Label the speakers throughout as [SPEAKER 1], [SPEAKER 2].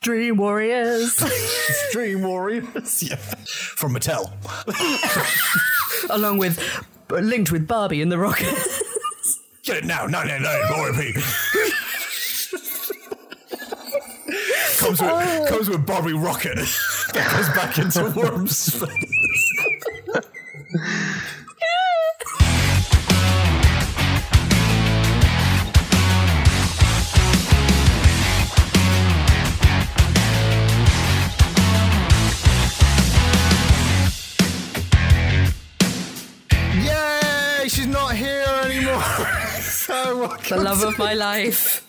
[SPEAKER 1] Dream Warriors.
[SPEAKER 2] Dream Warriors. Yeah. From Mattel.
[SPEAKER 1] Along with, linked with Barbie and the Rocket.
[SPEAKER 2] Yeah, no, no, no, no, Barbie. comes, with,
[SPEAKER 1] Oh.
[SPEAKER 2] comes with Bobby Rocket. that goes back into Worm's face. Yay! She's not here anymore. so
[SPEAKER 1] the love of my life.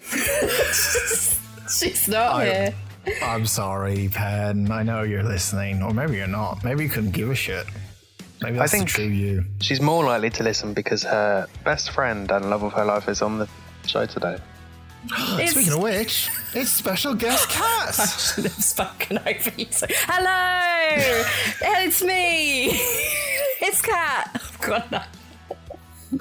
[SPEAKER 3] She's not
[SPEAKER 2] I-
[SPEAKER 3] here.
[SPEAKER 2] I'm sorry, Pen. I know you're listening, or maybe you're not. Maybe you couldn't give a shit. Maybe that's I
[SPEAKER 4] think-
[SPEAKER 2] think the true you.
[SPEAKER 4] She's more likely to listen because her best friend and love of her life is on the show today.
[SPEAKER 1] Oh,
[SPEAKER 2] Speaking of which, it's special guest Cass.
[SPEAKER 1] It's fucking over you. So, hello, it's me. it's Kat. Oh, God, no.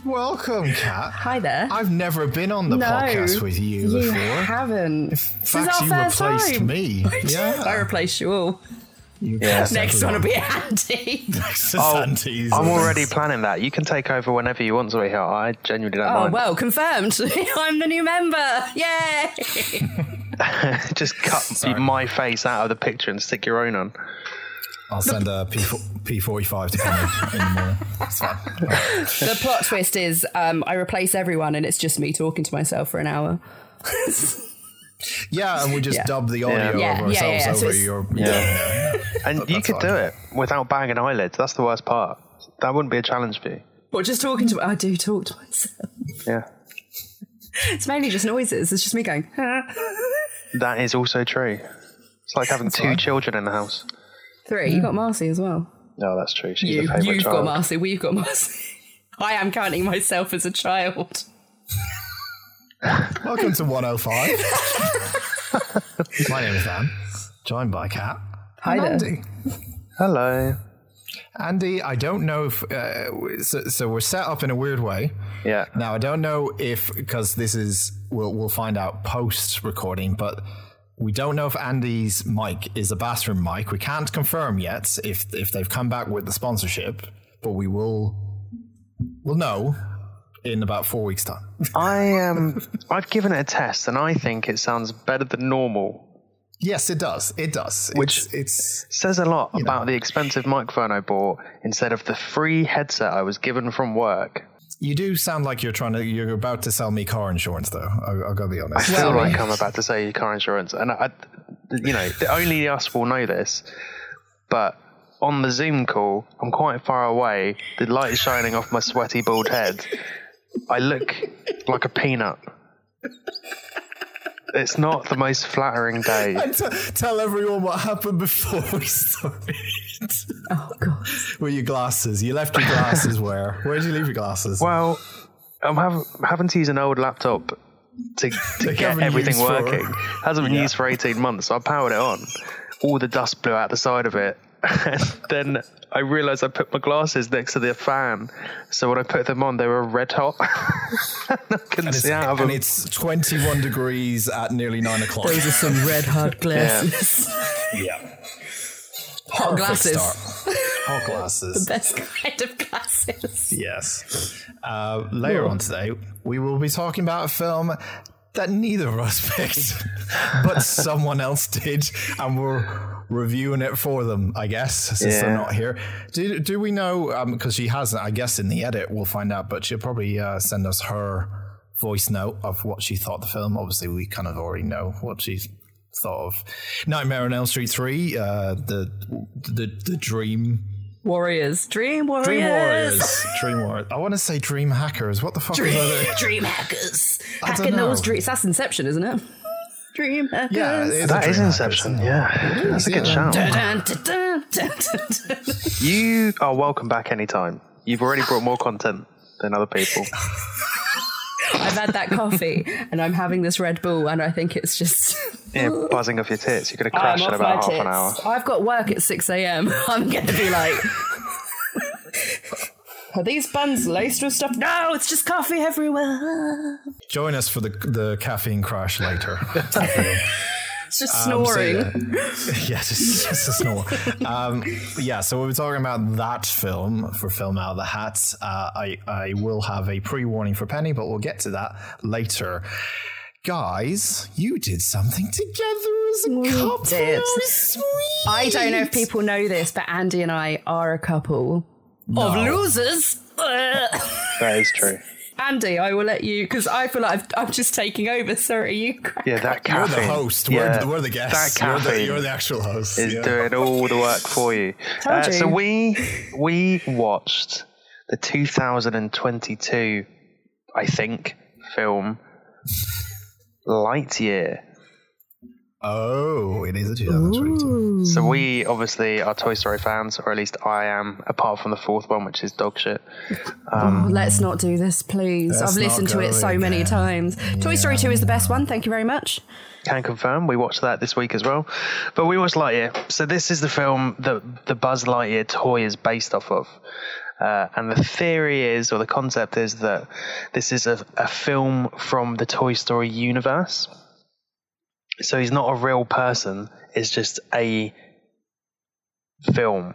[SPEAKER 2] Welcome, Cat.
[SPEAKER 1] Hi there.
[SPEAKER 2] I've never been on the
[SPEAKER 3] No,
[SPEAKER 2] podcast with you,
[SPEAKER 3] You
[SPEAKER 2] before.
[SPEAKER 3] haven't.
[SPEAKER 2] In
[SPEAKER 3] is
[SPEAKER 2] fact,
[SPEAKER 3] our
[SPEAKER 2] you
[SPEAKER 3] first
[SPEAKER 2] replaced
[SPEAKER 3] time.
[SPEAKER 2] me.
[SPEAKER 1] I replace you all.
[SPEAKER 2] You
[SPEAKER 4] Yeah.
[SPEAKER 2] cursed
[SPEAKER 1] Next one will
[SPEAKER 2] everyone.
[SPEAKER 1] be Andy.
[SPEAKER 2] Next
[SPEAKER 4] Oh,
[SPEAKER 2] Sandy's.
[SPEAKER 4] I'm already planning that. You can take over whenever you want, Sweetheart. I genuinely don't
[SPEAKER 1] Oh
[SPEAKER 4] mind.
[SPEAKER 1] well, confirmed. I'm the new member. Yay!
[SPEAKER 4] Just cut my face out of the picture and stick your own on.
[SPEAKER 2] I'll send a P P45 to Penny in the morning. It's fine.
[SPEAKER 3] The plot twist is um, I replace everyone and it's just me talking to myself for an hour.
[SPEAKER 2] Yeah, and we just
[SPEAKER 3] Yeah.
[SPEAKER 2] dub the audio
[SPEAKER 3] Yeah,
[SPEAKER 2] of
[SPEAKER 3] yeah, yeah,
[SPEAKER 2] ourselves
[SPEAKER 3] yeah. So
[SPEAKER 2] over
[SPEAKER 3] it's-
[SPEAKER 2] your.
[SPEAKER 4] And you
[SPEAKER 2] that's
[SPEAKER 4] could
[SPEAKER 2] fine.
[SPEAKER 4] do it without banging eyelids. That's the worst part. That wouldn't be a challenge for you.
[SPEAKER 1] But just talking to I do talk to myself.
[SPEAKER 4] Yeah.
[SPEAKER 1] It's mainly just noises. It's just me going. "Huh?"
[SPEAKER 4] That is also true. It's like having two children in the house.
[SPEAKER 3] Three.
[SPEAKER 1] Hmm.
[SPEAKER 3] You got Marcy as well.
[SPEAKER 4] No, that's true. She's
[SPEAKER 1] You,
[SPEAKER 4] a favourite
[SPEAKER 1] you've got
[SPEAKER 4] child.
[SPEAKER 1] Marcy. We've got Marcy. I am counting myself as a child.
[SPEAKER 2] Welcome to 105. My name is Dan, joined by Kat.
[SPEAKER 3] Hi
[SPEAKER 2] and
[SPEAKER 3] there.
[SPEAKER 2] Andy.
[SPEAKER 4] Hello.
[SPEAKER 2] Andy, I don't know if. Uh, w- so, so we're set up in a weird way.
[SPEAKER 4] Yeah.
[SPEAKER 2] Now, I don't know if, because this is. We'll, we'll find out post recording, but. We don't know if Andy's mic is a bathroom mic. We can't confirm yet if if they've come back with the sponsorship, but we will we'll know in about four weeks' time.
[SPEAKER 4] I um I've given it a test and I think it sounds better than normal.
[SPEAKER 2] Yes, it does. It does.
[SPEAKER 4] Which-
[SPEAKER 2] it's, it's
[SPEAKER 4] Says a lot about the expensive microphone I bought instead of the free headset I was given from work.
[SPEAKER 2] You do sound like you're trying to. You're about to sell me car insurance, though. I, I've got to be honest.
[SPEAKER 4] I feel like I'm about to say car insurance, and I, you know, only us will know this. But on the Zoom call, I'm quite far away. The light is shining off my sweaty bald head. I look like a peanut. It's not the most flattering day.
[SPEAKER 2] And t- tell everyone what happened before we started.
[SPEAKER 1] Oh God.
[SPEAKER 2] Were your glasses? You left your glasses where? Where did you leave your glasses?
[SPEAKER 4] Well, I'm hav- having to use an old laptop to, to get
[SPEAKER 2] haven't
[SPEAKER 4] everything
[SPEAKER 2] used for-
[SPEAKER 4] working. Hasn't been used for 18 months, so I powered it on. All the dust blew out the side of it. And then I realised I put my glasses next to the fan. So when I put them on, they were red hot. And I
[SPEAKER 2] and
[SPEAKER 4] couldn't
[SPEAKER 2] it's,
[SPEAKER 4] see out of
[SPEAKER 2] and
[SPEAKER 4] them.
[SPEAKER 2] it's 21 degrees at nearly nine o'clock.
[SPEAKER 1] Those are some red hard glasses.
[SPEAKER 2] yeah.
[SPEAKER 1] Hot
[SPEAKER 2] Perfect
[SPEAKER 1] glasses.
[SPEAKER 2] start. Hot glasses.
[SPEAKER 1] Best kind of glasses.
[SPEAKER 2] Yes. Uh, later on today, we will be talking about a film that neither of us picked, but someone else did, and we're reviewing it for them, I guess, since they're
[SPEAKER 4] Yeah.
[SPEAKER 2] not here. Do, do we know? Because she hasn't, I guess, in the edit, we'll find out, but she'll probably uh, send us her voice note of what she thought of the film. Obviously, we kind of already know what she's thought of Nightmare on Elm Street 3, uh, the, the, the dream
[SPEAKER 1] Warriors. Dream warriors.
[SPEAKER 2] Dream Warriors. Dream Warriors. I want to say Dream Hackers. What the fuck are they?
[SPEAKER 1] Dream hackers.
[SPEAKER 2] don't
[SPEAKER 1] Hacking those
[SPEAKER 2] know.
[SPEAKER 1] dreams. That's Inception, isn't it? Dream hackers.
[SPEAKER 2] Yeah, it a
[SPEAKER 4] that is
[SPEAKER 2] Dream Hackers.
[SPEAKER 4] Inception, yeah. That's a good
[SPEAKER 2] yeah.
[SPEAKER 4] shout.
[SPEAKER 1] Dun, dun, dun, dun, dun, dun.
[SPEAKER 4] You are welcome back anytime. You've already brought more content than other people.
[SPEAKER 1] I've had that coffee and I'm having this Red Bull and I think it's just
[SPEAKER 4] Yeah, buzzing off your tits. You're going to crash in about half an hour.
[SPEAKER 1] I've got work at six a.m. I'm going to be like, are these buns laced with stuff? No, it's just coffee everywhere.
[SPEAKER 2] Join us for the the caffeine crash later.
[SPEAKER 3] just
[SPEAKER 2] Um, so,
[SPEAKER 3] snoring.
[SPEAKER 2] yeah, yeah just, just a snore. um, yeah, so we were talking about that film for Film Out of the Hat. Uh, I, I will have a pre warning for Penny, but we'll get to that later. Guys, you did something together as a couple.
[SPEAKER 3] did.
[SPEAKER 2] How Sweet.
[SPEAKER 3] I don't know if people know this, but Andy and I are a couple of losers.
[SPEAKER 4] That is true.
[SPEAKER 3] Andy, I will let you because I feel like I've, I'm just taking over. Sorry, you. crack
[SPEAKER 4] Yeah, that
[SPEAKER 2] You're
[SPEAKER 4] caffeine.
[SPEAKER 2] the host.
[SPEAKER 4] Yeah,
[SPEAKER 2] We're, we're the guests.
[SPEAKER 4] That
[SPEAKER 2] You're
[SPEAKER 4] caffeine
[SPEAKER 2] the, you're the actual host.
[SPEAKER 4] is
[SPEAKER 2] yeah.
[SPEAKER 4] doing all the work for you. Uh,
[SPEAKER 3] Told
[SPEAKER 4] So
[SPEAKER 3] you.
[SPEAKER 4] we we watched the 2022, I think, film Lightyear.
[SPEAKER 2] Oh, it is a 2022.
[SPEAKER 3] Hmm.
[SPEAKER 4] So we obviously are Toy Story fans, or at least I am, apart from the fourth one, which is dog shit.
[SPEAKER 3] Oh, let's not do this, please.
[SPEAKER 2] Let's
[SPEAKER 3] I've
[SPEAKER 2] not
[SPEAKER 3] listened to
[SPEAKER 2] go
[SPEAKER 3] it so many
[SPEAKER 2] again.
[SPEAKER 3] times. Toy Story 2 is the best one. Thank you very much.
[SPEAKER 4] Can confirm we watched that this week as well. But we watched Lightyear. So this is the film that the Buzz Lightyear toy is based off of. Uh, and the theory is, or the concept is, that this is a, a film from the Toy Story universe. So he's not a real person, it's just a film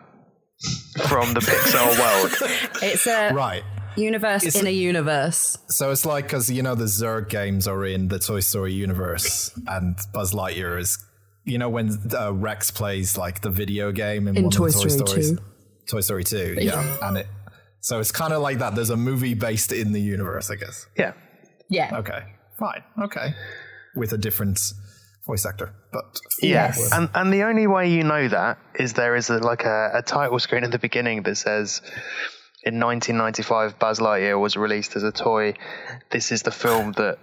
[SPEAKER 4] from the Pixar world.
[SPEAKER 3] It's a
[SPEAKER 2] Right.
[SPEAKER 3] universe in a universe.
[SPEAKER 2] So it's like because you know the Zerg games are in the Toy Story universe, and Buzz Lightyear is. You know when uh, Rex plays like the video game in,
[SPEAKER 3] In
[SPEAKER 2] one
[SPEAKER 3] Toy
[SPEAKER 2] of the Toy
[SPEAKER 3] Story
[SPEAKER 2] Stories,
[SPEAKER 3] 2.
[SPEAKER 2] Toy Story Two, yeah, and it. So it's kind of like that. There's a movie based in the universe, I guess.
[SPEAKER 4] Yeah.
[SPEAKER 3] Yeah.
[SPEAKER 2] Okay, fine, okay, with a different voice actor, but
[SPEAKER 3] Yes.
[SPEAKER 4] And and the only way you know that is there is a, like a, a title screen at the beginning that says, "In 1995, Buzz Lightyear was released as a toy. This is the film that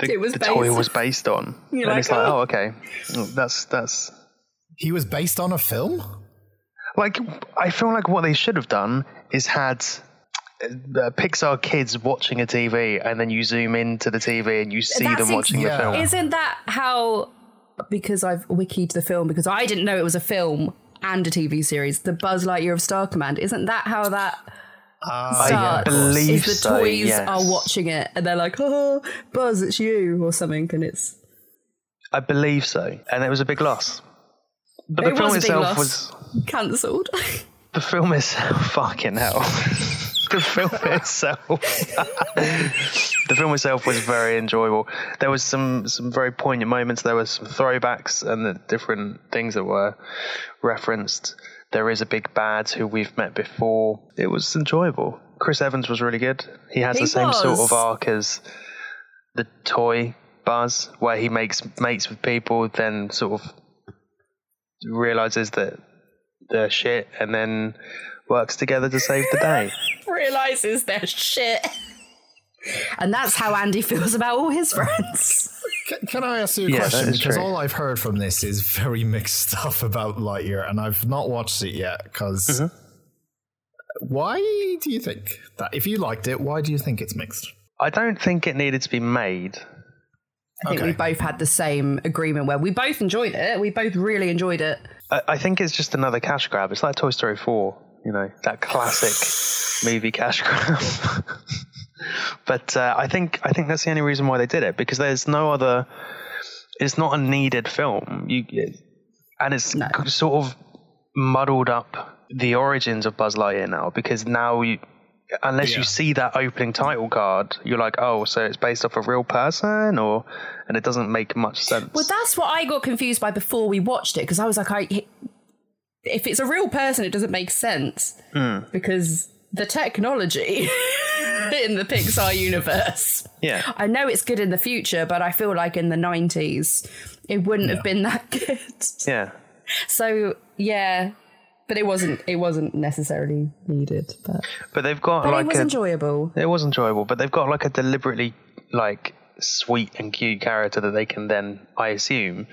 [SPEAKER 4] the,
[SPEAKER 3] It was
[SPEAKER 4] the
[SPEAKER 3] based-
[SPEAKER 4] toy was based on." and
[SPEAKER 3] like,
[SPEAKER 4] it's like,
[SPEAKER 3] "Oh."
[SPEAKER 4] "Oh, okay, that's that's."
[SPEAKER 2] he was based on a film.
[SPEAKER 4] Like, I feel like what they should have done is had uh, Pixar kids watching a TV, and then you zoom into the TV and you see
[SPEAKER 3] That's
[SPEAKER 4] them
[SPEAKER 3] ex-
[SPEAKER 4] watching
[SPEAKER 2] Yeah.
[SPEAKER 4] the film.
[SPEAKER 3] Isn't that how? Because I've wikied the film because I didn't know it was a film and a TV series. The Buzz Lightyear of Star Command. Isn't that how that
[SPEAKER 4] I
[SPEAKER 3] starts?
[SPEAKER 4] believe
[SPEAKER 3] Is the
[SPEAKER 4] so,
[SPEAKER 3] toys
[SPEAKER 4] yes.
[SPEAKER 3] are watching it and they're like, "Oh, Buzz, it's you" or something, and it's
[SPEAKER 4] I believe so, and it was a big loss. But
[SPEAKER 3] It
[SPEAKER 4] the film
[SPEAKER 3] was a big
[SPEAKER 4] itself
[SPEAKER 3] loss.
[SPEAKER 4] was
[SPEAKER 3] cancelled.
[SPEAKER 4] The film itself, fucking hell. the film itself, the film itself was very enjoyable. There was some some very poignant moments. There was some throwbacks and the different things that were referenced. There is a big bad who we've met before. It was enjoyable. Chris Evans was really good. He has
[SPEAKER 3] He
[SPEAKER 4] the same sort
[SPEAKER 3] was.
[SPEAKER 4] of arc as the toy Buzz, where he makes mates with people, then sort of realizes that they're shit, and then works together to save the day.
[SPEAKER 3] realizes they're shit. And that's how Andy feels about all his friends.
[SPEAKER 2] Can, can I ask you a
[SPEAKER 4] Yeah, that
[SPEAKER 2] question?
[SPEAKER 4] is
[SPEAKER 2] Because
[SPEAKER 4] true.
[SPEAKER 2] all I've heard from this is very mixed stuff about Lightyear, and I've not watched it yet. Because
[SPEAKER 4] Mm-hmm.
[SPEAKER 2] why do you think that? If you liked it, why do you think it's mixed?
[SPEAKER 4] I don't think it needed to be made.
[SPEAKER 3] I think we both had the same agreement where we both enjoyed it. We both really enjoyed it.
[SPEAKER 4] I, I think it's just another cash grab. It's like Toy Story 4, you know, that classic movie cash grab. but uh, I think I think that's the only reason why they did it because there's no other. It's not a needed film. You and it's sort of muddled up the origins of Buzz Lightyear now because now you. Unless you
[SPEAKER 2] Yeah.
[SPEAKER 4] see that opening title card, you're like, "Oh, so it's based off a real person," or, and it doesn't make much sense.
[SPEAKER 3] Well, that's what I got confused by before we watched it because I was like, I, if it's a real person, it doesn't make sense because the technology in the Pixar universe.
[SPEAKER 4] yeah,
[SPEAKER 3] I know it's good in the future, but I feel like in the 90s, it wouldn't have been that good.
[SPEAKER 4] yeah.
[SPEAKER 3] So, yeah. But it wasn't. It wasn't necessarily needed, but,
[SPEAKER 4] But they've got
[SPEAKER 3] but
[SPEAKER 4] like
[SPEAKER 3] it was
[SPEAKER 4] a,
[SPEAKER 3] enjoyable.
[SPEAKER 4] It was enjoyable, but they've got like a deliberately like sweet and cute character that they can then, I assume,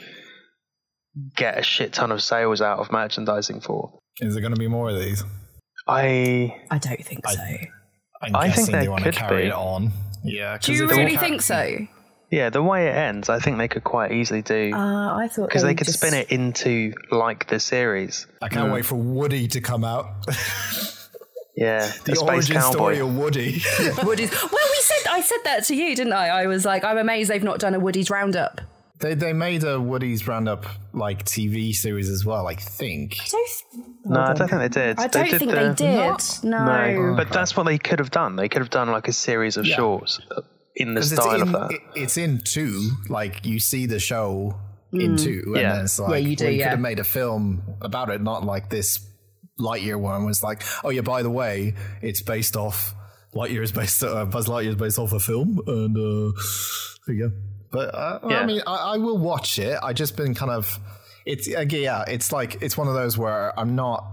[SPEAKER 4] get a shit ton of sales out of merchandising for.
[SPEAKER 2] Is there going to be more of these?
[SPEAKER 4] I
[SPEAKER 3] I don't think so.
[SPEAKER 2] I'm
[SPEAKER 4] I think
[SPEAKER 2] guessing they
[SPEAKER 4] there
[SPEAKER 2] want to
[SPEAKER 4] could
[SPEAKER 2] carry
[SPEAKER 4] be.
[SPEAKER 2] it on. Yeah. 'cause
[SPEAKER 3] Do you
[SPEAKER 2] if they
[SPEAKER 3] really
[SPEAKER 2] ca-
[SPEAKER 3] think so?
[SPEAKER 4] yeah, the way it ends, I think they could quite easily do
[SPEAKER 3] Uh, I thought
[SPEAKER 4] because they
[SPEAKER 3] would
[SPEAKER 4] could
[SPEAKER 3] just-
[SPEAKER 4] spin it into like the series.
[SPEAKER 2] I can't wait for Woody to come out.
[SPEAKER 4] Yeah,
[SPEAKER 2] The
[SPEAKER 4] Space
[SPEAKER 2] origin story
[SPEAKER 4] Cowboy.
[SPEAKER 2] of Woody.
[SPEAKER 3] Woody's. Well, we said I said that to you, didn't I? I was like, I'm amazed they've not done a Woody's roundup.
[SPEAKER 2] They they made a Woody's brand up like TV series as well, I think.
[SPEAKER 4] No, I don't think they did.
[SPEAKER 3] I don't
[SPEAKER 4] did
[SPEAKER 3] think
[SPEAKER 4] the-
[SPEAKER 3] they did.
[SPEAKER 4] No,
[SPEAKER 3] No.
[SPEAKER 4] but that's what they could have done. They could have done like a series of shorts uh, in the
[SPEAKER 2] 'Cause
[SPEAKER 4] style
[SPEAKER 2] it's in,
[SPEAKER 4] of that.
[SPEAKER 2] it- it's in two. Like you see the show in two, and
[SPEAKER 4] Yeah.
[SPEAKER 2] then it's like
[SPEAKER 3] you do,
[SPEAKER 2] well,
[SPEAKER 3] Mm. yeah.
[SPEAKER 2] could have made a film about it, not like this Lightyear one was like, oh yeah, by the way, it's based off Lightyear is based uh, Buzz Lightyear is based off a film, and uh, there you go. But uh,
[SPEAKER 4] Yeah.
[SPEAKER 2] I mean, I, I will watch it. I just been kind of it's uh, yeah, it's like it's one of those where I'm not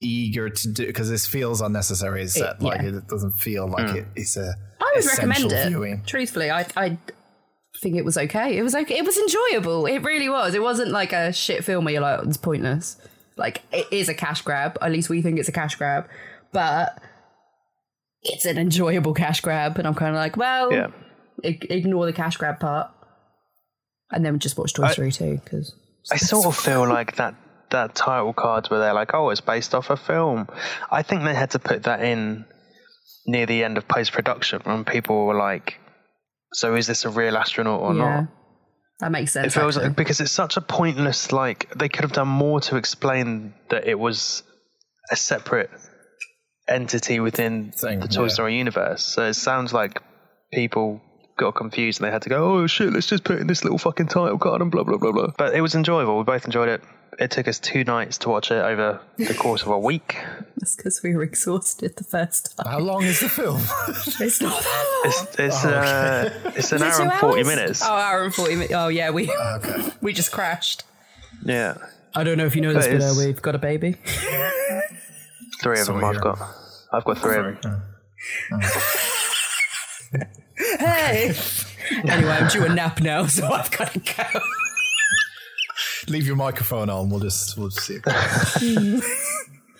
[SPEAKER 2] eager to do because this feels unnecessary. As set. Like it doesn't feel like
[SPEAKER 4] Hmm.
[SPEAKER 2] it, it's a
[SPEAKER 3] I would recommend
[SPEAKER 2] essential
[SPEAKER 3] it.
[SPEAKER 2] viewing.
[SPEAKER 3] Truthfully, I I think it was okay. It was okay. It was enjoyable. It really was. It wasn't like a shit film where you're like, it's pointless. Like it is a cash grab. At least we think it's a cash grab, but it's an enjoyable cash grab. And I'm kind of like, well,
[SPEAKER 4] Yeah.
[SPEAKER 3] ig- ignore the cash grab part, and then just watch Toy Story two because
[SPEAKER 4] I sort of feel like that that title cards where they're like, oh, it's based off a film. I think they had to put that in near the end of post production when people were like, so is this a real astronaut or
[SPEAKER 3] yeah,
[SPEAKER 4] not?
[SPEAKER 3] that makes
[SPEAKER 4] It
[SPEAKER 3] sense.
[SPEAKER 4] feels
[SPEAKER 3] actually.
[SPEAKER 4] like because it's such a pointless like they could have done more to explain that it was a separate entity within
[SPEAKER 2] Thing,
[SPEAKER 4] the Toy
[SPEAKER 2] yeah.
[SPEAKER 4] Story universe. So it sounds like people got confused and they had to go, oh shit, let's just put in this little fucking title card and blah blah blah blah. But it was enjoyable. We both enjoyed it. It took us two nights to watch it over the course of a week.
[SPEAKER 3] That's because we were exhausted the first time.
[SPEAKER 2] How long is the film?
[SPEAKER 3] It's not that long.
[SPEAKER 4] It's it's,
[SPEAKER 2] Oh,
[SPEAKER 4] uh, it's an hour and forty minutes.
[SPEAKER 3] Oh, hour and forty minutes. Oh yeah, we we just crashed.
[SPEAKER 4] Yeah,
[SPEAKER 3] I don't know if you know
[SPEAKER 4] this, That but, uh, is-
[SPEAKER 3] we've got a baby.
[SPEAKER 4] three of them.
[SPEAKER 2] Sorry,
[SPEAKER 4] I've
[SPEAKER 2] yeah.
[SPEAKER 4] got I've got three of them.
[SPEAKER 3] Hey. anyway, I'm due a nap now, so I've got to go.
[SPEAKER 2] Leave your microphone on. We'll just we'll just see. It.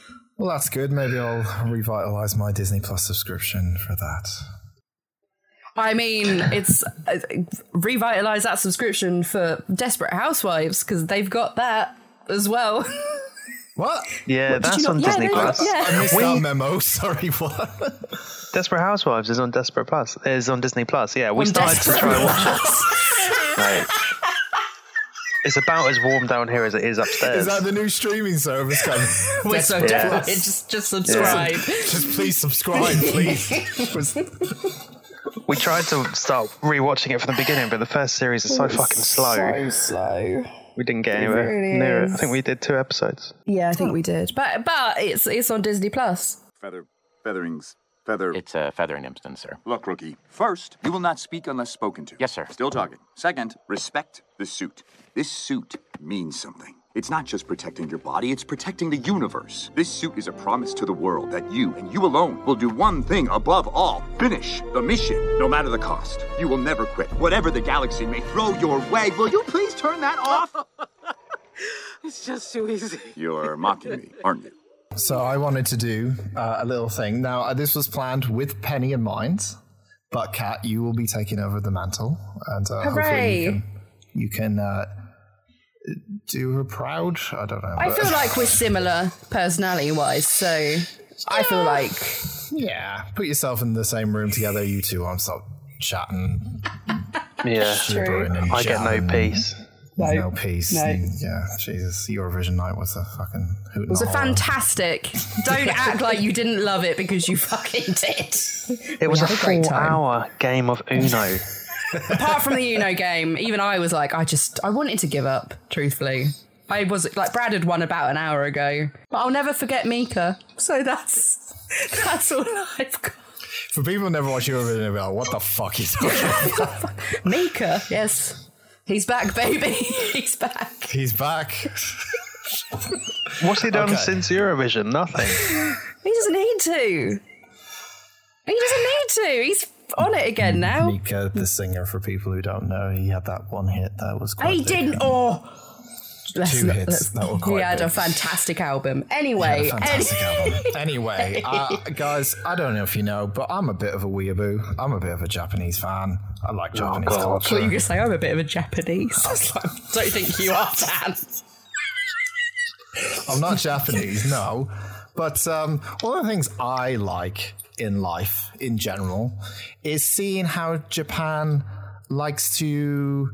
[SPEAKER 2] well, that's good. Maybe I'll revitalize my Disney Plus subscription for that.
[SPEAKER 3] I mean, it's uh, revitalize that subscription for Desperate Housewives because they've got that as well.
[SPEAKER 2] What?
[SPEAKER 4] Yeah, that's
[SPEAKER 3] not-
[SPEAKER 4] on
[SPEAKER 3] Yeah,
[SPEAKER 4] Disney
[SPEAKER 3] they've got-
[SPEAKER 4] Plus.
[SPEAKER 3] yeah.
[SPEAKER 2] I missed
[SPEAKER 4] We-
[SPEAKER 2] that memo. Sorry, what?
[SPEAKER 4] Desperate Housewives is on Desperate Plus. Is on Disney Plus. Yeah, we
[SPEAKER 3] On
[SPEAKER 4] started
[SPEAKER 3] Desperate
[SPEAKER 4] to try and watch it. Right. It's about as warm down here as it is
[SPEAKER 2] Is
[SPEAKER 4] upstairs.
[SPEAKER 2] that the new streaming service coming?
[SPEAKER 3] We're so
[SPEAKER 4] Desperate.
[SPEAKER 3] desperate. Just, just subscribe.
[SPEAKER 2] Just please subscribe, please. Was-
[SPEAKER 4] we tried to start rewatching it from the beginning, but the first series is so fucking slow.
[SPEAKER 3] slow.
[SPEAKER 4] we didn't get anywhere
[SPEAKER 3] really
[SPEAKER 4] near it. I
[SPEAKER 3] is.
[SPEAKER 4] think we did two episodes.
[SPEAKER 3] Yeah, I think we did, but but it's it's on Disney Plus.
[SPEAKER 5] Feather, featherings, feather.
[SPEAKER 6] It's a feathering instant, sir.
[SPEAKER 5] Look, rookie. First, you will not speak unless spoken to.
[SPEAKER 6] Yes, sir.
[SPEAKER 5] Still talking. Second, respect the suit. This suit means something. It's not just protecting your body, it's protecting the universe. This suit is a promise to the world that you and you alone will do one thing above all finish the mission, no matter the cost. You will never quit. Whatever the galaxy may throw your way, will you please turn that off?
[SPEAKER 7] It's just too easy.
[SPEAKER 5] You're mocking me, aren't you?
[SPEAKER 2] So I wanted to do uh, a little thing. Now uh, this was planned with Penny in mind, but Kat, you will be taking over the mantle, and uh, hopefully
[SPEAKER 3] Hooray.
[SPEAKER 2] you can, you can uh, do her proud. I don't know.
[SPEAKER 3] I
[SPEAKER 2] but-
[SPEAKER 3] feel like we're similar personality wise, so I feel like
[SPEAKER 2] yeah. Put yourself in the same room together, you two. I'm stop chatting.
[SPEAKER 4] Yeah.
[SPEAKER 2] gibbering and
[SPEAKER 4] I get no
[SPEAKER 2] shouting.
[SPEAKER 4] peace.
[SPEAKER 2] No, peace. and yeah, Jesus, Eurovision night was a fucking hoot.
[SPEAKER 3] It was a fantastic. Don't act like you didn't love it because you fucking did.
[SPEAKER 4] It was a
[SPEAKER 3] had a great
[SPEAKER 4] four hour game of Uno.
[SPEAKER 3] Apart from the Uno game, even I was like, I just, I wanted to give up. Truthfully, I was like, Brad had won about an hour ago, but I'll never forget Mika. So that's that's all I've got.
[SPEAKER 2] For people who never watch Eurovision, they'll be like, what the fuck is that?
[SPEAKER 3] Mika, yes, he's back, baby, he's back.
[SPEAKER 2] He's back.
[SPEAKER 4] What's he done
[SPEAKER 2] Okay.
[SPEAKER 4] since Eurovision? Nothing.
[SPEAKER 3] He doesn't need to. He doesn't need to. He's on it again now.
[SPEAKER 2] Mika, the singer, for people who don't know, he had that one hit that was quite.
[SPEAKER 3] He
[SPEAKER 2] big.
[SPEAKER 3] didn't. Oh, let's
[SPEAKER 2] um, Two hits that were quite
[SPEAKER 3] he had a
[SPEAKER 2] big.
[SPEAKER 3] fantastic album.
[SPEAKER 2] A
[SPEAKER 3] Anyway,
[SPEAKER 2] Fantastic
[SPEAKER 3] any-
[SPEAKER 2] album. Anyway, uh, guys, I don't know if you know, but I'm a bit of a weeaboo. I'm a bit of a Japanese fan. I
[SPEAKER 4] Oh,
[SPEAKER 2] like Japanese
[SPEAKER 3] I thought you were
[SPEAKER 2] culture.
[SPEAKER 3] going to say I'm a bit of a Japanese. I was like, I don't think you are, Dan.
[SPEAKER 2] I'm not Japanese, no. But um, one of the things I like in life in general is seeing how Japan likes to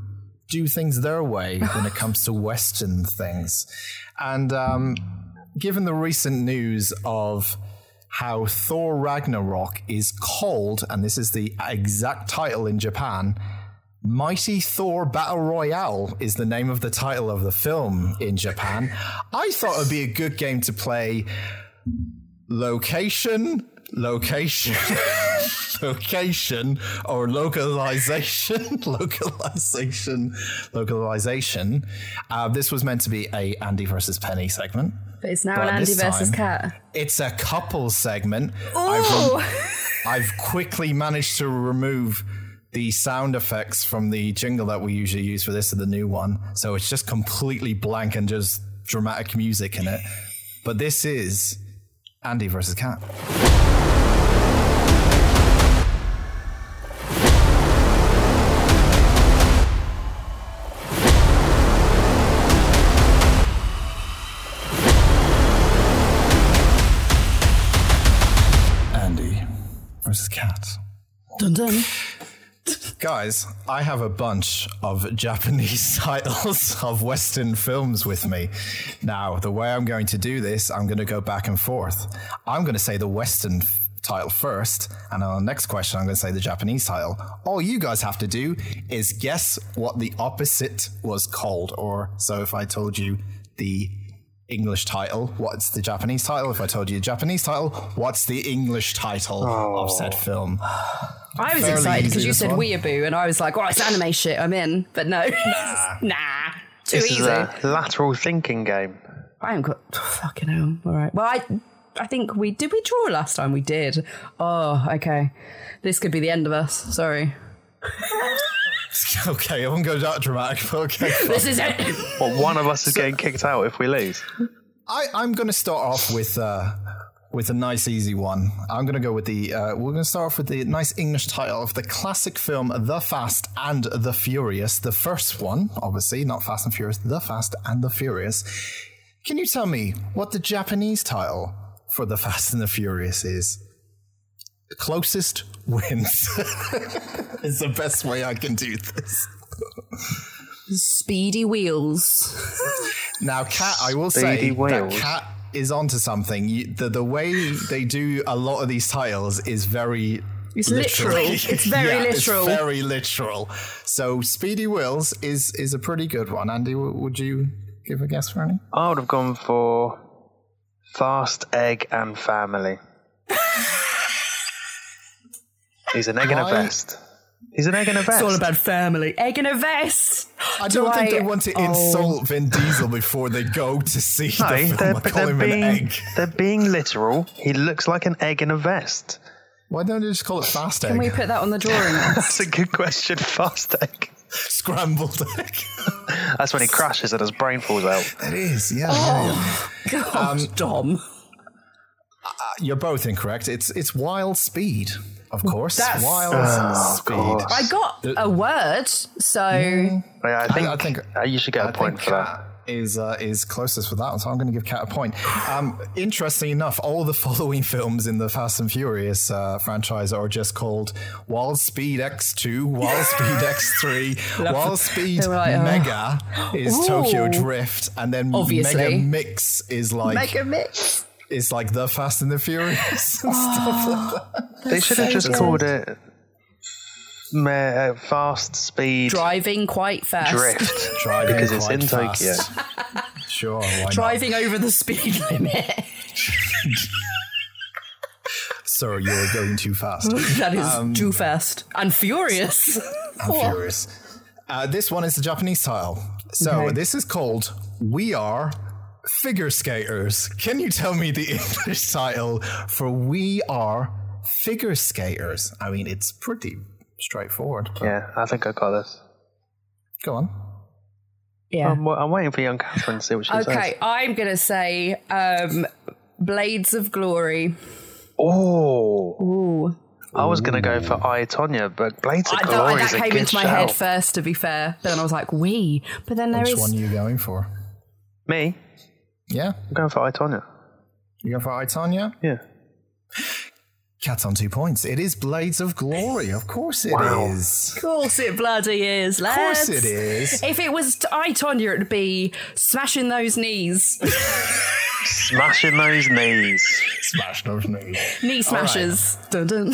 [SPEAKER 2] do things their way when it comes to Western things. And um, given the recent news of how Thor Ragnarok is called, and this is the exact title in Japan. Mighty Thor Battle Royale is the name of the title of the film in Japan. I thought it'd be a good game to play location, location, location, or localization, localization, localization. Uh, this was meant to be a Andy versus Penny segment.
[SPEAKER 3] But it's now
[SPEAKER 2] But
[SPEAKER 3] an Andy
[SPEAKER 2] this
[SPEAKER 3] versus
[SPEAKER 2] time-
[SPEAKER 3] Cat.
[SPEAKER 2] It's a couple segment.
[SPEAKER 3] Oh,
[SPEAKER 2] I've,
[SPEAKER 1] Ooh.
[SPEAKER 2] rem- I've quickly managed to remove the sound effects from the jingle that we usually use for this and the new one. So it's just completely blank and just dramatic music in it. But this is Andy versus Cat. Andy versus Cat.
[SPEAKER 3] Dun dun.
[SPEAKER 2] Guys, I have a bunch of Japanese titles of Western films with me. Now, the way I'm going to do this, I'm going to go back and forth. I'm going to say the Western f- title first, and on the next question, I'm going to say the Japanese title. All you guys have to do is guess what the opposite was called. Or, so if I told you the English title, what's the Japanese title? If I told you the Japanese title, what's the English title of said film?
[SPEAKER 3] I was
[SPEAKER 2] Fairly
[SPEAKER 3] excited because
[SPEAKER 2] easy,
[SPEAKER 3] you
[SPEAKER 2] this
[SPEAKER 3] said
[SPEAKER 2] one.
[SPEAKER 3] weeaboo, and I was like, well, it's anime shit, I'm in. But no. Nah. Too
[SPEAKER 4] This
[SPEAKER 3] easy.
[SPEAKER 4] is a lateral thinking game.
[SPEAKER 3] I am got fucking hell. All right. Well, I I think we did we draw last time. We did. Oh, okay. This could be the end of us. Sorry.
[SPEAKER 2] Okay, I won't go that dramatic, but okay.
[SPEAKER 3] This is it.
[SPEAKER 4] Well, one of us is getting kicked out if we lose.
[SPEAKER 2] I, I'm going to start off with uh, with a nice, easy one. I'm going to go with the. Uh, we're going to start off with the nice English title of the classic film The Fast and the Furious, the first one, obviously, not Fast and Furious, The Fast and the Furious. Can you tell me what the Japanese title for The Fast and the Furious is? Closest wins. It's the best way I can do this.
[SPEAKER 3] Speedy wheels.
[SPEAKER 2] Now, Cat, I will
[SPEAKER 4] Speedy
[SPEAKER 2] say that
[SPEAKER 4] whales.
[SPEAKER 2] Cat is onto something. You, the the way they do a lot of these titles is very.
[SPEAKER 3] It's
[SPEAKER 2] literally.
[SPEAKER 3] literal. It's very
[SPEAKER 2] Yeah,
[SPEAKER 3] literal.
[SPEAKER 2] It's very literal. So, Speedy Wills is is a pretty good one. Andy, w- would you give a guess for any?
[SPEAKER 4] I would have gone for fast egg and family. He's an egg and a
[SPEAKER 2] Why?
[SPEAKER 4] vest. He's an egg and a vest.
[SPEAKER 3] It's all about family. Egg in a vest.
[SPEAKER 2] I don't think
[SPEAKER 3] I-
[SPEAKER 2] they want to
[SPEAKER 3] oh.
[SPEAKER 2] insult Vin Diesel before they go to see
[SPEAKER 4] no,
[SPEAKER 2] the film.
[SPEAKER 4] they're,
[SPEAKER 2] I call
[SPEAKER 4] they're
[SPEAKER 2] him an
[SPEAKER 4] being,
[SPEAKER 2] egg.
[SPEAKER 4] they're being literal. He looks like an egg in a vest.
[SPEAKER 2] Why don't you just call it Fast Egg?
[SPEAKER 3] Can we put that on the drawing? list?
[SPEAKER 4] That's a good question. Fast egg.
[SPEAKER 2] Scrambled Egg.
[SPEAKER 4] That's when he crashes and his brain falls out.
[SPEAKER 2] it is, yeah.
[SPEAKER 3] Oh, God, Dom.
[SPEAKER 2] You're both incorrect. It's it's wild speed, of course.
[SPEAKER 3] That's-
[SPEAKER 2] wild speed.
[SPEAKER 4] God.
[SPEAKER 3] I got a word, so
[SPEAKER 4] Yeah, I think,
[SPEAKER 2] I
[SPEAKER 4] I
[SPEAKER 2] think-
[SPEAKER 4] you should get a
[SPEAKER 2] I
[SPEAKER 4] point
[SPEAKER 2] think
[SPEAKER 4] for that.
[SPEAKER 2] Kat is uh, is closest for that one, so I'm going to give Cat a point. Um, interesting enough, all the following films in the Fast and Furious uh, franchise are just called Wild Speed X2, Wild Speed X3, Wild Speed
[SPEAKER 3] They were like, oh.
[SPEAKER 2] Mega is Tokyo
[SPEAKER 3] Ooh.
[SPEAKER 2] Drift, and then Mega
[SPEAKER 3] Obviously.
[SPEAKER 2] Mix is like
[SPEAKER 3] make a mix.
[SPEAKER 2] is like the Fast and the Furious. and stuff like that.
[SPEAKER 4] They should have just called it me- uh, fast speed
[SPEAKER 3] Driving quite fast.
[SPEAKER 4] drift
[SPEAKER 2] Driving
[SPEAKER 4] because it's
[SPEAKER 2] quite
[SPEAKER 4] in Tokyo.
[SPEAKER 2] fast. Sure, why not?
[SPEAKER 3] Driving over the speed limit.
[SPEAKER 2] Sir, you're going too fast.
[SPEAKER 3] That is too fast and furious.
[SPEAKER 2] I'm furious. Uh, this one is the Japanese title. So
[SPEAKER 3] Okay.
[SPEAKER 2] this is called We Are Figure Skaters. Can you tell me the English title for We Are Figure Skaters? I mean, it's pretty straightforward. but
[SPEAKER 4] Yeah, I think I got this.
[SPEAKER 2] Go on.
[SPEAKER 3] Yeah.
[SPEAKER 4] I'm, wa- I'm waiting for young Catherine to see what she says.
[SPEAKER 3] Okay, I'm gonna say um, Blades of Glory.
[SPEAKER 4] Oh,
[SPEAKER 3] Ooh,
[SPEAKER 4] I was gonna go for I Tonya, but Blades of
[SPEAKER 3] I
[SPEAKER 4] Glory
[SPEAKER 3] thought that
[SPEAKER 4] is a
[SPEAKER 3] came
[SPEAKER 4] good
[SPEAKER 3] into my
[SPEAKER 4] shout.
[SPEAKER 3] head first. To be fair, but then I was like, we. But then there
[SPEAKER 2] Which
[SPEAKER 3] is
[SPEAKER 2] one are you going for?
[SPEAKER 4] Me,
[SPEAKER 2] Yeah,
[SPEAKER 4] I'm going for I Tonya.
[SPEAKER 2] you going for I Tanya?
[SPEAKER 4] Yeah,
[SPEAKER 2] Cat's on two points. It is Blades of Glory. Of course it is.
[SPEAKER 4] Wow.
[SPEAKER 3] Of course it bloody is.
[SPEAKER 2] Of course
[SPEAKER 3] lads.
[SPEAKER 2] it is.
[SPEAKER 3] If it was t- I, Tonya, it'd be smashing those knees,
[SPEAKER 4] Smashing those knees.
[SPEAKER 2] Smash those knees.
[SPEAKER 3] knee smashes. Dun, dun.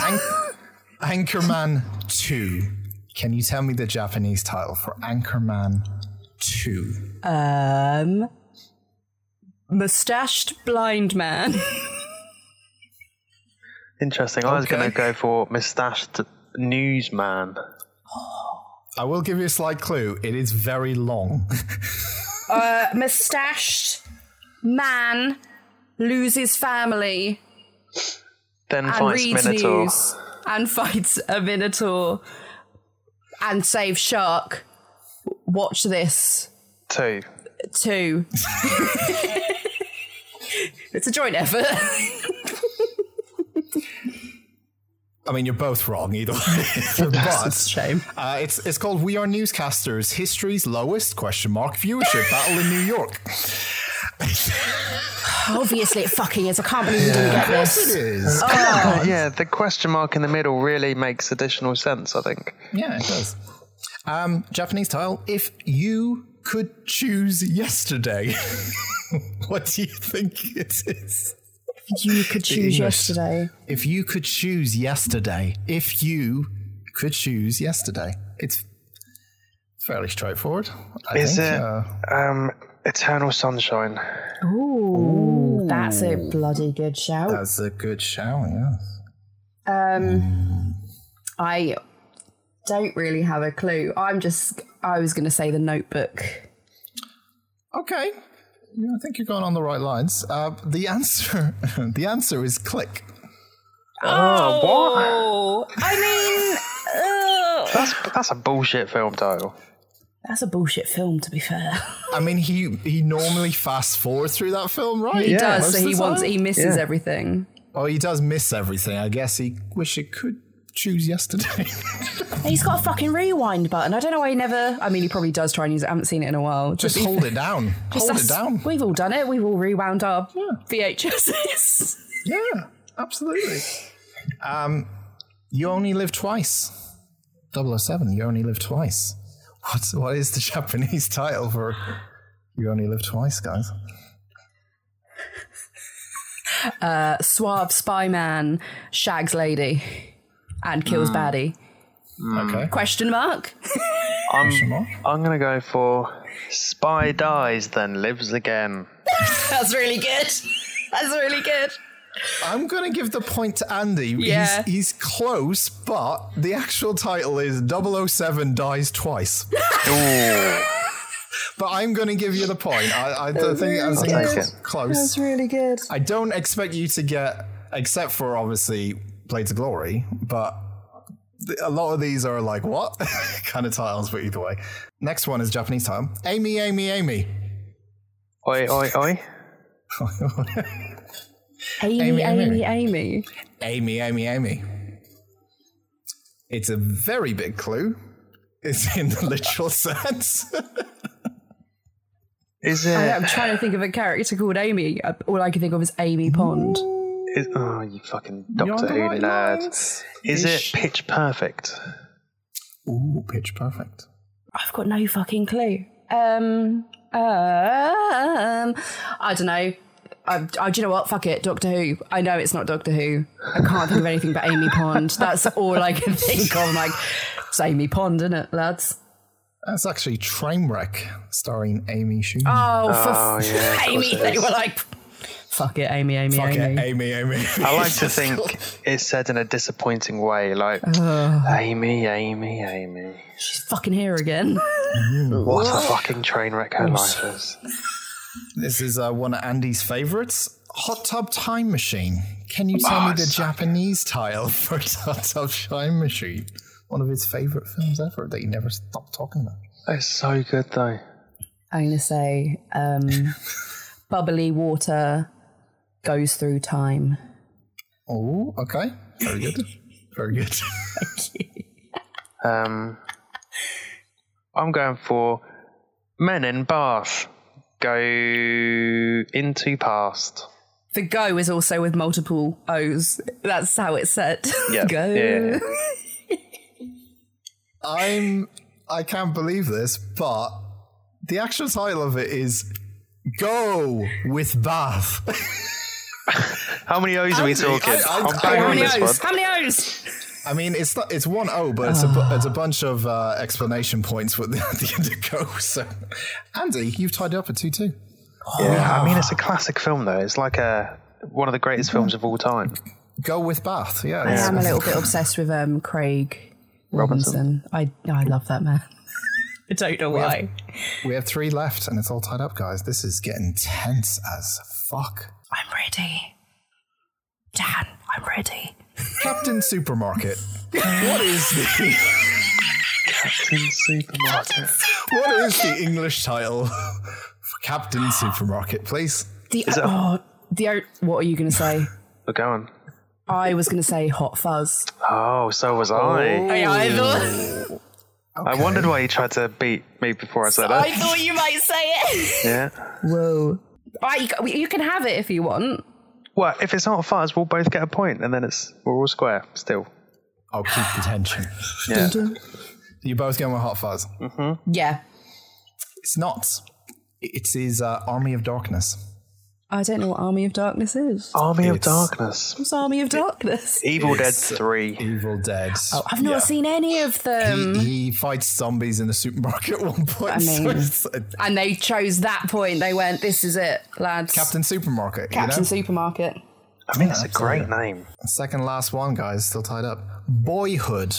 [SPEAKER 2] Anchorman 2. Can you tell me the Japanese title for Anchorman 2?
[SPEAKER 3] Um, mustached blind man.
[SPEAKER 4] Interesting. I was
[SPEAKER 2] Okay.
[SPEAKER 4] going to go for mustached newsman.
[SPEAKER 2] I will give you a slight clue. It is very long.
[SPEAKER 3] mustached man loses family
[SPEAKER 4] Then
[SPEAKER 3] and
[SPEAKER 4] finds
[SPEAKER 3] reads
[SPEAKER 4] Minotaur.
[SPEAKER 3] news and fights a minotaur and saves shark. Watch this
[SPEAKER 4] Two.
[SPEAKER 3] too. it's a joint effort.
[SPEAKER 2] I mean, you're both wrong either way. but
[SPEAKER 3] shame.
[SPEAKER 2] uh, it's it's called "We Are Newscasters: History's Lowest Question Mark Viewership Battle in New York."
[SPEAKER 3] Obviously, it fucking is. I can't believe you didn't get
[SPEAKER 2] It
[SPEAKER 3] this.
[SPEAKER 2] is.
[SPEAKER 4] Yeah, the question mark in the middle really makes additional sense, I think.
[SPEAKER 2] Yeah, it does. Um, Japanese title: If you could choose yesterday, what do you think it is?
[SPEAKER 3] You could choose
[SPEAKER 2] English.
[SPEAKER 3] yesterday.
[SPEAKER 2] If you could choose yesterday, if you could choose yesterday, it's fairly straightforward. I
[SPEAKER 4] Is
[SPEAKER 2] think.
[SPEAKER 4] it
[SPEAKER 2] Uh,
[SPEAKER 4] um, Eternal Sunshine?
[SPEAKER 3] Ooh, that's a bloody good shout.
[SPEAKER 2] that's a good shout. Yeah. Uh,
[SPEAKER 3] Um, I don't really have a clue. I'm just. I was going to say the Notebook.
[SPEAKER 2] Okay. Yeah, I think you're going on the right lines. Uh, the answer, the answer is click.
[SPEAKER 3] Oh, what? I mean, ugh.
[SPEAKER 4] That's that's a bullshit film title.
[SPEAKER 3] that's a bullshit film. To be fair,
[SPEAKER 2] I mean, he he normally fast forwards through that film, right?
[SPEAKER 3] he
[SPEAKER 4] Yeah.
[SPEAKER 3] does.
[SPEAKER 2] most
[SPEAKER 3] So
[SPEAKER 2] of
[SPEAKER 3] he
[SPEAKER 2] the
[SPEAKER 3] wants.
[SPEAKER 2] time.
[SPEAKER 3] He misses everything.
[SPEAKER 2] Oh, he does miss everything. I guess he wish he could choose yesterday.
[SPEAKER 3] He's got a fucking rewind button. I don't know why he never. I mean, he probably does try and use it. I haven't seen it in a while.
[SPEAKER 2] Just
[SPEAKER 3] But he-
[SPEAKER 2] hold it down.
[SPEAKER 3] just
[SPEAKER 2] hold it
[SPEAKER 3] us-
[SPEAKER 2] down.
[SPEAKER 3] We've all done it. We've all rewound our VHSs.
[SPEAKER 2] Yeah, absolutely. Um, you only live twice. 007, you only live twice. What's what is the Japanese title for You Only Live Twice, guys?
[SPEAKER 3] Suave spy man shags lady and kills baddie.
[SPEAKER 2] Mm. Okay.
[SPEAKER 3] Question mark?
[SPEAKER 2] Question
[SPEAKER 4] I'm
[SPEAKER 2] mark.
[SPEAKER 4] Um, I'm gonna go for Spy Dies Then Lives Again.
[SPEAKER 3] That's really good. That's really good.
[SPEAKER 2] I'm going to give the point to Andy.
[SPEAKER 3] Yeah.
[SPEAKER 2] He's, he's close, but the actual title is 007 Dies Twice. but I'm going to give you the point. I, I don't think I think
[SPEAKER 4] I'll take
[SPEAKER 2] it's
[SPEAKER 4] it.
[SPEAKER 2] close.
[SPEAKER 3] really good.
[SPEAKER 2] I don't expect you to get, except for obviously Blades of Glory, but th- a lot of these are like, what? kind of titles, but either way. Next one is Japanese title Amy, Amy, Amy.
[SPEAKER 4] Oi oi oi.
[SPEAKER 3] Amy,
[SPEAKER 2] Amy,
[SPEAKER 3] Amy,
[SPEAKER 2] Amy.
[SPEAKER 3] Amy.
[SPEAKER 2] Amy, Amy, Amy. It's a very big clue. It's in the literal sense.
[SPEAKER 4] Is
[SPEAKER 3] I
[SPEAKER 4] it?
[SPEAKER 3] am trying to think of a character called Amy. Uh, All I can think of is Amy Pond.
[SPEAKER 4] Is, oh, you fucking
[SPEAKER 2] You're on
[SPEAKER 4] Doctor
[SPEAKER 2] the
[SPEAKER 4] Who
[SPEAKER 2] right
[SPEAKER 4] lad.
[SPEAKER 2] lines.
[SPEAKER 4] Is it
[SPEAKER 2] Ish.
[SPEAKER 4] Pitch Perfect?
[SPEAKER 2] Ooh, pitch perfect.
[SPEAKER 3] I've got no fucking clue. Um, um, I don't know. I, I, do you know what? Fuck it, Doctor Who. I know it's not Doctor Who. I can't think of anything but Amy Pond. That's all I can think of. Like, it's Amy Pond, isn't it, lads?
[SPEAKER 2] That's actually Trainwreck, starring Amy Schumer.
[SPEAKER 3] Oh, for
[SPEAKER 4] Oh
[SPEAKER 3] f-
[SPEAKER 4] yeah. of course
[SPEAKER 3] Amy,
[SPEAKER 4] it
[SPEAKER 3] they
[SPEAKER 4] is.
[SPEAKER 3] were like, fuck it, Amy, Amy,
[SPEAKER 2] Fuck
[SPEAKER 3] Oh, Amy.
[SPEAKER 2] it, Amy, Amy.
[SPEAKER 4] I like to think it's said in a disappointing way, like Amy, Amy, Amy.
[SPEAKER 3] She's fucking here again.
[SPEAKER 4] What a fucking train wreck her life is.
[SPEAKER 2] This is uh, one of Andy's favorites. Hot Tub Time Machine. Can you tell me the Japanese title for Hot Tub Time Machine? One of his favorite films ever that he never stopped talking about.
[SPEAKER 4] It's so good though.
[SPEAKER 3] I'm gonna say, um, bubbly water goes through time.
[SPEAKER 2] Oh, okay. Very good. Very good.
[SPEAKER 4] Um, I'm going for Men in Bath. Go into past.
[SPEAKER 3] The go is also with multiple O's. That's how it's said.
[SPEAKER 4] Yeah.
[SPEAKER 3] go.
[SPEAKER 4] Yeah, yeah,
[SPEAKER 2] I'm I can't believe this, but the actual title of it is Go with Bath.
[SPEAKER 4] How many O's are we
[SPEAKER 2] Andy,
[SPEAKER 4] talking?
[SPEAKER 2] I- I-
[SPEAKER 4] am
[SPEAKER 2] I-
[SPEAKER 4] bang
[SPEAKER 2] how
[SPEAKER 4] on
[SPEAKER 2] many
[SPEAKER 4] this one.
[SPEAKER 1] How many O's?
[SPEAKER 2] I mean, it's not, it's one O, but it's a bu-
[SPEAKER 3] Ah.
[SPEAKER 2] it's a bunch of uh, explanation points with the, the end of Go. So, Andy, you've tied it up at two two.
[SPEAKER 4] Yeah, I mean, it's a classic film though. It's like a one of the greatest films of all time.
[SPEAKER 2] Go with Bath. Yeah,
[SPEAKER 3] I
[SPEAKER 2] it's-
[SPEAKER 3] am a little bit obsessed with um, Craig Robinson. I I love that man. I don't know why.
[SPEAKER 2] we have three left, and it's all tied up, guys. This is getting tense as fuck.
[SPEAKER 3] I'm ready. Dan, I'm ready.
[SPEAKER 2] Captain Supermarket. What is the
[SPEAKER 4] Captain Supermarket.
[SPEAKER 2] what is the English title for Captain Supermarket, please?
[SPEAKER 3] The
[SPEAKER 4] that-
[SPEAKER 3] oh, the o- what are you going to say?
[SPEAKER 4] We're going.
[SPEAKER 3] I was going to say Hot Fuzz.
[SPEAKER 4] Oh, so was
[SPEAKER 2] Oh.
[SPEAKER 4] I.
[SPEAKER 3] I thought
[SPEAKER 4] I wondered why you tried to beat me before I said
[SPEAKER 1] I
[SPEAKER 4] that.
[SPEAKER 1] thought you might say it.
[SPEAKER 4] Yeah.
[SPEAKER 3] Whoa. you, ca- you can have it if you want.
[SPEAKER 4] Well, if it's not fuzz, we'll both get a point, and then it's we're all square still.
[SPEAKER 2] I'll keep the tension.
[SPEAKER 4] Yeah.
[SPEAKER 2] You're both going with Hot Fuzz.
[SPEAKER 3] Yeah.
[SPEAKER 2] It's not. It is uh, Army of Darkness.
[SPEAKER 3] I don't know what Army of Darkness is.
[SPEAKER 4] Army of
[SPEAKER 2] It's-
[SPEAKER 4] Darkness.
[SPEAKER 3] What's Army of Darkness?
[SPEAKER 4] Evil Dead
[SPEAKER 2] It's-
[SPEAKER 4] Three.
[SPEAKER 2] Evil Dead.
[SPEAKER 3] Oh, I've not
[SPEAKER 2] Yeah.
[SPEAKER 3] seen any of them.
[SPEAKER 2] He, he fights zombies in a supermarket at one point.
[SPEAKER 3] I mean-
[SPEAKER 2] so it's, uh,
[SPEAKER 3] and they chose that point. They went, this is it, lads.
[SPEAKER 2] Captain Supermarket.
[SPEAKER 3] Captain
[SPEAKER 2] you know?
[SPEAKER 3] Supermarket.
[SPEAKER 4] I mean, it's a
[SPEAKER 2] absolutely.
[SPEAKER 4] great name.
[SPEAKER 2] Second last one, guys. Still tied up. Boyhood.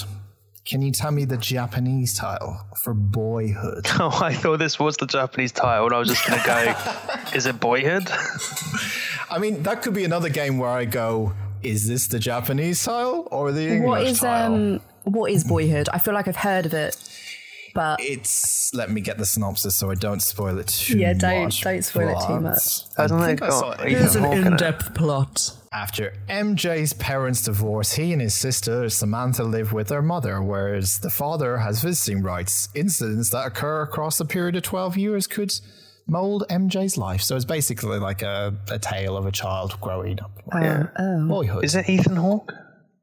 [SPEAKER 2] Can you tell me the Japanese title for Boyhood?
[SPEAKER 4] Oh, I thought this was the Japanese title, and I was just gonna go. is it Boyhood?
[SPEAKER 2] I mean, that could be another game where I go, is this the Japanese title or the English
[SPEAKER 3] What is
[SPEAKER 2] title?
[SPEAKER 3] um what is boyhood? I feel like I've heard of it. But
[SPEAKER 2] It's. Let me get the synopsis so I don't spoil it too much.
[SPEAKER 3] Yeah, don't- don't spoil it too
[SPEAKER 2] but
[SPEAKER 3] much.
[SPEAKER 2] I
[SPEAKER 4] Hasn't
[SPEAKER 2] think
[SPEAKER 4] it
[SPEAKER 2] I
[SPEAKER 4] got
[SPEAKER 2] saw it.
[SPEAKER 4] oh, Ethan Hawke in it?
[SPEAKER 3] plot.
[SPEAKER 2] After MJ's parents' divorce, he and his sister Samantha live with their mother, whereas the father has visiting rights. Incidents that occur across a period of 12 years could mold MJ's life. So it's basically like a, a tale of a child growing up.
[SPEAKER 4] Yeah.
[SPEAKER 2] Boyhood.
[SPEAKER 4] Is it Ethan Hawke?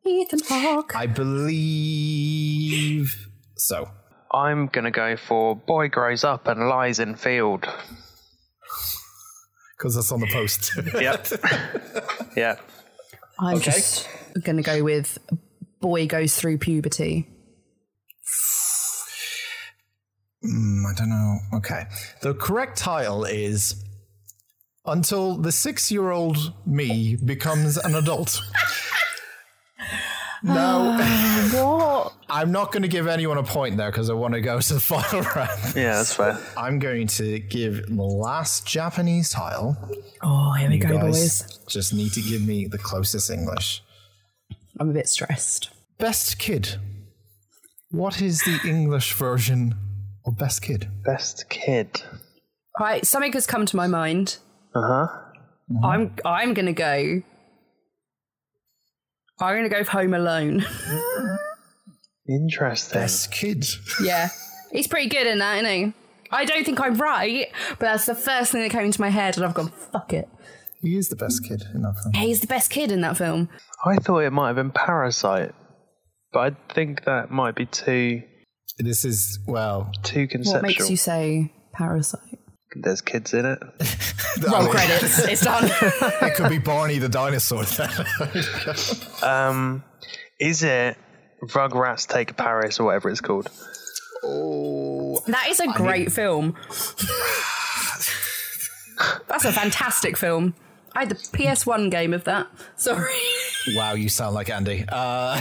[SPEAKER 3] Ethan Hawke.
[SPEAKER 2] I believe so.
[SPEAKER 4] I'm gonna go for Boy Grows Up and Lies in Field.
[SPEAKER 2] Because that's on the post.
[SPEAKER 4] Yep. yeah.
[SPEAKER 3] I'm just gonna go with boy goes through puberty.
[SPEAKER 2] Mm, I don't know. Okay. The correct title is Until the Six Year Old Me Becomes an Adult. no,
[SPEAKER 3] What?
[SPEAKER 2] I'm not going to give anyone a point there because I want to go to the final round.
[SPEAKER 4] Yeah, that's fair.
[SPEAKER 2] I'm going to give the last Japanese title.
[SPEAKER 3] Oh, here we
[SPEAKER 2] You
[SPEAKER 3] go,
[SPEAKER 2] guys
[SPEAKER 3] boys.
[SPEAKER 2] just need to give me the closest English.
[SPEAKER 3] I'm a bit stressed.
[SPEAKER 2] Best Kid. What is the English version of Best Kid?
[SPEAKER 4] Best kid.
[SPEAKER 3] Right, something has come to my mind.
[SPEAKER 4] Uh huh.
[SPEAKER 3] I'm I'm gonna go. I'm gonna go with Home Alone.
[SPEAKER 4] Interesting.
[SPEAKER 2] Best Kid.
[SPEAKER 3] yeah, he's pretty good in that, isn't he? I don't think I'm right, but that's the first thing that came into my head, and I've gone fuck it.
[SPEAKER 2] he is the best kid in that film.
[SPEAKER 3] He's the best kid in that film.
[SPEAKER 4] I thought it might have been Parasite, but I think that might be too
[SPEAKER 2] This is, well,
[SPEAKER 4] too
[SPEAKER 3] What
[SPEAKER 4] conceptual.
[SPEAKER 3] makes you say Parasite?
[SPEAKER 4] There's kids in it.
[SPEAKER 3] Roll credits. It's done.
[SPEAKER 2] It could be Barney the dinosaur. Then.
[SPEAKER 4] Um, is it Rugrats Take Paris or whatever it's called?
[SPEAKER 3] That is a great film. That's a fantastic film. I had the PS1 game of that. Sorry.
[SPEAKER 2] wow, you sound like Andy. Uh,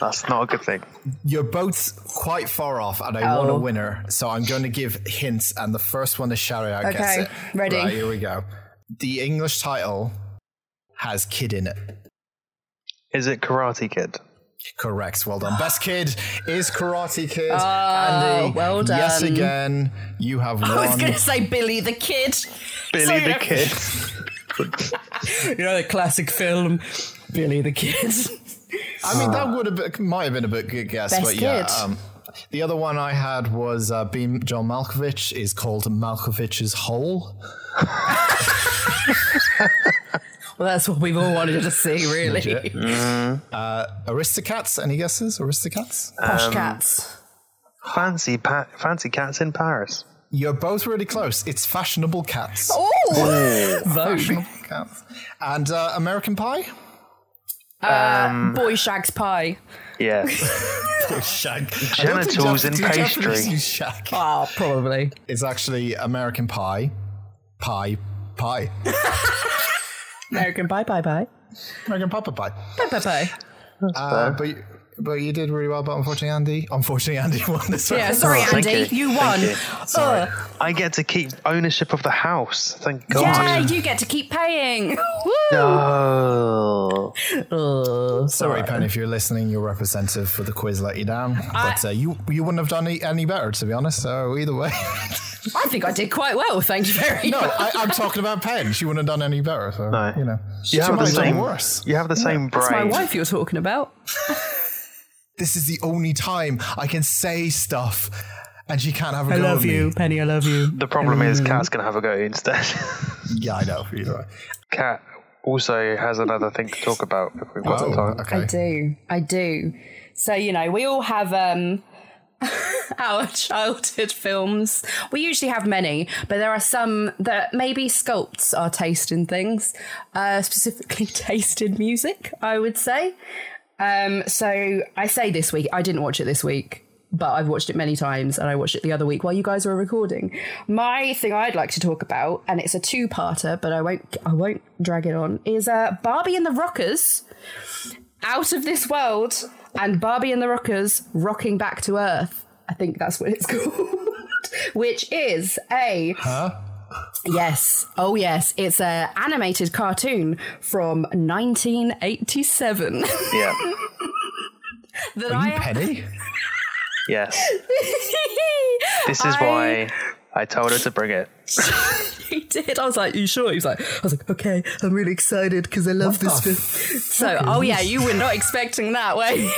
[SPEAKER 4] That's not a good thing.
[SPEAKER 2] you're both quite far off, and I want a
[SPEAKER 3] Oh.
[SPEAKER 2] winner. So I'm going to give hints, and the first one to shout it out gets
[SPEAKER 3] Okay,
[SPEAKER 2] it.
[SPEAKER 3] ready.
[SPEAKER 2] Right, here we go. The English title has "kid" in it.
[SPEAKER 4] Is it Karate Kid?
[SPEAKER 2] Correct. Well done. Best kid is Karate Kid. Oh, Andy,
[SPEAKER 3] well done.
[SPEAKER 2] Yes, again. You have
[SPEAKER 3] I was
[SPEAKER 2] won.
[SPEAKER 3] going to say Billy the Kid.
[SPEAKER 4] Billy
[SPEAKER 3] Sorry,
[SPEAKER 4] the
[SPEAKER 3] I-
[SPEAKER 4] Kid.
[SPEAKER 3] You know, the classic film, Billy the Kid.
[SPEAKER 2] I mean, that would have been, might have been a bit good guess,
[SPEAKER 3] Best
[SPEAKER 2] but yeah.
[SPEAKER 3] kid.
[SPEAKER 2] Um, the other one I had was uh, being John Malkovich is called Malkovich's Hole.
[SPEAKER 3] Well, that's what we've all wanted to see, really.
[SPEAKER 2] Legit. Uh, Aristocats, any guesses? Aristocats?
[SPEAKER 3] Posh
[SPEAKER 4] Um,
[SPEAKER 3] cats.
[SPEAKER 4] Fancy, pa- fancy cats in Paris.
[SPEAKER 2] You're both really close. It's Fashionable Cats.
[SPEAKER 3] Oh,
[SPEAKER 2] Fashionable Cats. And uh, American Pie?
[SPEAKER 3] boy shags pie.
[SPEAKER 4] Yeah.
[SPEAKER 2] Shag.
[SPEAKER 4] Genitals in pastry.
[SPEAKER 2] Shag.
[SPEAKER 3] Ah, probably.
[SPEAKER 2] It's actually American Pie, Pie, Pie.
[SPEAKER 3] American pie, pie, pie,
[SPEAKER 2] American Papa Pie.
[SPEAKER 3] pie, pie, pie.
[SPEAKER 2] Uh, but you- but you did really well, but unfortunately, Andy, unfortunately, Andy won this
[SPEAKER 3] Yeah,
[SPEAKER 2] round.
[SPEAKER 3] sorry,
[SPEAKER 4] thank
[SPEAKER 3] Andy,
[SPEAKER 4] you.
[SPEAKER 3] you, won.
[SPEAKER 4] Thank
[SPEAKER 3] Ugh.
[SPEAKER 4] I get to keep ownership of the house. Thank God.
[SPEAKER 1] Yeah, you get to keep paying. Woo!
[SPEAKER 4] Oh.
[SPEAKER 2] Sorry, Penny, if you're listening, your representative for the quiz let you down. but uh, you you wouldn't have done any, any better, to be honest. So either way,
[SPEAKER 3] I think I did quite well. Thank you very
[SPEAKER 2] no,
[SPEAKER 3] much.
[SPEAKER 2] I, I'm talking about Penn. She wouldn't have done any better. So
[SPEAKER 4] No.
[SPEAKER 2] you know, she
[SPEAKER 4] You have,
[SPEAKER 2] might
[SPEAKER 4] the
[SPEAKER 2] have done
[SPEAKER 4] same,
[SPEAKER 2] worse.
[SPEAKER 4] you have the same
[SPEAKER 3] That's my
[SPEAKER 4] brain.
[SPEAKER 3] wife you're talking about.
[SPEAKER 2] This is the only time I can say stuff, and she can't have a go at me.
[SPEAKER 3] Penny. I love you. Mm.
[SPEAKER 4] The problem is, cat's going to have a go instead.
[SPEAKER 2] Yeah, I know. Either way.
[SPEAKER 4] Cat also has another thing to talk about if we've got the time.
[SPEAKER 2] Oh, okay.
[SPEAKER 3] I do. I do. So, you know, we all have um our childhood films. We usually have many, but there are some that maybe sculpts our taste in things, uh, specifically taste in music, I would say. Um, so I say this week, I didn't watch it this week, but I've watched it many times and I watched it the other week while you guys were recording. My thing I'd like to talk about, and it's a two-parter, but I won't I won't drag it on, is uh, Barbie and the Rockers out of this world and Barbie and the Rockers rocking back to Earth. I think that's what it's called. Which is a yes, oh yes, it's a animated cartoon from 1987
[SPEAKER 4] Yeah.
[SPEAKER 3] that
[SPEAKER 2] Are you
[SPEAKER 3] I
[SPEAKER 2] Penny?
[SPEAKER 4] Yes. This is
[SPEAKER 3] I-
[SPEAKER 4] why I told her to bring it.
[SPEAKER 3] he did. I was like, "You sure?" He was like, "I was like, okay, I'm really excited because I love this film." So, oh yeah, you were not expecting that, were you?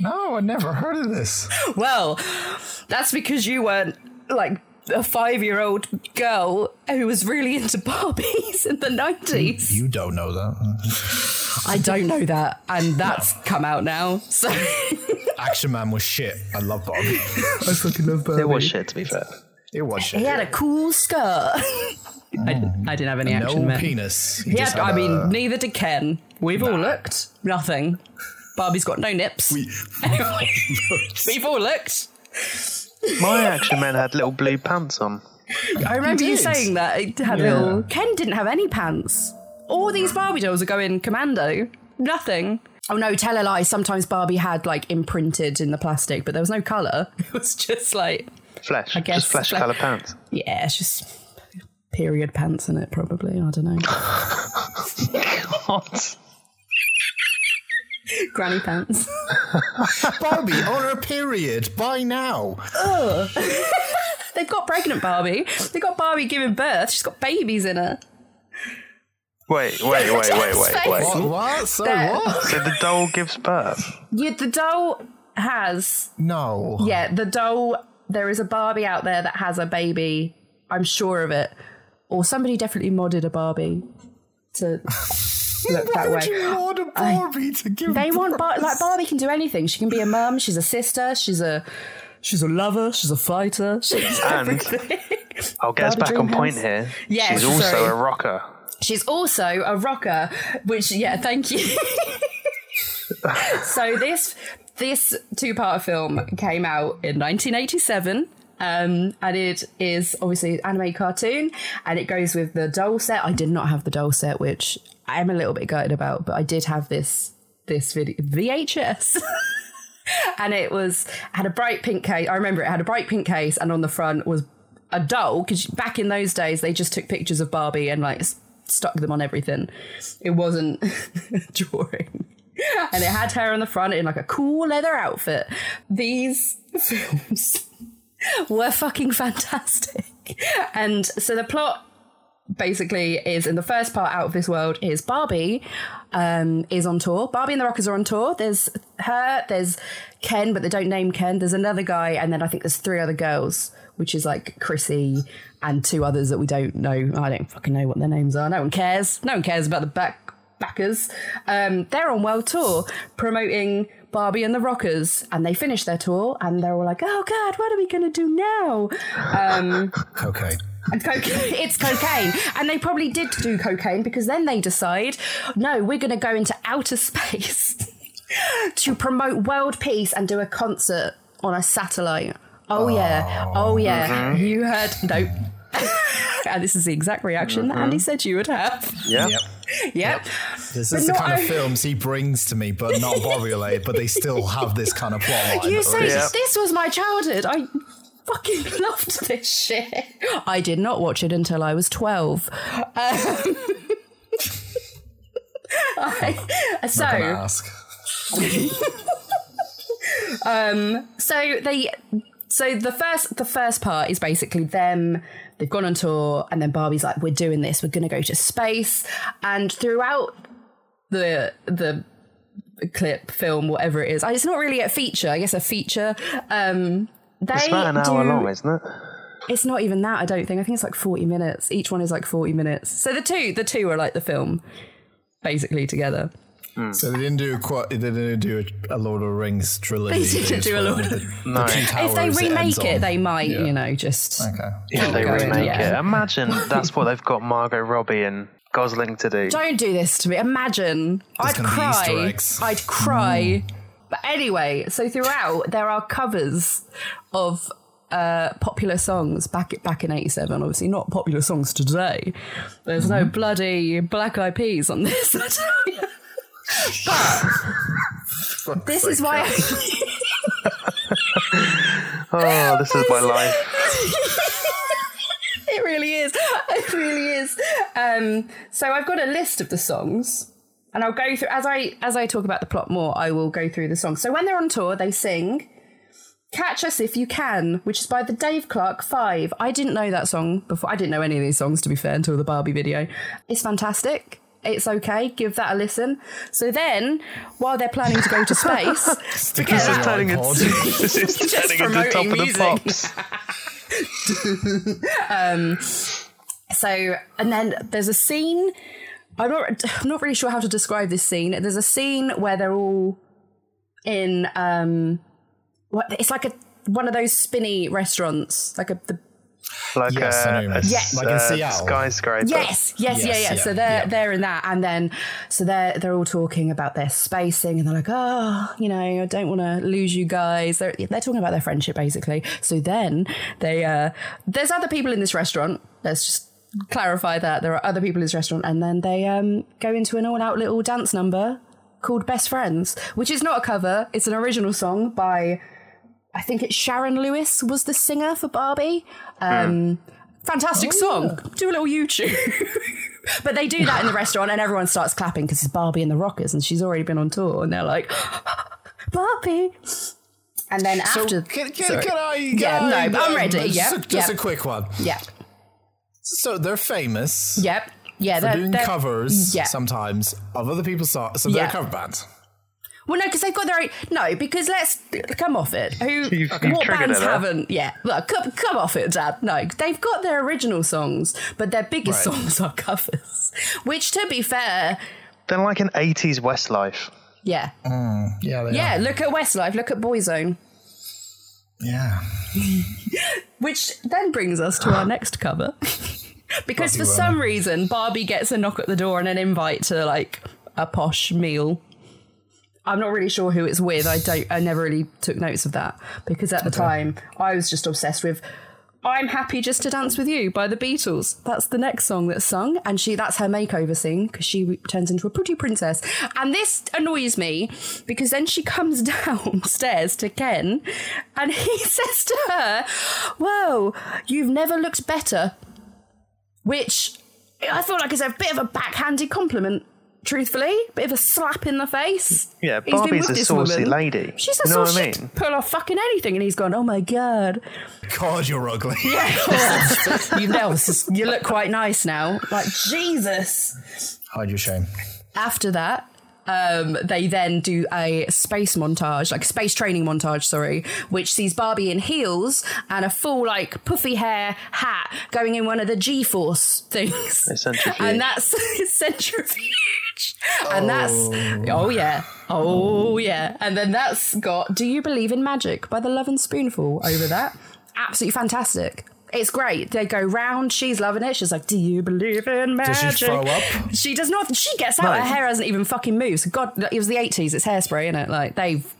[SPEAKER 2] No, I never heard of this.
[SPEAKER 3] Well, that's because you weren't like a five year old girl who was really into Barbies in the 90s.
[SPEAKER 2] You don't know that.
[SPEAKER 3] I don't know that. And that's come out now. So
[SPEAKER 2] Action Man was shit. I love Barbie.
[SPEAKER 4] It was shit, to be fair.
[SPEAKER 2] It was shit.
[SPEAKER 3] he had a cool skirt. I, didn't, I didn't have any action
[SPEAKER 2] no
[SPEAKER 3] man.
[SPEAKER 2] penis. He
[SPEAKER 3] He
[SPEAKER 2] just
[SPEAKER 3] had, I
[SPEAKER 2] had
[SPEAKER 3] mean,
[SPEAKER 2] a-
[SPEAKER 3] neither did Ken. We've all looked. Nothing. Barbie's got no nips. Anyway, we've all looked.
[SPEAKER 4] My action man had little blue pants on.
[SPEAKER 3] I remember you
[SPEAKER 2] did.
[SPEAKER 3] saying that it had little. Ken didn't have any pants. All these Barbie dolls are going commando. Nothing. Oh no, tell a lie. Sometimes Barbie had like imprinted in the plastic, but there was no color. It was just like
[SPEAKER 4] Flesh.
[SPEAKER 3] guess
[SPEAKER 4] just flesh
[SPEAKER 3] fle-
[SPEAKER 4] colour pants.
[SPEAKER 3] yeah, it's just period pants in it. Probably I don't know.
[SPEAKER 4] What?
[SPEAKER 3] Granny pants.
[SPEAKER 2] Barbie on her period by now.
[SPEAKER 3] They've got pregnant Barbie. They've got Barbie giving birth. She's got babies in her.
[SPEAKER 4] Wait, wait, wait, wait, wait, wait.
[SPEAKER 2] What? what? So
[SPEAKER 3] There.
[SPEAKER 2] what?
[SPEAKER 4] So the doll gives birth.
[SPEAKER 3] Yeah, the doll has
[SPEAKER 2] No.
[SPEAKER 3] Yeah, the doll. There is a Barbie out there that has a baby. I'm sure of it. Or somebody definitely modded a Barbie to look
[SPEAKER 2] Why
[SPEAKER 3] that
[SPEAKER 2] would
[SPEAKER 3] way.
[SPEAKER 2] you order Barbie to give
[SPEAKER 3] They want Bar-
[SPEAKER 2] birth?
[SPEAKER 3] like Barbie can do anything. She can be a mum. She's a sister. She's a she's a lover. She's a fighter. She's
[SPEAKER 4] And I'll get
[SPEAKER 3] Barbie
[SPEAKER 4] us back on
[SPEAKER 3] Dreamhouse.
[SPEAKER 4] point here.
[SPEAKER 3] Yes,
[SPEAKER 4] She's also
[SPEAKER 3] sorry.
[SPEAKER 4] a rocker.
[SPEAKER 3] She's also a rocker, which yeah, thank you. so this this two part film came out in 1987. Um, and it is obviously an anime cartoon and it goes with the doll set. I did not have the doll set, which I am a little bit gutted about, but I did have this this video VHS. and it was had a bright pink case. I remember it had a bright pink case and on the front was a doll because back in those days they just took pictures of Barbie and like s- stuck them on everything. It wasn't a drawing. And it had her on the front in like a cool leather outfit. These films were fucking fantastic. And so the plot basically is in the first part out of this world is Barbie um, is on tour. Barbie and the Rockers are on tour. There's her, there's Ken, but they don't name Ken. There's another guy, and then I think there's three other girls which is like Chrissy and two others that we don't know. I don't fucking know what their names are. No one cares. No one cares about the back backers. Um, they're on world tour promoting Barbie and the Rockers, and they finish their tour, and they're all like, "Oh God, what are we gonna do now?"
[SPEAKER 2] Okay.
[SPEAKER 3] And coca- it's cocaine. And they probably did do cocaine because then they decide, no, we're going to go into outer space to promote world peace and do a concert on a satellite. Oh, yeah. Oh, yeah. You heard. No. and this is the exact reaction that Andy said you would have.
[SPEAKER 4] Yeah.
[SPEAKER 2] Mm-hmm. Yep.
[SPEAKER 3] Yep.
[SPEAKER 2] This
[SPEAKER 3] But
[SPEAKER 2] is the
[SPEAKER 3] not
[SPEAKER 2] kind of
[SPEAKER 3] only-
[SPEAKER 2] films he brings to me, but not Bobby related, but they still have this kind of plot line.
[SPEAKER 3] You say
[SPEAKER 4] Yeah.
[SPEAKER 3] this was my childhood. I fucking loved this shit. I did not watch it until I was 12. Um, I- so.
[SPEAKER 2] I'm gonna ask.
[SPEAKER 3] so they so the first the first part is basically them they've gone on tour and then barbie's like we're doing this we're going to go to space and throughout the the clip film whatever it is it's not really a feature i guess a feature um they
[SPEAKER 4] It's about an hour
[SPEAKER 3] do-
[SPEAKER 4] long, isn't it?
[SPEAKER 3] it's not even that i don't think i think it's like 40 minutes each one is like 40 minutes so the two the two are like the film basically together
[SPEAKER 2] So they didn't do quite. They didn't do a, a Lord of the Rings trilogy.
[SPEAKER 3] They didn't
[SPEAKER 2] just
[SPEAKER 3] do a
[SPEAKER 2] went
[SPEAKER 3] Lord
[SPEAKER 2] with
[SPEAKER 3] of-
[SPEAKER 2] the, the two
[SPEAKER 3] if they
[SPEAKER 2] towers ends
[SPEAKER 3] remake it,
[SPEAKER 2] on.
[SPEAKER 3] they might you know just
[SPEAKER 2] Okay.
[SPEAKER 4] If they
[SPEAKER 3] go in,
[SPEAKER 4] remake
[SPEAKER 3] yeah.
[SPEAKER 4] it. Imagine that's what they've got Margot Robbie and Gosling to do.
[SPEAKER 3] Don't do this to me. Imagine. I'd
[SPEAKER 2] gonna be Easter
[SPEAKER 3] cry.
[SPEAKER 2] eggs. Hmm.
[SPEAKER 3] I'd cry. But anyway, so throughout there are covers of uh, popular songs back back in '87. Obviously, not popular songs today. There's
[SPEAKER 2] Mm-hmm.
[SPEAKER 3] no bloody Black Eyed Peas on this. I tell you. but this is why.
[SPEAKER 4] Oh, this is my life.
[SPEAKER 3] It really is. It really is. Um, so I've got a list of the songs, and I'll go through as I as I talk about the plot more. I will go through the songs. So when they're on tour, they sing "Catch Us If You Can," which is by the Dave Clark Five. I didn't know that song before. I didn't know any of these songs to be fair until the Barbie video. It's fantastic. It's okay. Give that a listen. So then, while they're planning to go to space,
[SPEAKER 4] This
[SPEAKER 3] that
[SPEAKER 4] is turning
[SPEAKER 2] iPod.
[SPEAKER 4] into, this is
[SPEAKER 3] Just
[SPEAKER 4] turning into
[SPEAKER 3] promoting
[SPEAKER 4] top of the
[SPEAKER 3] music.
[SPEAKER 4] pops.
[SPEAKER 3] So, and then there's a scene. I'm not, I'm not really sure how to describe this scene. There's a scene where they're all in um, what it's like a one of those spinny restaurants, like a the
[SPEAKER 4] Like
[SPEAKER 2] Yes, I know
[SPEAKER 4] a,
[SPEAKER 2] what you
[SPEAKER 4] a
[SPEAKER 2] mean.
[SPEAKER 4] s-
[SPEAKER 2] Like in
[SPEAKER 4] uh,
[SPEAKER 2] Seattle.
[SPEAKER 4] skyscraper.
[SPEAKER 3] Yes, yes, yeah,
[SPEAKER 2] Yes,
[SPEAKER 3] yeah.
[SPEAKER 2] yeah,
[SPEAKER 3] So they're
[SPEAKER 2] yeah.
[SPEAKER 3] they're in that, and then so they're they're all talking about their spacing, and they're like, oh, you know, I don't want to lose you guys. They're they're talking about their friendship basically. So then they uh, there's other people in this restaurant. Let's just clarify that there are other people in this restaurant, and then they um go into an all out little dance number called Best Friends, which is not a cover. It's an original song by. I think it's Sharon Lewis was the singer for Barbie. Um, Fantastic song. Do a little YouTube. But they do that in the restaurant, and everyone starts clapping because it's Barbie and the Rockers, and she's already been on tour, and they're like, Barbie. And then
[SPEAKER 2] So
[SPEAKER 3] after,
[SPEAKER 2] can, can,
[SPEAKER 3] sorry.
[SPEAKER 2] can I? Can
[SPEAKER 3] Yeah,
[SPEAKER 2] I,
[SPEAKER 3] no, I'm
[SPEAKER 2] um,
[SPEAKER 3] ready.
[SPEAKER 2] Just,
[SPEAKER 3] Yep,
[SPEAKER 2] a, just
[SPEAKER 3] yep.
[SPEAKER 2] a quick one.
[SPEAKER 3] yeah,
[SPEAKER 2] So they're famous.
[SPEAKER 3] yep, yeah,
[SPEAKER 2] They're
[SPEAKER 3] they're,
[SPEAKER 2] doing
[SPEAKER 3] they're-
[SPEAKER 2] covers
[SPEAKER 3] Yeah.
[SPEAKER 2] sometimes of other people's songs. So they're
[SPEAKER 3] Yeah.
[SPEAKER 2] a cover band.
[SPEAKER 3] Well, no, because they've got their own. No, because let's come off it. Who?
[SPEAKER 4] You've- you've
[SPEAKER 3] what
[SPEAKER 4] triggered
[SPEAKER 3] bands
[SPEAKER 4] it, huh?
[SPEAKER 3] haven't? Yeah, well, come, come off it, Dad. No, they've got their original songs, but their biggest
[SPEAKER 2] Right.
[SPEAKER 3] songs are covers. Which, to be fair,
[SPEAKER 4] They're like an 80s Westlife.
[SPEAKER 3] yeah,
[SPEAKER 2] Yeah, they
[SPEAKER 3] yeah.
[SPEAKER 2] are.
[SPEAKER 3] Look at Westlife. Look at Boyzone.
[SPEAKER 2] Yeah.
[SPEAKER 3] Which then brings us to our next cover. because for
[SPEAKER 2] well.
[SPEAKER 3] some reason, Barbie gets a knock at the door and an invite to like a posh meal. I'm not really sure who it's with. I don't I never really took notes of that because at the time I was just obsessed with I'm happy just to dance with you by the Beatles. That's the next song that's sung and she that's her makeover scene because she turns into a pretty princess. And this annoys me because then she comes downstairs to Ken and he says to her, "Whoa, you've never looked better." Which I feel like is a bit of a backhanded compliment. Truthfully, bit of a slap in the face.
[SPEAKER 4] Yeah,
[SPEAKER 3] He's been
[SPEAKER 4] Barbie's
[SPEAKER 3] with
[SPEAKER 4] a
[SPEAKER 3] this
[SPEAKER 4] saucy
[SPEAKER 3] woman.
[SPEAKER 4] lady.
[SPEAKER 3] She's a
[SPEAKER 4] You know what I
[SPEAKER 3] saucy.
[SPEAKER 4] mean?
[SPEAKER 3] she'd Pull off fucking anything, and he's gone. Oh my god!
[SPEAKER 2] God, you're ugly.
[SPEAKER 3] you know, you look quite nice now. Like Jesus.
[SPEAKER 2] Hide your shame.
[SPEAKER 3] After that, Um, they then do a space montage, like a space training montage, sorry, which sees Barbie in heels and a full, like, puffy hair hat going in one of the G Force things.
[SPEAKER 4] A centrifuge.
[SPEAKER 3] And that's centrifuge. And that's, oh yeah. Oh yeah. And then that's got Do You Believe in Magic by the Love and Spoonful over that. Absolutely fantastic. It's great. They go round. She's loving it. She's like, "Do you believe in magic?"
[SPEAKER 2] she throw up?
[SPEAKER 3] She does not. She gets out. Her hair hasn't even fucking moved. God, it was the eighties. It's hairspray, isn't it? Like they've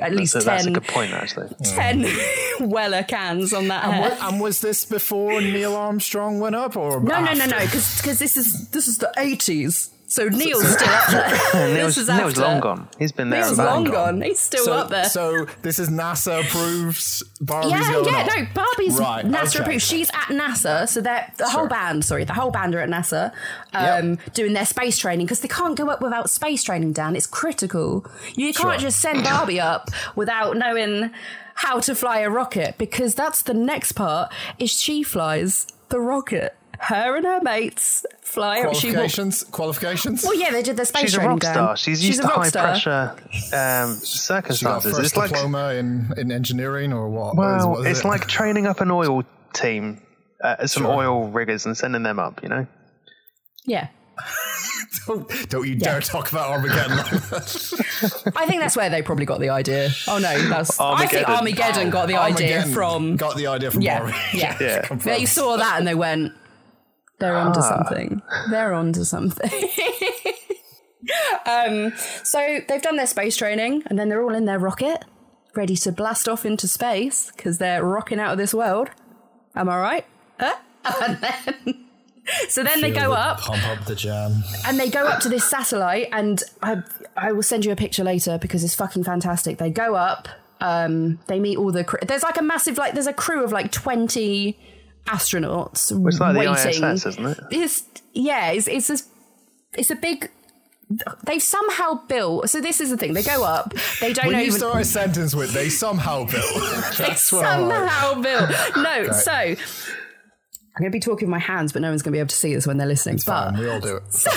[SPEAKER 3] at least
[SPEAKER 4] So that's a
[SPEAKER 3] 10,
[SPEAKER 4] good point, actually.
[SPEAKER 3] 10 Weller cans on that hair.
[SPEAKER 2] What- and was this before Neil Armstrong went up, or
[SPEAKER 3] No,
[SPEAKER 2] after?
[SPEAKER 3] no, no, no,
[SPEAKER 4] Ah.
[SPEAKER 3] because this is this is the eighties. So Neil's still up there.
[SPEAKER 4] Neil's,
[SPEAKER 3] this is
[SPEAKER 4] Neil's
[SPEAKER 3] after.
[SPEAKER 4] long gone. He's been there.
[SPEAKER 3] Neil's
[SPEAKER 4] and back.
[SPEAKER 3] long gone. He's still
[SPEAKER 2] So,
[SPEAKER 3] up there.
[SPEAKER 2] so this is NASA approves Barbie's
[SPEAKER 3] yeah,
[SPEAKER 2] going
[SPEAKER 3] yeah,
[SPEAKER 2] up.
[SPEAKER 3] no, Barbie's
[SPEAKER 2] Right,
[SPEAKER 3] NASA
[SPEAKER 2] okay.
[SPEAKER 3] approved. She's at NASA, so they're the whole
[SPEAKER 2] Sure.
[SPEAKER 3] band. Sorry, the whole band are at NASA, um, doing their space training because they can't go up without space training. Dan, it's critical. You can't
[SPEAKER 2] Sure.
[SPEAKER 3] just send Barbie up without knowing how to fly a rocket because that's the next part. Is she flies the rocket? Her and her mates fly up. She will
[SPEAKER 2] Qualifications, qualifications.
[SPEAKER 3] Well, yeah, they did their space
[SPEAKER 4] She's a
[SPEAKER 3] training,
[SPEAKER 4] rock
[SPEAKER 3] Dan.
[SPEAKER 4] star. She's used
[SPEAKER 3] a
[SPEAKER 4] to
[SPEAKER 3] rock
[SPEAKER 4] high
[SPEAKER 3] star.
[SPEAKER 4] pressure um,
[SPEAKER 2] she got
[SPEAKER 4] circumstances.
[SPEAKER 2] first
[SPEAKER 4] It's like
[SPEAKER 2] diploma in, in engineering or what? What is-
[SPEAKER 4] well,
[SPEAKER 2] what is
[SPEAKER 4] it's
[SPEAKER 2] it?
[SPEAKER 4] like training up an oil team, uh, some oil riggers, and sending them up. You know,
[SPEAKER 3] Yeah.
[SPEAKER 2] don't, don't you dare talk about Armageddon.
[SPEAKER 3] I think that's where they probably got the idea. Oh no, that's I think
[SPEAKER 4] Armageddon.
[SPEAKER 3] Armageddon got the idea
[SPEAKER 2] Armageddon
[SPEAKER 3] from
[SPEAKER 2] got the idea from
[SPEAKER 3] yeah,
[SPEAKER 2] Barbie.
[SPEAKER 3] yeah.
[SPEAKER 4] Yeah.
[SPEAKER 3] They saw that and they went, they're onto something. They're onto something. um, so they've done their space training and then they're all in their rocket, ready to blast off into space because they're rocking out of this world. Am I right? Huh? And then- so then they go up
[SPEAKER 2] Pump up the jam.
[SPEAKER 3] and they go up to this satellite and I, I will send you a picture later because it's fucking fantastic they go up um, they meet all the crew there's like a massive like there's a crew of like 20 astronauts
[SPEAKER 4] it's like
[SPEAKER 3] waiting
[SPEAKER 4] the ISS, isn't it?
[SPEAKER 3] it's yeah it's it's this, it's a big they've somehow built so this is the thing they go up they don't
[SPEAKER 2] When
[SPEAKER 3] know
[SPEAKER 2] you
[SPEAKER 3] even-
[SPEAKER 2] start a sentence with "they somehow built," that's what I'm like.
[SPEAKER 3] somehow built. No, so I'm going to be talking with my hands, but no one's going to be able to see this when they're listening. but
[SPEAKER 2] fine, we all do it.
[SPEAKER 3] So,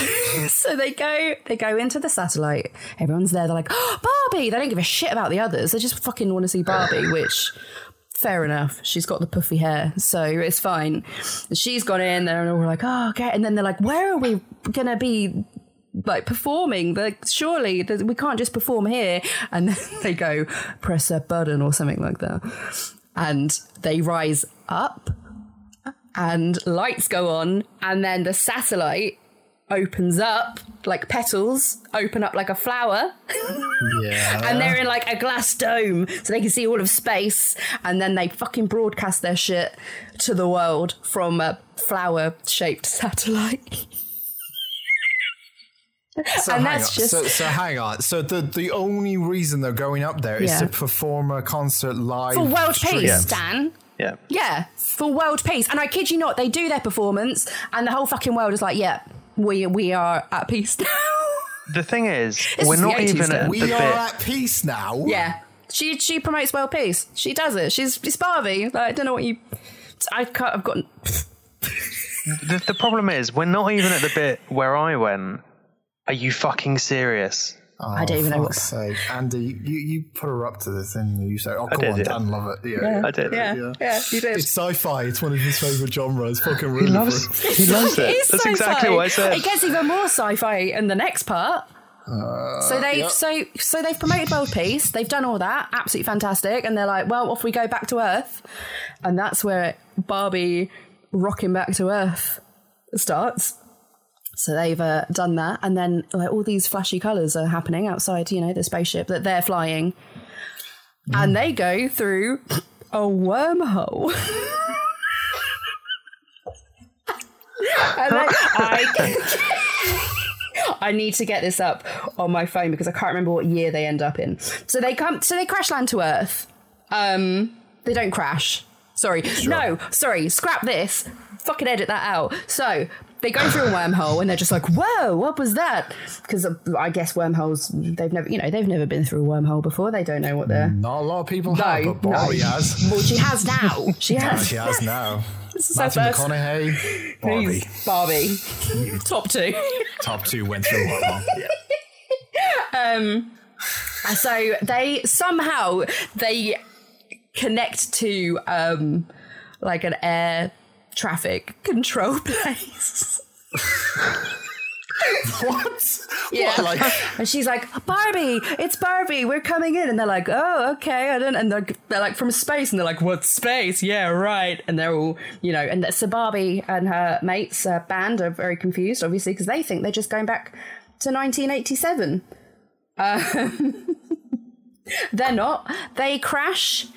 [SPEAKER 3] so they go, they go into the satellite. Everyone's there. They're like, oh, Barbie. They don't give a shit about the others. They just fucking want to see Barbie, which. Fair enough. She's got the puffy hair, so it's fine. She's gone in, they're all like, oh, okay. And then they're like, where are we going to be like performing. Like surely th- we can't just perform here. And then they go press a button or something like that, and they rise up, and lights go on, and then the satellite opens up like petals open up like a flower
[SPEAKER 2] Yeah.
[SPEAKER 3] and they're in like a glass dome so they can see all of space and then they fucking broadcast their shit to the world from a flower shaped satellite
[SPEAKER 2] so
[SPEAKER 3] and
[SPEAKER 2] hang
[SPEAKER 3] that's
[SPEAKER 2] on.
[SPEAKER 3] just-
[SPEAKER 2] so, so hang on. So the the only reason they're going up there is
[SPEAKER 3] Yeah.
[SPEAKER 2] to perform a concert live
[SPEAKER 3] for world
[SPEAKER 2] stream.
[SPEAKER 3] peace stan
[SPEAKER 4] Yeah.
[SPEAKER 3] Yeah, for world peace. And I kid you not, they do their performance, and the whole fucking world is like, yeah, we we are at peace now.
[SPEAKER 4] The thing is,
[SPEAKER 3] This
[SPEAKER 4] we're
[SPEAKER 3] is the
[SPEAKER 4] not
[SPEAKER 3] 80s
[SPEAKER 4] even
[SPEAKER 3] now.
[SPEAKER 4] at
[SPEAKER 2] We
[SPEAKER 4] the
[SPEAKER 2] are
[SPEAKER 4] bit.
[SPEAKER 2] at peace now.
[SPEAKER 3] yeah, she she promotes world peace. She does it. She's she's Barbie. Like, I don't know what you. I can't. I've got.
[SPEAKER 4] the, the problem is, we're not even at the bit where I went. Are you fucking serious?
[SPEAKER 3] I don't even know
[SPEAKER 2] Fuck's
[SPEAKER 3] what.
[SPEAKER 2] sake, uh, Andy, you, you put her up to this and you say, "Oh, come
[SPEAKER 4] did,
[SPEAKER 2] on,
[SPEAKER 4] yeah.
[SPEAKER 2] Dan, love it." Yeah,
[SPEAKER 4] I did.
[SPEAKER 3] Yeah, yeah, you did.
[SPEAKER 2] it's sci-fi. It's one of his favorite genres. Fucking
[SPEAKER 4] He
[SPEAKER 2] really
[SPEAKER 4] loves. He loves
[SPEAKER 3] It
[SPEAKER 4] it.
[SPEAKER 3] is
[SPEAKER 4] That's
[SPEAKER 3] sci-fi.
[SPEAKER 4] exactly what I said.
[SPEAKER 3] It gets even more sci-fi in the next part.
[SPEAKER 4] Uh,
[SPEAKER 3] so they
[SPEAKER 2] yep.
[SPEAKER 3] so so they've promoted world peace. They've done all that, absolutely fantastic, and they're like, well, off we go back to Earth, and that's where Barbie rocking back to Earth starts. So they've uh, done that, and then like all these flashy colours are happening outside, you know, the spaceship that they're flying, and they go through a wormhole. And then I, I need to get this up on my phone because I can't remember what year they end up in. So they come, so they crash land to Earth. Um, they don't crash. Sorry, no, sorry, scrap this. Fucking edit that out. So they go through a wormhole and they're just like, "Whoa, what was that?" Because I guess wormholes, they've never, you know, they've never been through a wormhole before. They don't know what they're.
[SPEAKER 2] Not a lot of people
[SPEAKER 3] No,
[SPEAKER 2] have, but Barbie
[SPEAKER 3] no.
[SPEAKER 2] has.
[SPEAKER 3] Well, she has now. She has.
[SPEAKER 2] She has now.
[SPEAKER 3] This is her
[SPEAKER 2] Matthew
[SPEAKER 3] first-
[SPEAKER 2] McConaughey, Barbie,
[SPEAKER 3] Barbie. Top two.
[SPEAKER 2] top two went through one.
[SPEAKER 3] Um, so they somehow they connect to um, like an air traffic control place.
[SPEAKER 2] What?
[SPEAKER 3] Yeah.
[SPEAKER 2] What, like,
[SPEAKER 3] And she's like, Barbie, it's Barbie, we're coming in. And they're like, oh, okay. I don't, and they're, they're like from space. And they're like, what space? Yeah, right. And they're all, you know, and so Barbie and her mates, uh, band, are very confused, obviously, because they think they're just going back to 1987. Um, they're not. They crash.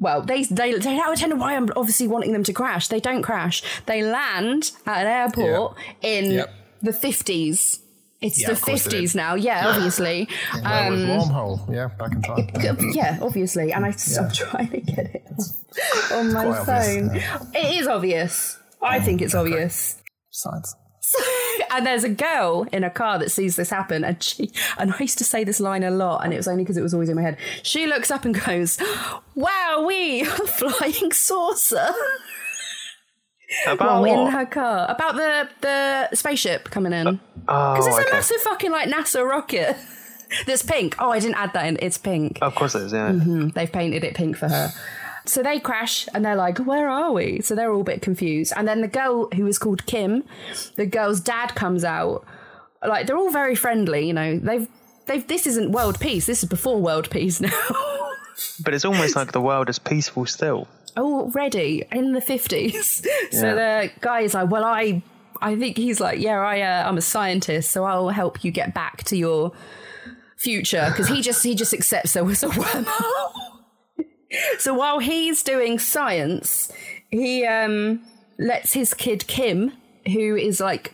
[SPEAKER 3] Well, they they they don't attend why I'm obviously wanting them to crash. They don't crash. They land at an airport in
[SPEAKER 2] Yep.
[SPEAKER 3] the 50s. It's
[SPEAKER 2] Yeah,
[SPEAKER 3] the
[SPEAKER 2] of course they
[SPEAKER 3] 50s now. Yeah, obviously.
[SPEAKER 2] Well, with
[SPEAKER 3] Um,
[SPEAKER 2] wormhole, yeah, back in time.
[SPEAKER 3] yeah, obviously. And I stopped trying to get it on my
[SPEAKER 2] quite obvious,
[SPEAKER 3] phone. It is obvious. I think it's obvious.
[SPEAKER 2] Science.
[SPEAKER 3] and there's a girl in a car that sees this happen and she and I used to say this line a lot and it was only because it was always in my head. She looks up and goes, Wow, we flying saucer
[SPEAKER 4] About
[SPEAKER 3] in
[SPEAKER 4] what?
[SPEAKER 3] her car. About the the spaceship coming in.
[SPEAKER 4] Oh,
[SPEAKER 3] Because it's
[SPEAKER 4] okay.
[SPEAKER 3] a massive fucking like NASA rocket. That's pink. Oh, I didn't add that in. It's pink.
[SPEAKER 4] Of course it is. Yeah.
[SPEAKER 3] They've painted it pink for her. So they crash and they're like, Where are we? So they're all a bit confused. And then the girl who is called Kim, the girl's dad comes out. Like they're all very friendly, you know. They've they've this isn't world peace, this is before world peace now.
[SPEAKER 4] But it's almost like the world is peaceful still.
[SPEAKER 3] already in the 50s. So
[SPEAKER 4] Yeah.
[SPEAKER 3] the guy is like, well, I, I think he's like, yeah, I, uh, I'm a scientist, so I'll help you get back to your future because he just he just accepts there was a wormhole. so while he's doing science, he um lets his kid Kim, who is like.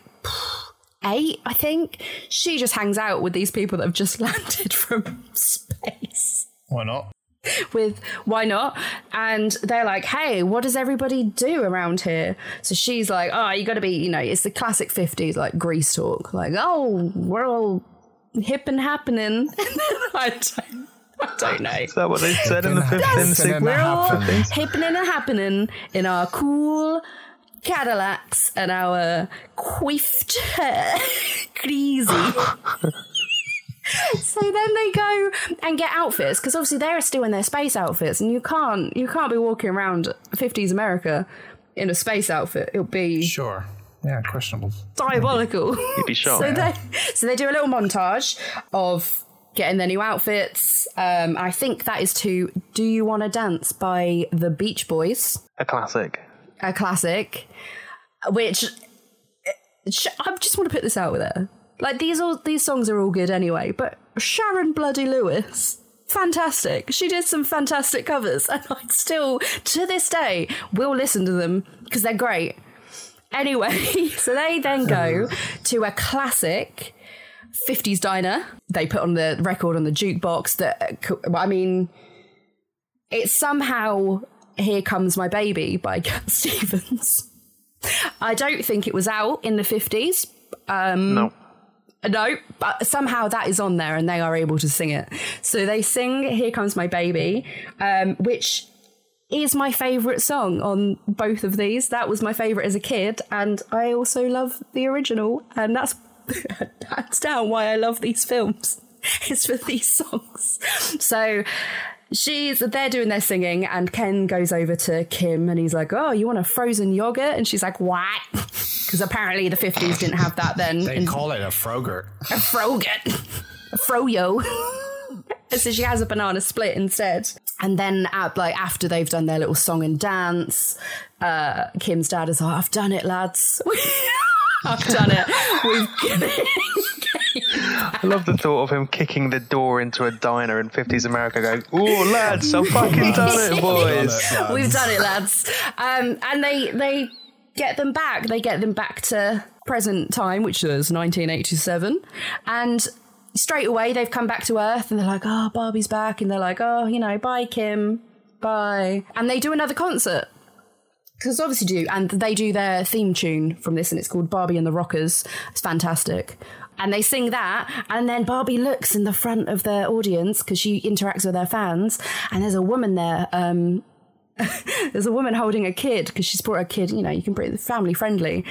[SPEAKER 3] Eight, I think. She just hangs out with these people that have just landed from space
[SPEAKER 2] Why not?
[SPEAKER 3] with why not and they're like hey what does everybody do around here so she's like oh you gotta be you know it's the classic 50s like grease talk like oh we're all hip and happening I, don't, I don't know
[SPEAKER 4] Is that what they said in the fifth and
[SPEAKER 2] That's- We're
[SPEAKER 4] sixth?
[SPEAKER 3] we're all
[SPEAKER 2] happening.
[SPEAKER 3] hipping and happening in our cool Cadillacs and our coiffed hair. Crazy. so then they go and get outfits because obviously they're still in their space outfits and you can't you can't be walking around 50s America in a space outfit. It'll be
[SPEAKER 2] Sure. Yeah, questionable.
[SPEAKER 3] diabolical.
[SPEAKER 4] You'd be shocked.
[SPEAKER 3] So they so they do a little montage of getting their new outfits. Um, I think that is to "Do You Want to Dance" by the Beach Boys,
[SPEAKER 4] A classic.
[SPEAKER 3] a classic. Which eh, sh- I just want to put this out there. Like these all these songs are all good anyway, but Sharon Bloody Lewis. Fantastic. She did some fantastic covers, and I still, to this day, will listen to them because they're great. Anyway, so they then go to a classic 50s diner. They put on the record on the jukebox that, uh, co- I mean, it's somehow Here Comes My Baby by Cat Stevens. I don't think it was out in the 50s.
[SPEAKER 4] No.
[SPEAKER 3] No, but somehow that is on there and they are able to sing it. So they sing Here Comes My Baby, um, which is my favourite song on both of these. That was my favourite as a kid, and I also love the original, and that's hands down why I love these films. It's for these songs. So she's they're doing their singing, and Ken goes over to Kim and he's like, Oh, you want a frozen yogurt? And she's like, What? Because apparently the 50s didn't have that then.
[SPEAKER 2] They
[SPEAKER 3] in-
[SPEAKER 2] call it a Frogurt.
[SPEAKER 3] Froget. Froyo. so she has a banana split instead. And then, uh, like after they've done their little song and dance, uh, Kim's dad is like, "I've done it, lads. I've done it. We've given
[SPEAKER 4] I love the thought of him kicking the door into a diner in 50s America going, Oh, lads, I've fucking done it,
[SPEAKER 2] Oh,
[SPEAKER 4] boys.
[SPEAKER 2] uh,
[SPEAKER 3] We've done it, lads. Um, and they they get them back. They get them back to present time, which was 1987, and straight away they've come back to Earth, and they're like, "Oh, Barbie's back," and they're like, "Oh, you know, bye, Kim, bye," and they do another concert. Because obviously do, and they do their theme tune from this, and it's called Barbie and the Rockers. It's fantastic, and they sing that, and then Barbie looks in the front of their audience because she interacts with her fans, and there's a woman there, um, there's a woman holding a kid because she's brought her kid, you know, you can bring it family friendly.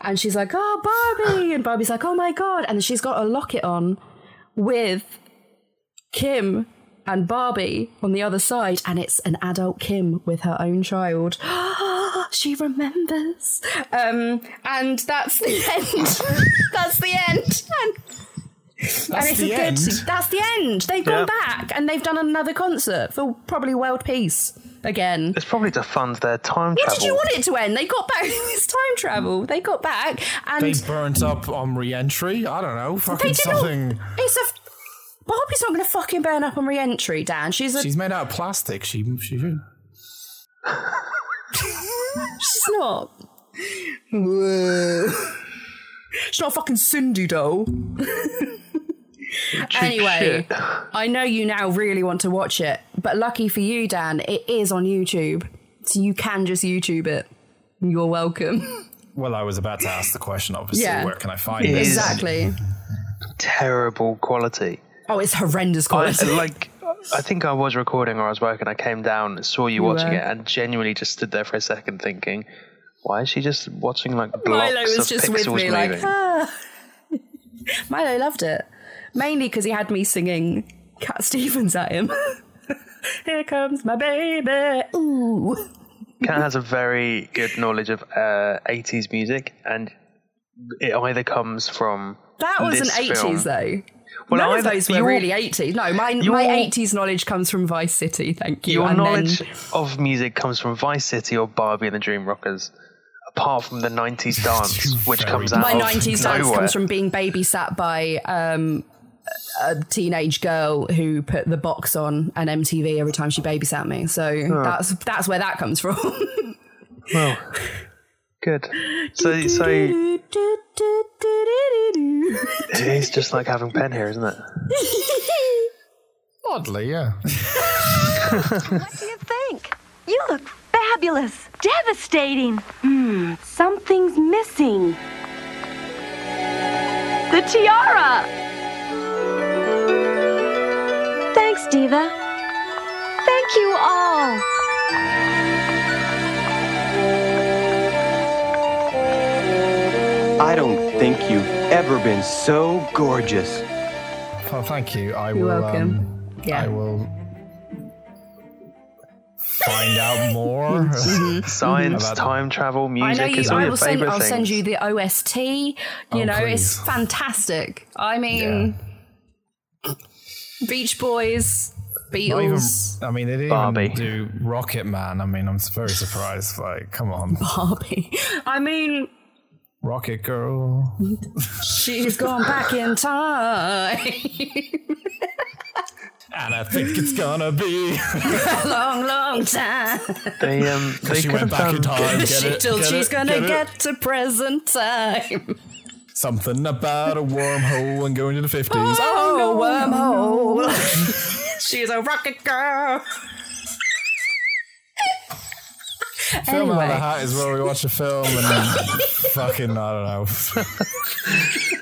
[SPEAKER 3] And she's like, oh, Barbie. And Barbie's like, oh my God. And she's got a locket on with Kim and Barbie on the other side, and it's an adult Kim with her own child. she remembers. Um, and that's the end. that's the end. And, and it's
[SPEAKER 2] the
[SPEAKER 3] a
[SPEAKER 2] end?
[SPEAKER 3] good. That's the end. They've gone
[SPEAKER 4] Yeah.
[SPEAKER 3] back and they've done another concert for probably world peace again.
[SPEAKER 4] It's probably to fund their time
[SPEAKER 3] Where
[SPEAKER 4] travel.
[SPEAKER 3] did you want it to end? They got back. It's time travel. They got back and
[SPEAKER 2] They burnt up on re-entry. I don't know. Fucking
[SPEAKER 3] did not-
[SPEAKER 2] something.
[SPEAKER 3] It's a. Barbie's not going to fucking burn up on re-entry, Dan. She's a. She's,
[SPEAKER 2] She's made out of plastic. She she.
[SPEAKER 3] not. she's not a fucking Cindy doll. anyway, I know you now really want to watch it, but lucky for you, Dan, it is on YouTube, so you can just YouTube it. You're welcome.
[SPEAKER 2] Well, I was about to ask the question. Obviously,
[SPEAKER 3] Yeah.
[SPEAKER 2] where can I find
[SPEAKER 4] It
[SPEAKER 2] this?
[SPEAKER 4] is-
[SPEAKER 3] Exactly.
[SPEAKER 4] Terrible quality.
[SPEAKER 3] Oh, it's horrendous
[SPEAKER 4] I,
[SPEAKER 3] quality.
[SPEAKER 4] like, I think I was recording or I was working. I came down, saw you watching
[SPEAKER 3] were.
[SPEAKER 4] it, and genuinely just stood there for a second thinking, why is she just watching like blocks
[SPEAKER 3] Milo was
[SPEAKER 4] of
[SPEAKER 3] just with
[SPEAKER 4] pixels
[SPEAKER 3] me,
[SPEAKER 4] moving?
[SPEAKER 3] like, ah. Milo loved it. Mainly because he had me singing Cat Stevens at him. Here comes my baby. Ooh.
[SPEAKER 4] Kat has a very good knowledge of uh, 80s music, and it either comes from
[SPEAKER 3] That was
[SPEAKER 4] this
[SPEAKER 3] an 80s,
[SPEAKER 4] film-
[SPEAKER 3] though.
[SPEAKER 4] Well,
[SPEAKER 3] None of
[SPEAKER 4] either-
[SPEAKER 3] those were
[SPEAKER 4] your-
[SPEAKER 3] really 80s. No, my,
[SPEAKER 4] your-
[SPEAKER 3] my 80s knowledge comes from Vice City, thank you.
[SPEAKER 4] Your
[SPEAKER 3] and
[SPEAKER 4] knowledge
[SPEAKER 3] then
[SPEAKER 4] of music comes from Vice City or Barbie and the Dream Rockers, apart from the 90s dance, which comes out
[SPEAKER 3] my
[SPEAKER 4] of
[SPEAKER 3] 90s dance
[SPEAKER 4] nowhere.
[SPEAKER 3] comes from being babysat by um, a teenage girl who put the box on an MTV every time she babysat me. So that's that's where that comes from.
[SPEAKER 4] Well, good. So, so it's just like having pen here, isn't it?
[SPEAKER 2] Oddly, yeah.
[SPEAKER 6] What do you think? You look fabulous, devastating. Hmm, something's missing. The tiara. Thanks, Diva. Thank you all.
[SPEAKER 8] I don't think you've ever been so gorgeous.
[SPEAKER 2] Well, thank you. I
[SPEAKER 3] You're
[SPEAKER 2] will.
[SPEAKER 3] welcome.
[SPEAKER 2] Um,
[SPEAKER 3] Yeah.
[SPEAKER 2] I will find out more.
[SPEAKER 4] Science,
[SPEAKER 2] About-
[SPEAKER 4] time travel,
[SPEAKER 3] Mm-hmm. I
[SPEAKER 4] music,
[SPEAKER 3] know you.
[SPEAKER 4] it's all
[SPEAKER 3] I
[SPEAKER 4] your
[SPEAKER 3] will send.
[SPEAKER 4] favorite
[SPEAKER 3] I'll
[SPEAKER 4] things.
[SPEAKER 3] send you the OST. You
[SPEAKER 2] Oh,
[SPEAKER 3] know,
[SPEAKER 2] please.
[SPEAKER 3] it's fantastic. I mean, Beach Boys,
[SPEAKER 2] Not even,
[SPEAKER 3] Beatles,
[SPEAKER 2] I mean, they didn't
[SPEAKER 4] Barbie.
[SPEAKER 2] even do Rocket Man. I mean, I'm very surprised. Like, come on,
[SPEAKER 3] Barbie. I mean,
[SPEAKER 2] Rocket Girl.
[SPEAKER 3] she's gone back in time.
[SPEAKER 2] And I think it's gonna be.
[SPEAKER 3] long, long time.
[SPEAKER 4] They, um, they
[SPEAKER 2] she
[SPEAKER 4] could
[SPEAKER 2] went
[SPEAKER 4] have
[SPEAKER 2] back
[SPEAKER 4] done
[SPEAKER 2] in time. Get
[SPEAKER 3] She
[SPEAKER 2] it,
[SPEAKER 3] till
[SPEAKER 2] get
[SPEAKER 3] she's
[SPEAKER 2] it,
[SPEAKER 3] gonna
[SPEAKER 2] it?
[SPEAKER 3] get to present time.
[SPEAKER 2] something about a wormhole and going to the 50s.
[SPEAKER 3] Oh, wormhole. she's a rocket girl.
[SPEAKER 2] Film out of the
[SPEAKER 3] anyway.
[SPEAKER 2] hat is where we watch a film and then fucking, I don't know.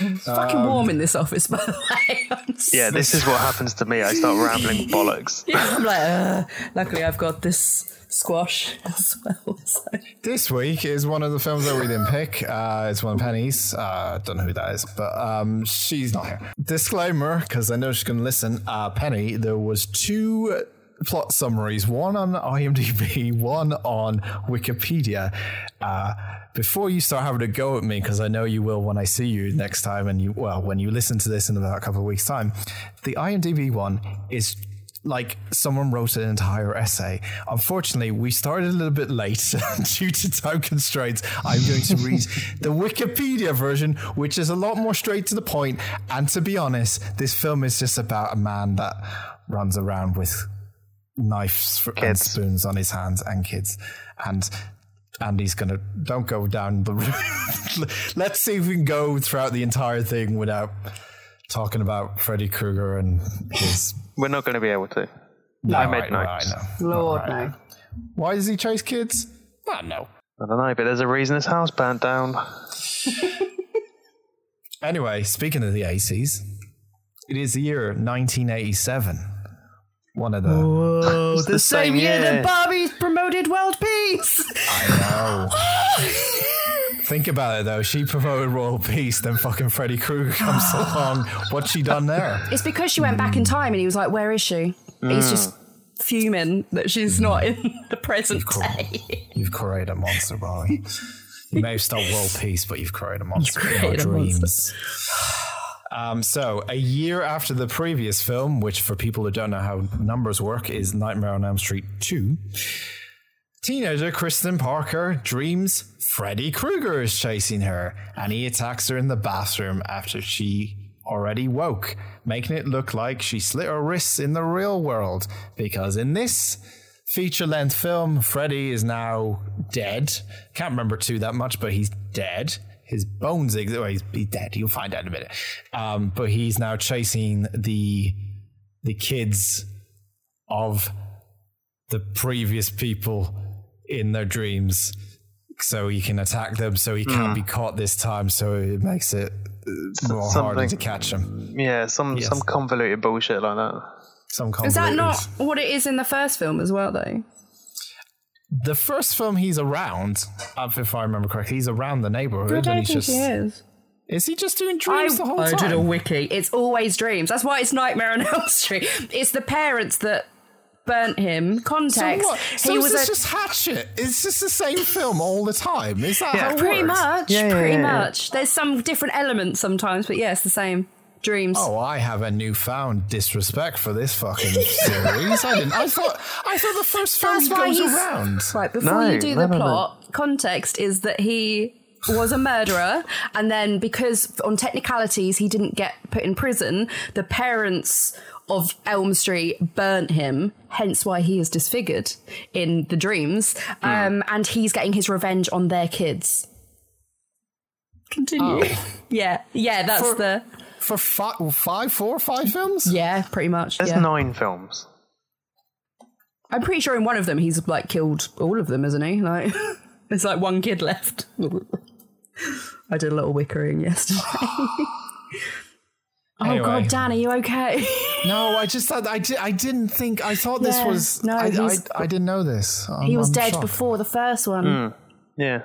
[SPEAKER 2] Um,
[SPEAKER 3] fucking warm in this office, by the way. I'm so-
[SPEAKER 4] Yeah, this is what happens to me. I start rambling bollocks.
[SPEAKER 3] I'm like, "Ugh." uh, luckily I've got this squash as well. So.
[SPEAKER 2] This week is one of the films that we didn't pick. Uh, it's one of Penny's. Uh, don't know who that is, but um, she's not here. Disclaimer, because I know she's going to listen. Uh, Penny, there was two plot summaries, one on IMDb, one on Wikipedia. Uh, before you start having a go at me, because I know you will when I see you next time, and you well when you listen to this in about a couple of weeks' time, the IMDb one is like someone wrote an entire essay. Unfortunately, we started a little bit late due to time constraints. I'm going to read the Wikipedia version, which is a lot more straight to the point. And to be honest, this film is just about a man that runs around with knives for, and
[SPEAKER 4] Kids.
[SPEAKER 2] spoons on his hands and kids. And Andy's gonna don't go down the route. Let's see if we can go throughout the entire thing without talking about Freddy Krueger and his
[SPEAKER 4] We're not going to be able to. I made
[SPEAKER 2] Alright,
[SPEAKER 4] notes.
[SPEAKER 2] alright, no.
[SPEAKER 3] Lord,
[SPEAKER 2] Alright.
[SPEAKER 3] no.
[SPEAKER 2] Why does he chase kids? I know.
[SPEAKER 4] I don't know, but there's a reason this house burnt down.
[SPEAKER 2] Anyway, speaking of the 80s, it is the year 1987. One of the.
[SPEAKER 3] It's the same year
[SPEAKER 4] year.
[SPEAKER 3] that Barbie promoted world peace.
[SPEAKER 2] I know. Think about it though. She promoted Royal Peace, then fucking Freddy Krueger comes along. What's she done there?
[SPEAKER 3] It's because she went back in time and he was like, Where is she?
[SPEAKER 2] Mm.
[SPEAKER 3] He's just fuming that she's not in the present
[SPEAKER 2] Cool.
[SPEAKER 3] day.
[SPEAKER 2] You've created a monster, Barley. You may have stopped world peace, but you've created a monster in our
[SPEAKER 3] created a monster.
[SPEAKER 2] dreams. Um, so, a year after the previous film, which for people who don't know how numbers work is Nightmare on Elm Street 2, teenager Kristen Parker dreams Freddy Krueger is chasing her and he attacks her in the bathroom after she already woke, making it look like she slit her wrists in the real world. Because in this feature length film, Freddy is now dead. Can't remember too that much, but he's dead. His bones, ex- well, he's, he's dead. You'll find out in a minute. Um, but he's now chasing the the kids of the previous people in their dreams, so he can attack them. So he can't be caught this time. So it makes it uh, more harder
[SPEAKER 4] something-
[SPEAKER 2] to catch him.
[SPEAKER 4] Yeah, some
[SPEAKER 2] Yes.
[SPEAKER 4] some convoluted bullshit like that.
[SPEAKER 2] Some
[SPEAKER 3] Is that
[SPEAKER 2] convoluted-
[SPEAKER 3] not what it is in the first film as well, though?
[SPEAKER 2] the first film? He's around, uh, if I remember correctly. He's around the neighborhood.
[SPEAKER 3] I
[SPEAKER 2] and
[SPEAKER 3] don't
[SPEAKER 2] he's
[SPEAKER 3] think
[SPEAKER 2] just,
[SPEAKER 3] he is.
[SPEAKER 2] Is he just doing dreams the whole time?
[SPEAKER 3] wiki. It's always dreams. That's why it's Nightmare on Elm Street. It's the parents that burnt him.
[SPEAKER 2] So
[SPEAKER 3] Context.
[SPEAKER 2] what? So
[SPEAKER 3] he
[SPEAKER 2] is
[SPEAKER 3] was
[SPEAKER 2] this
[SPEAKER 3] a
[SPEAKER 2] just Hatchet? It's just the same film all the time. Is that how it
[SPEAKER 3] pretty
[SPEAKER 2] works?
[SPEAKER 3] much.
[SPEAKER 4] Yeah, yeah,
[SPEAKER 3] pretty
[SPEAKER 4] yeah, yeah.
[SPEAKER 3] much. There's some different elements sometimes, but yeah, it's the same. Dreams.
[SPEAKER 2] Oh, I have a newfound disrespect for this fucking series. I didn't. I thought. I thought the first film
[SPEAKER 3] That's
[SPEAKER 2] he
[SPEAKER 3] why
[SPEAKER 2] goes
[SPEAKER 3] he's-
[SPEAKER 2] around.
[SPEAKER 3] Right, before
[SPEAKER 4] No,
[SPEAKER 3] you do
[SPEAKER 4] no,
[SPEAKER 3] the
[SPEAKER 4] no, no.
[SPEAKER 3] plot, context is that he was a murderer, and then because on technicalities he didn't get put in prison, the parents of Elm Street burnt him, hence why he is disfigured in the dreams, um,
[SPEAKER 4] Hmm.
[SPEAKER 3] and he's getting his revenge on their kids. Continue. yeah, yeah, that's
[SPEAKER 2] For-
[SPEAKER 3] the.
[SPEAKER 2] For fi- five, four, five films.
[SPEAKER 3] Yeah, pretty much.
[SPEAKER 4] There's
[SPEAKER 3] yeah.
[SPEAKER 4] nine films.
[SPEAKER 3] I'm pretty sure in one of them he's like killed all of them, isn't he? Like there's like one kid left. I did a little wickering yesterday.
[SPEAKER 2] Anyway.
[SPEAKER 3] Oh god, Dan, are you okay?
[SPEAKER 2] No, I just thought I, di- I didn't think I thought this
[SPEAKER 3] Yeah.
[SPEAKER 2] was.
[SPEAKER 3] No,
[SPEAKER 2] I, I,
[SPEAKER 3] he's-
[SPEAKER 2] I didn't know this. i
[SPEAKER 3] he was dead before the first one.
[SPEAKER 4] Yeah.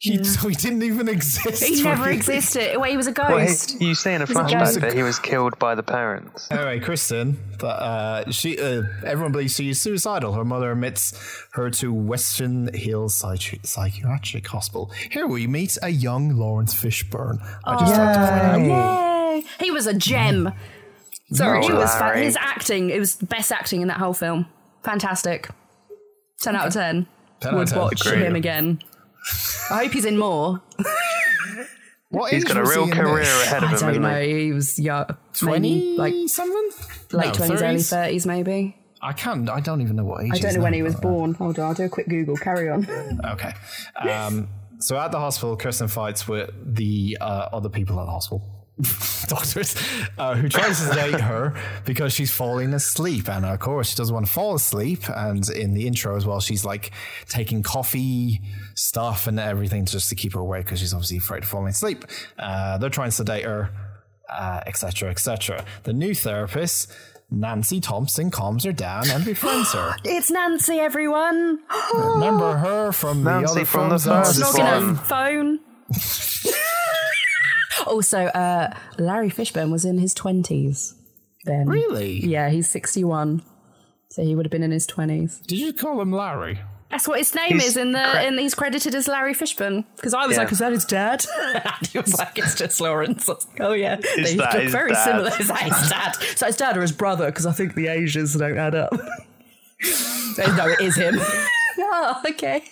[SPEAKER 2] He, so he didn't even exist.
[SPEAKER 3] He never
[SPEAKER 2] really.
[SPEAKER 3] existed. Well, he was a
[SPEAKER 4] Well, he-
[SPEAKER 3] ghost.
[SPEAKER 4] you see in a flashback that he was killed by the parents.
[SPEAKER 2] Anyway, Kristen, but, uh, she, uh, everyone believes she is suicidal. Her mother admits her to Western Hills Psychi- Psychiatric Hospital. Here we meet a young Lawrence Fishburne. I just like to point out.
[SPEAKER 3] Yay! He was a gem. Sorry, he was fa-
[SPEAKER 4] Larry.
[SPEAKER 3] his acting. It was best acting in that whole film. Fantastic. Ten out of ten.
[SPEAKER 2] 10 out
[SPEAKER 3] Would
[SPEAKER 2] of 10,
[SPEAKER 3] watch
[SPEAKER 2] agreed.
[SPEAKER 3] him again. I hope he's in more.
[SPEAKER 2] What
[SPEAKER 4] He's
[SPEAKER 2] age
[SPEAKER 4] got a
[SPEAKER 2] was
[SPEAKER 4] real
[SPEAKER 2] he in
[SPEAKER 4] career
[SPEAKER 2] this?
[SPEAKER 4] ahead of
[SPEAKER 3] I
[SPEAKER 4] him,
[SPEAKER 3] don't
[SPEAKER 4] isn't
[SPEAKER 3] know.
[SPEAKER 4] he?
[SPEAKER 3] He was young,
[SPEAKER 2] 20
[SPEAKER 3] maybe, like
[SPEAKER 2] something?
[SPEAKER 3] late
[SPEAKER 2] No,
[SPEAKER 3] twenties, early
[SPEAKER 2] 30s?
[SPEAKER 3] thirties, maybe.
[SPEAKER 2] I can't, I don't even know what age
[SPEAKER 3] I don't
[SPEAKER 2] is
[SPEAKER 3] know when
[SPEAKER 2] now,
[SPEAKER 3] he was
[SPEAKER 2] but-
[SPEAKER 3] born. Hold on, I'll do a quick Google. Carry on.
[SPEAKER 2] Okay. Um, so at the hospital, Kirsten fights with the uh, other people at the hospital. Doctors uh, who tries to date her because she's falling asleep, and uh, of course she doesn't want to fall asleep. And in the intro as well, she's like taking coffee stuff and everything just to keep her awake because she's obviously afraid of falling asleep. Uh, they're trying to sedate her, etc., uh, etc. etc. The new therapist, Nancy Thompson, calms her down and befriends her.
[SPEAKER 3] it's Nancy, everyone.
[SPEAKER 2] Remember her from the
[SPEAKER 4] Nancy
[SPEAKER 2] other
[SPEAKER 4] from the
[SPEAKER 2] films on
[SPEAKER 4] first
[SPEAKER 2] this
[SPEAKER 4] one.
[SPEAKER 2] line?
[SPEAKER 3] Snogging a phone. also, uh, Larry Fishburne was in his twenties then.
[SPEAKER 2] Really?
[SPEAKER 3] Yeah, he's sixty-one, so he would have been in his twenties.
[SPEAKER 2] Did you call him Larry?
[SPEAKER 3] That's what his name
[SPEAKER 4] He's
[SPEAKER 3] is in the,
[SPEAKER 4] cre-
[SPEAKER 3] and he's credited as Larry Fishburne. Because I was
[SPEAKER 4] Yeah.
[SPEAKER 3] like, "Is that his dad?" and he was like, "It's just Lawrence." I was like, oh yeah,
[SPEAKER 4] Is that his
[SPEAKER 3] very
[SPEAKER 4] dad?
[SPEAKER 3] similar. Is that his dad? So his dad or his brother? Because I think the Asians don't add up. no, it is him. oh, okay.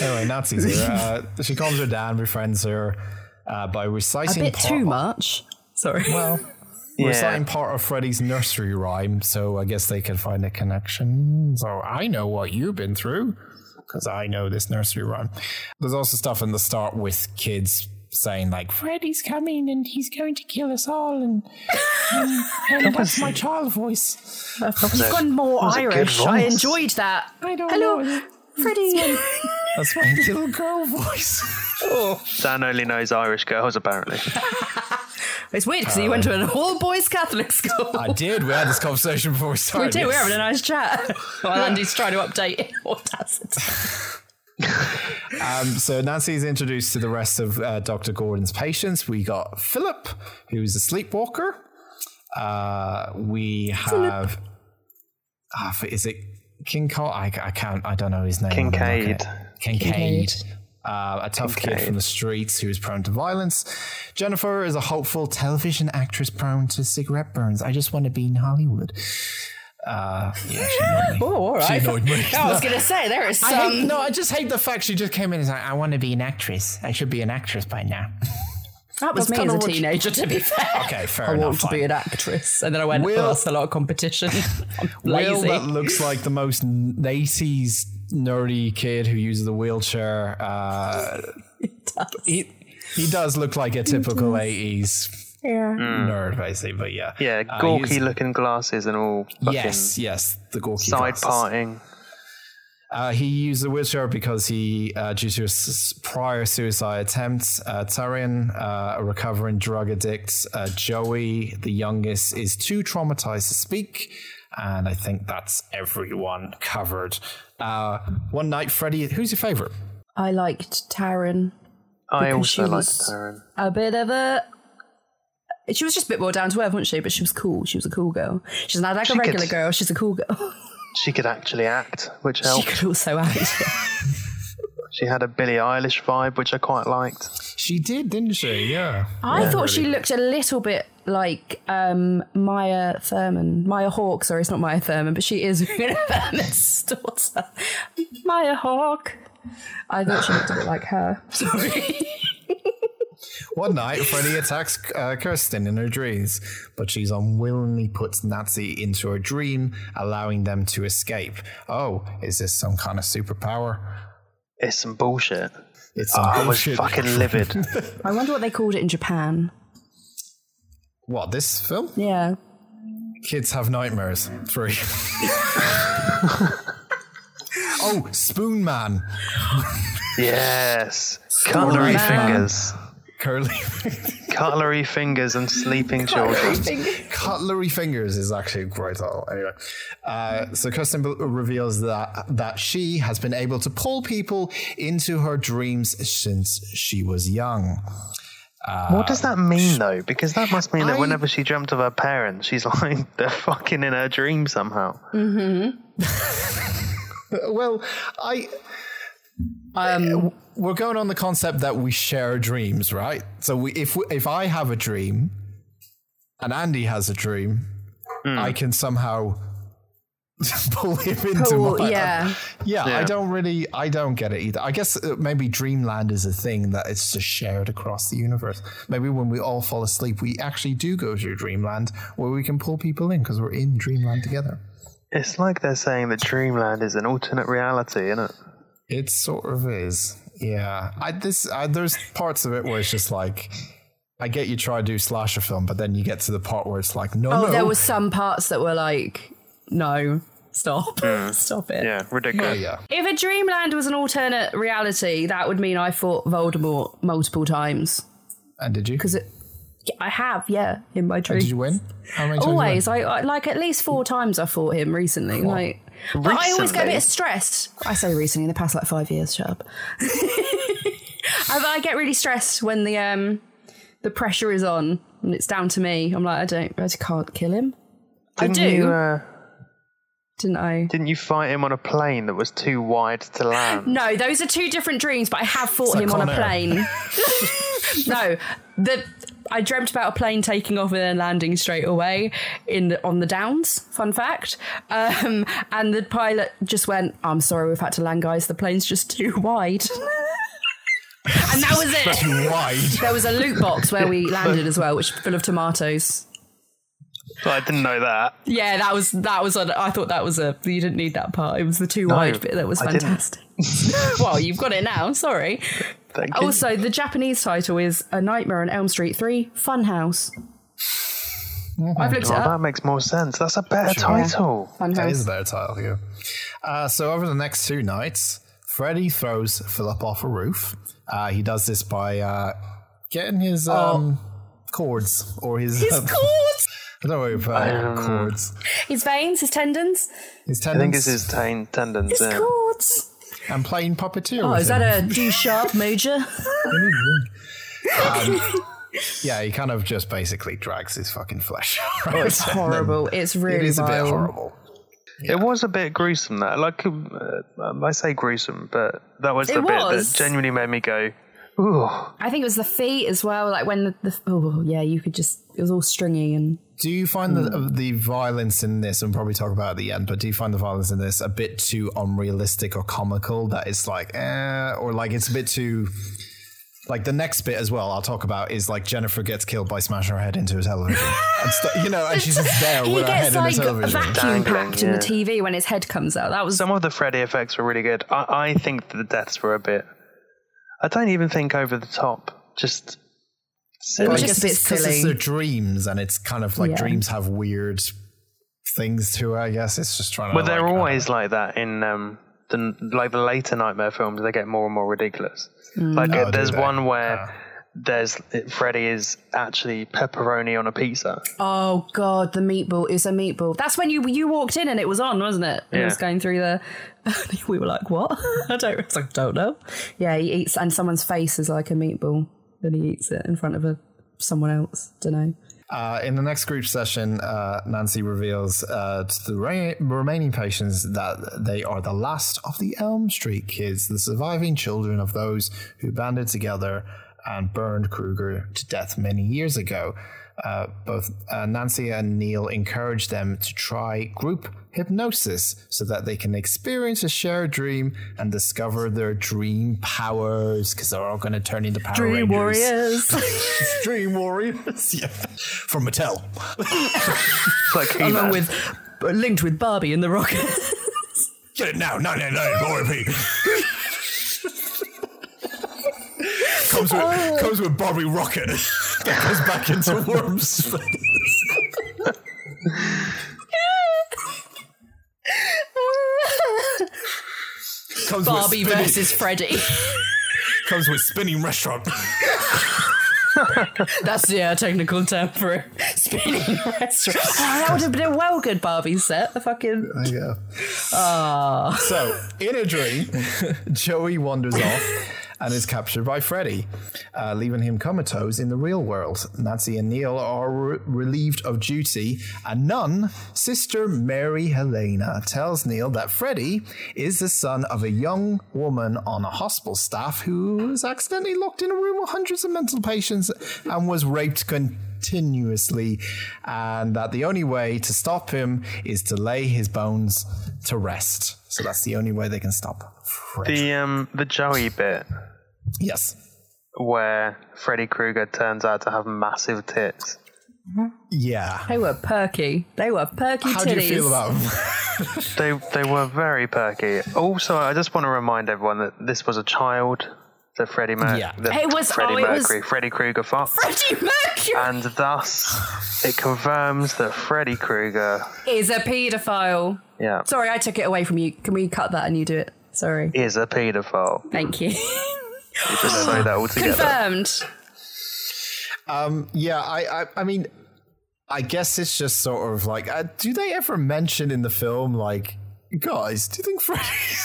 [SPEAKER 2] Anyway, Nancy's here. Uh, she calms her down, befriends her uh, by
[SPEAKER 3] A
[SPEAKER 2] reciting
[SPEAKER 3] bit
[SPEAKER 2] part,
[SPEAKER 3] too much. Sorry.
[SPEAKER 2] Well, reciting part of Freddie's nursery rhyme, so I guess they can find a connection. So I know what you've been through because I know this nursery rhyme. There's also stuff in the start with kids saying like Freddie's coming and he's going to kill us all, and, and, and that's my child voice.
[SPEAKER 3] You've gone more
[SPEAKER 4] was a good
[SPEAKER 3] Irish. I
[SPEAKER 4] voice. Oh,
[SPEAKER 3] enjoyed that.
[SPEAKER 2] I don't
[SPEAKER 3] Hello,
[SPEAKER 2] know.
[SPEAKER 3] Freddie.
[SPEAKER 2] That's my little girl voice.
[SPEAKER 4] Dan only knows Irish girls, apparently.
[SPEAKER 3] it's weird because you went to an all boys Catholic school.
[SPEAKER 2] I did. We had this conversation before we started.
[SPEAKER 3] We did. We're
[SPEAKER 2] yes.
[SPEAKER 3] having a nice chat. While Andy's trying to update Audacity.
[SPEAKER 2] Um, so Nancy's introduced to the rest of uh, Dr. Gordon's patients. We got Philip, who's a sleepwalker. Uh, we have. Ah, f- is it King Cole? I, I can't. I don't know his name. I'm gonna look
[SPEAKER 4] Kincaid.
[SPEAKER 2] it- Kincaid. Uh, a tough kid from the streets who is prone to violence. Jennifer is a hopeful television actress prone to cigarette burns. I just want to be in Hollywood. Uh, yeah, she annoyed me.
[SPEAKER 3] Oh, all
[SPEAKER 2] She
[SPEAKER 3] right.
[SPEAKER 2] annoyed me.
[SPEAKER 3] I was gonna say there is some.
[SPEAKER 2] I hate, no, I just hate the fact she just came in and is like, I want to be an actress. I should be an actress by now.
[SPEAKER 3] that was me as
[SPEAKER 2] kinda
[SPEAKER 3] a
[SPEAKER 2] what-
[SPEAKER 3] teenager, to be fair.
[SPEAKER 2] Okay, fair
[SPEAKER 3] I
[SPEAKER 2] enough.
[SPEAKER 3] want to be
[SPEAKER 2] fine.
[SPEAKER 3] an actress, and then I went.
[SPEAKER 2] Will-
[SPEAKER 3] oh, that's a lot of competition. I'm
[SPEAKER 2] Will um,
[SPEAKER 3] lazy.
[SPEAKER 2] that looks like the most 80s nerdy kid who uses a wheelchair. Uh, he, he does look like a typical 80s nerd, basically, but yeah.
[SPEAKER 4] Yeah,
[SPEAKER 2] Uh,
[SPEAKER 4] gawky
[SPEAKER 2] he's-
[SPEAKER 4] looking glasses and all fucking
[SPEAKER 2] Yes, yes, the gawky
[SPEAKER 4] side
[SPEAKER 2] glasses.
[SPEAKER 4] parting.
[SPEAKER 2] Uh, he used the wheelchair because he, uh, due to his s- prior suicide attempts, uh, Taryn, uh, a recovering drug addict, uh, Joey, the youngest, is too traumatized to speak. And I think that's everyone covered. Uh, One Night Freddy, who's your favorite?
[SPEAKER 3] I liked Taryn.
[SPEAKER 4] I
[SPEAKER 3] Because she
[SPEAKER 4] also like
[SPEAKER 3] was-
[SPEAKER 4] Taryn.
[SPEAKER 3] a bit of a. She was just a bit more down to earth, wasn't she? But she was cool. She was a cool girl. She's not like
[SPEAKER 4] She
[SPEAKER 3] a
[SPEAKER 4] could-
[SPEAKER 3] regular girl. She's a cool girl.
[SPEAKER 4] She could actually act, which
[SPEAKER 3] she
[SPEAKER 4] helped.
[SPEAKER 3] could also act.
[SPEAKER 4] She had a Billie Eilish vibe, which I quite liked.
[SPEAKER 2] She did, didn't she? Yeah.
[SPEAKER 3] I thought she looked a little bit like um, Maya Thurman. Maya Hawke. Sorry, it's not Maya Thurman, but she is Una Thurman's daughter. Maya Hawke. I thought she looked a bit like her. Sorry.
[SPEAKER 2] One night, Freddy attacks uh, Kirsten in her dreams, but she's unwillingly puts Nancy into her dream, allowing them to escape. Oh, is this some kind of superpower?
[SPEAKER 4] It's some bullshit.
[SPEAKER 2] It's
[SPEAKER 4] Oh,
[SPEAKER 2] some
[SPEAKER 4] I was
[SPEAKER 2] bullshit.
[SPEAKER 4] fucking livid.
[SPEAKER 3] I wonder what they called it in Japan.
[SPEAKER 2] What, this film?
[SPEAKER 3] Yeah.
[SPEAKER 2] Kids Have Nightmares. Three. oh, Spoon Man.
[SPEAKER 4] Yes. Cutlery fingers.
[SPEAKER 2] Curly.
[SPEAKER 4] Cutlery fingers and sleeping children.
[SPEAKER 2] Cutlery Fingers is actually a great title. Anyway, uh, so Kirsten be- reveals that that she has been able to pull people into her dreams since she was young.
[SPEAKER 4] What does that mean though? Because that must mean that
[SPEAKER 2] I-
[SPEAKER 4] whenever she dreamt of her parents, she's like they're fucking in her dream somehow.
[SPEAKER 2] Well, I. eh, we're going on the concept that we share dreams, right? So we, if we, if I have a dream, and Andy has a dream, I can somehow pull him into
[SPEAKER 3] Cool.
[SPEAKER 2] my.
[SPEAKER 3] Yeah.
[SPEAKER 2] Yeah, I
[SPEAKER 4] Yeah.
[SPEAKER 2] don't really, I don't get it either. I guess uh, maybe Dreamland is a thing that it's just shared across the universe. Maybe when we all fall asleep, we actually do go to Dreamland where we can pull people in because we're in Dreamland together.
[SPEAKER 4] It's like they're saying that Dreamland is an alternate reality, innit?
[SPEAKER 2] It sort of is. Yeah. I this I, there's parts of it where it's just like I get you try to do slasher film, but then you get to the part where it's like no
[SPEAKER 3] Oh,
[SPEAKER 2] no.
[SPEAKER 3] there were some parts that were like, no, stop, stop it.
[SPEAKER 4] Yeah, ridiculous.
[SPEAKER 2] yeah.
[SPEAKER 3] If a dreamland was an alternate reality, that would mean I fought Voldemort multiple times.
[SPEAKER 2] And did you?
[SPEAKER 3] Because it, yeah, I have, yeah, in my dreams.
[SPEAKER 2] did you win? How many times you win?
[SPEAKER 3] Always, I, I like at least four times I fought him recently. Like, but I always get a
[SPEAKER 4] Recently?
[SPEAKER 3] bit stressed. I say recently in the past like five years. Shut up. I, I get really stressed when the um the pressure is on and it's down to me. I'm like, I don't, I just can't kill him. I do,
[SPEAKER 4] You, uh,
[SPEAKER 3] didn't I?
[SPEAKER 4] didn't you fight him on a plane that was too wide to land?
[SPEAKER 3] No, those are two different dreams, but I have fought
[SPEAKER 2] like
[SPEAKER 3] him on a
[SPEAKER 2] Con Air.
[SPEAKER 3] plane. no, the I dreamt about a plane taking off and then landing straight away in the, on the downs. Fun fact. Um, and the pilot just went, "I'm sorry, we've had to land, guys. The plane's just too wide." and that was it.
[SPEAKER 2] Too wide.
[SPEAKER 3] There was a loot box where we landed as well, which was full of tomatoes.
[SPEAKER 4] I didn't know that.
[SPEAKER 3] Yeah, that was that was. A, I thought that was a. You didn't need that part. It was the too wide bit that was
[SPEAKER 4] I didn't.
[SPEAKER 3] fantastic. well, you've got it now. Sorry.
[SPEAKER 4] Thank you.
[SPEAKER 3] Also, the Japanese title is A Nightmare on Elm Street 3 Funhouse. I've looked it
[SPEAKER 4] Oh,
[SPEAKER 3] up.
[SPEAKER 4] that makes more sense. That's a better title.
[SPEAKER 2] That is a
[SPEAKER 3] Funhouse.
[SPEAKER 2] better title, yeah. Uh, so over the next two nights, Freddy throws Philip off a roof. Uh, he does this by uh, getting his
[SPEAKER 3] Oh.
[SPEAKER 2] um, cords or his, his
[SPEAKER 3] cords!
[SPEAKER 2] I don't know what you put it, cords.
[SPEAKER 3] His veins, his tendons,
[SPEAKER 2] His
[SPEAKER 4] I
[SPEAKER 2] tendons.
[SPEAKER 4] think it's his ten- tendons.
[SPEAKER 3] his
[SPEAKER 4] yeah.
[SPEAKER 3] cords.
[SPEAKER 2] and playing puppeteer.
[SPEAKER 3] Oh,
[SPEAKER 2] with
[SPEAKER 3] is that a
[SPEAKER 2] him.
[SPEAKER 3] D sharp major?
[SPEAKER 2] Yeah, he kind of just basically drags his fucking flesh.
[SPEAKER 3] Oh, it's horrible. It's really
[SPEAKER 2] it is a bit
[SPEAKER 3] vile.
[SPEAKER 2] horrible.
[SPEAKER 4] It was a bit gruesome. That like uh, um, I say gruesome, but that was the
[SPEAKER 3] It
[SPEAKER 4] bit
[SPEAKER 3] was.
[SPEAKER 4] that genuinely made me go, "Ooh,
[SPEAKER 3] I think it was the feet as well. Like when the, the oh yeah, you could just it was all stringy and
[SPEAKER 2] Do you find the, uh, the violence in this, and we'll probably talk about it at the end, but do you find the violence in this a bit too unrealistic or comical that it's like, eh, or like it's a bit too. Like the next bit as well, I'll talk about is like Jennifer gets killed by smashing her head into a television. and stu- you know, and she's just there
[SPEAKER 3] he
[SPEAKER 2] with her head
[SPEAKER 3] gets
[SPEAKER 2] in a
[SPEAKER 3] like
[SPEAKER 2] television.
[SPEAKER 3] vacuum
[SPEAKER 4] Dangling,
[SPEAKER 3] packed in the
[SPEAKER 4] yeah.
[SPEAKER 3] TV when his head comes out. That was
[SPEAKER 4] Some of the Freddy effects were really good. I, I think the deaths were a bit. I don't even think over the top. Just
[SPEAKER 3] It
[SPEAKER 4] silly.
[SPEAKER 3] was
[SPEAKER 2] I
[SPEAKER 3] just
[SPEAKER 2] guess
[SPEAKER 3] a bit
[SPEAKER 2] it's 'cause
[SPEAKER 3] silly.
[SPEAKER 2] It's their dreams, and it's kind of like
[SPEAKER 3] Yeah.
[SPEAKER 2] dreams have weird things to it. I guess it's just trying to.
[SPEAKER 4] but they're
[SPEAKER 2] like, uh,
[SPEAKER 4] always like that in um, the like the later nightmare films. They get more and more ridiculous.
[SPEAKER 3] Mm.
[SPEAKER 4] Like uh,
[SPEAKER 2] do
[SPEAKER 4] there's
[SPEAKER 2] they?
[SPEAKER 4] one where there's Freddy is actually pepperoni on a pizza.
[SPEAKER 3] oh god, the meatball is a meatball. That's when you you walked in and it was on, wasn't it? And It
[SPEAKER 4] Yeah.
[SPEAKER 3] was going through there. we were like, what? I don't. It's like, don't know. Yeah, he eats and someone's face is like a meatball, and he eats it in front of a someone else. Don't know.
[SPEAKER 2] Uh, in the next group session, uh, Nancy reveals uh, to the re- remaining patients that they are the last of the Elm Street kids, the surviving children of those who banded together and burned Kruger to death many years ago. Uh, both uh, Nancy and Neil encourage them to try group hypnosis so that they can experience a shared dream and discover their dream powers because they're all going to turn into Power Rangers. Dream Warriors. yeah. From Mattel.
[SPEAKER 4] It's like
[SPEAKER 3] along
[SPEAKER 4] He-Man.
[SPEAKER 3] with uh, linked with Barbie in the Rocket.
[SPEAKER 2] Get it now, 999 RIP. comes, with, comes with Bobby Rocket. that goes back into Worm's comes
[SPEAKER 3] Barbie
[SPEAKER 2] spinning-
[SPEAKER 3] versus Freddy.
[SPEAKER 2] comes with spinning restaurant.
[SPEAKER 3] That's yeah, technical term for it. spinning restaurant. Oh, that would have been a well good Barbie set. The fucking
[SPEAKER 2] Yeah. So, in a dream, Joey wanders off and is captured by Freddy, uh, leaving him comatose in the real world. Nancy and Neil are re- relieved of duty, and none, Sister Mary Helena, tells Neil that Freddy is the son of a young woman on a hospital staff who was accidentally locked in a room with hundreds of mental patients and was raped continuously, and that the only way to stop him is to lay his bones to rest. So that's the only way they can stop Freddy.
[SPEAKER 4] the um, the Joey bit
[SPEAKER 2] yes.
[SPEAKER 4] where Freddy Krueger turns out to have massive tits.
[SPEAKER 2] Yeah.
[SPEAKER 3] they were perky. They were perky
[SPEAKER 2] How
[SPEAKER 3] titties.
[SPEAKER 2] do you feel about him?
[SPEAKER 4] They they were very perky. Also, I just want to remind everyone that this was a child that Freddie Mercury,
[SPEAKER 2] Yeah.
[SPEAKER 3] It was-
[SPEAKER 4] Freddie
[SPEAKER 3] oh, it was-
[SPEAKER 4] Mercury, Freddie Krueger fucked,
[SPEAKER 3] Freddie Mercury
[SPEAKER 4] and thus it confirms that Freddy Krueger,
[SPEAKER 3] is a paedophile.
[SPEAKER 4] yeah,
[SPEAKER 3] Sorry, I took it away from you. Can we cut that and you do it? Sorry.
[SPEAKER 4] is a paedophile.
[SPEAKER 3] Thank you.
[SPEAKER 4] Just say that all together.
[SPEAKER 3] Confirmed.
[SPEAKER 2] um, Yeah, I, I, I mean, I guess it's just sort of like, uh, do they ever mention in the film like, guys, do you think Freddy's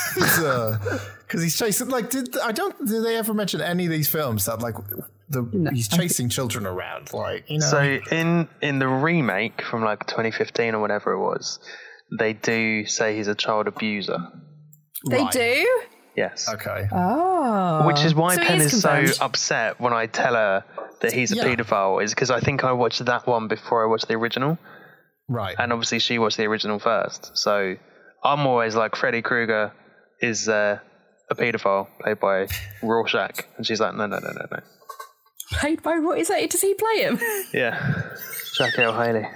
[SPEAKER 2] because he's chasing like, did I don't do they ever mention any of these films that like the he's chasing children around like you know
[SPEAKER 4] So in in the remake from like 2015 or whatever it was, they do say he's a child abuser.
[SPEAKER 3] They
[SPEAKER 2] Right.
[SPEAKER 3] do. Uh,
[SPEAKER 4] Yes,
[SPEAKER 2] okay
[SPEAKER 4] which is why
[SPEAKER 3] So he
[SPEAKER 4] Pen
[SPEAKER 3] is
[SPEAKER 4] is so
[SPEAKER 3] confirmed.
[SPEAKER 4] upset when I tell her that he's a
[SPEAKER 2] Yeah.
[SPEAKER 4] paedophile. Is because I think I watched that one before I watched the original.
[SPEAKER 2] right
[SPEAKER 4] and obviously she watched the original first. So I'm always like Freddy Krueger is uh, a paedophile played by Rorschach, and she's like, no, no, no, no, no.
[SPEAKER 3] Played by what is that? Does he play him?
[SPEAKER 4] Yeah, Jack L. Haley.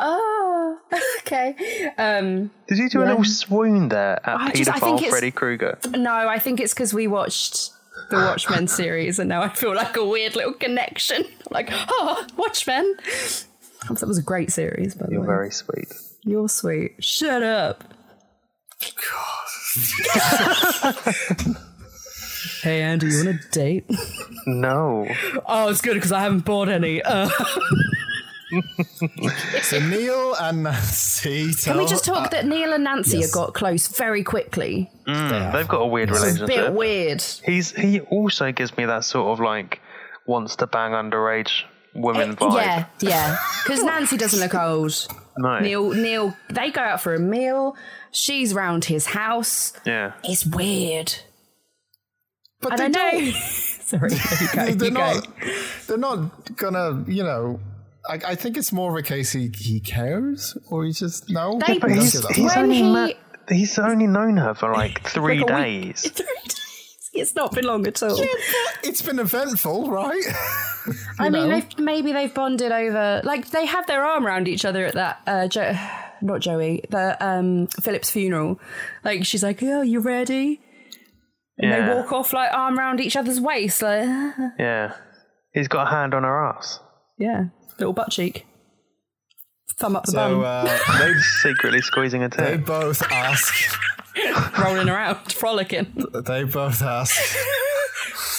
[SPEAKER 3] Oh, okay. Um,
[SPEAKER 4] Did you do a little swoon there at
[SPEAKER 3] I
[SPEAKER 4] paedophile
[SPEAKER 3] just- I think it's-
[SPEAKER 4] Freddy Krueger?
[SPEAKER 3] no, I think it's because we watched the Watchmen series, and now I feel like a weird little connection. Like, oh, Watchmen. That was a great series, by the
[SPEAKER 4] You're
[SPEAKER 3] way.
[SPEAKER 4] very sweet.
[SPEAKER 3] You're sweet. Shut up. hey, Andy, you want a date?
[SPEAKER 4] No,
[SPEAKER 3] Oh, it's good because I haven't bought any. Uh.
[SPEAKER 2] So Neil and Nancy.
[SPEAKER 3] Can we just talk that Neil and Nancy
[SPEAKER 2] yes.
[SPEAKER 3] have got close very quickly?
[SPEAKER 4] They've got a weird
[SPEAKER 3] It's a
[SPEAKER 4] relationship.
[SPEAKER 3] bit weird.
[SPEAKER 4] He's he also gives me that sort of like wants to bang underage women vibe.
[SPEAKER 3] Yeah, yeah. Because Nancy doesn't look old.
[SPEAKER 4] No.
[SPEAKER 3] Neil, Neil, they go out for a meal. She's round his house.
[SPEAKER 4] Yeah.
[SPEAKER 3] It's weird.
[SPEAKER 2] But
[SPEAKER 3] I
[SPEAKER 2] they
[SPEAKER 3] don't know. Sorry, you go,
[SPEAKER 2] they're
[SPEAKER 3] you go.
[SPEAKER 2] not. They're not gonna. You know, I, I think it's more of a case he, he cares, or he just no.
[SPEAKER 3] They-
[SPEAKER 2] he
[SPEAKER 3] But
[SPEAKER 2] doesn't
[SPEAKER 3] he's-
[SPEAKER 2] give that
[SPEAKER 3] he's
[SPEAKER 2] fuck.
[SPEAKER 3] only he-
[SPEAKER 4] met- he's only known her for like three
[SPEAKER 3] Like a week.
[SPEAKER 4] days.
[SPEAKER 3] Three days. It's not been long at all.
[SPEAKER 2] it's been eventful, right?
[SPEAKER 3] I mean,
[SPEAKER 2] know.
[SPEAKER 3] they've, maybe they've bonded over. Like they have their arm around each other at that. Uh, jo- not Joey. The um, Philip's funeral. Like she's like, "Oh, you ready?" And
[SPEAKER 4] Yeah.
[SPEAKER 3] they walk off like arm around each other's waist. Like,
[SPEAKER 4] Yeah. He's got a hand on her ass.
[SPEAKER 3] yeah, little butt cheek, thumb up the
[SPEAKER 2] so
[SPEAKER 3] bum,
[SPEAKER 2] uh, they
[SPEAKER 4] Secretly squeezing her
[SPEAKER 2] they
[SPEAKER 4] tip.
[SPEAKER 2] both ask.
[SPEAKER 3] rolling around, frolicking.
[SPEAKER 2] They both ask.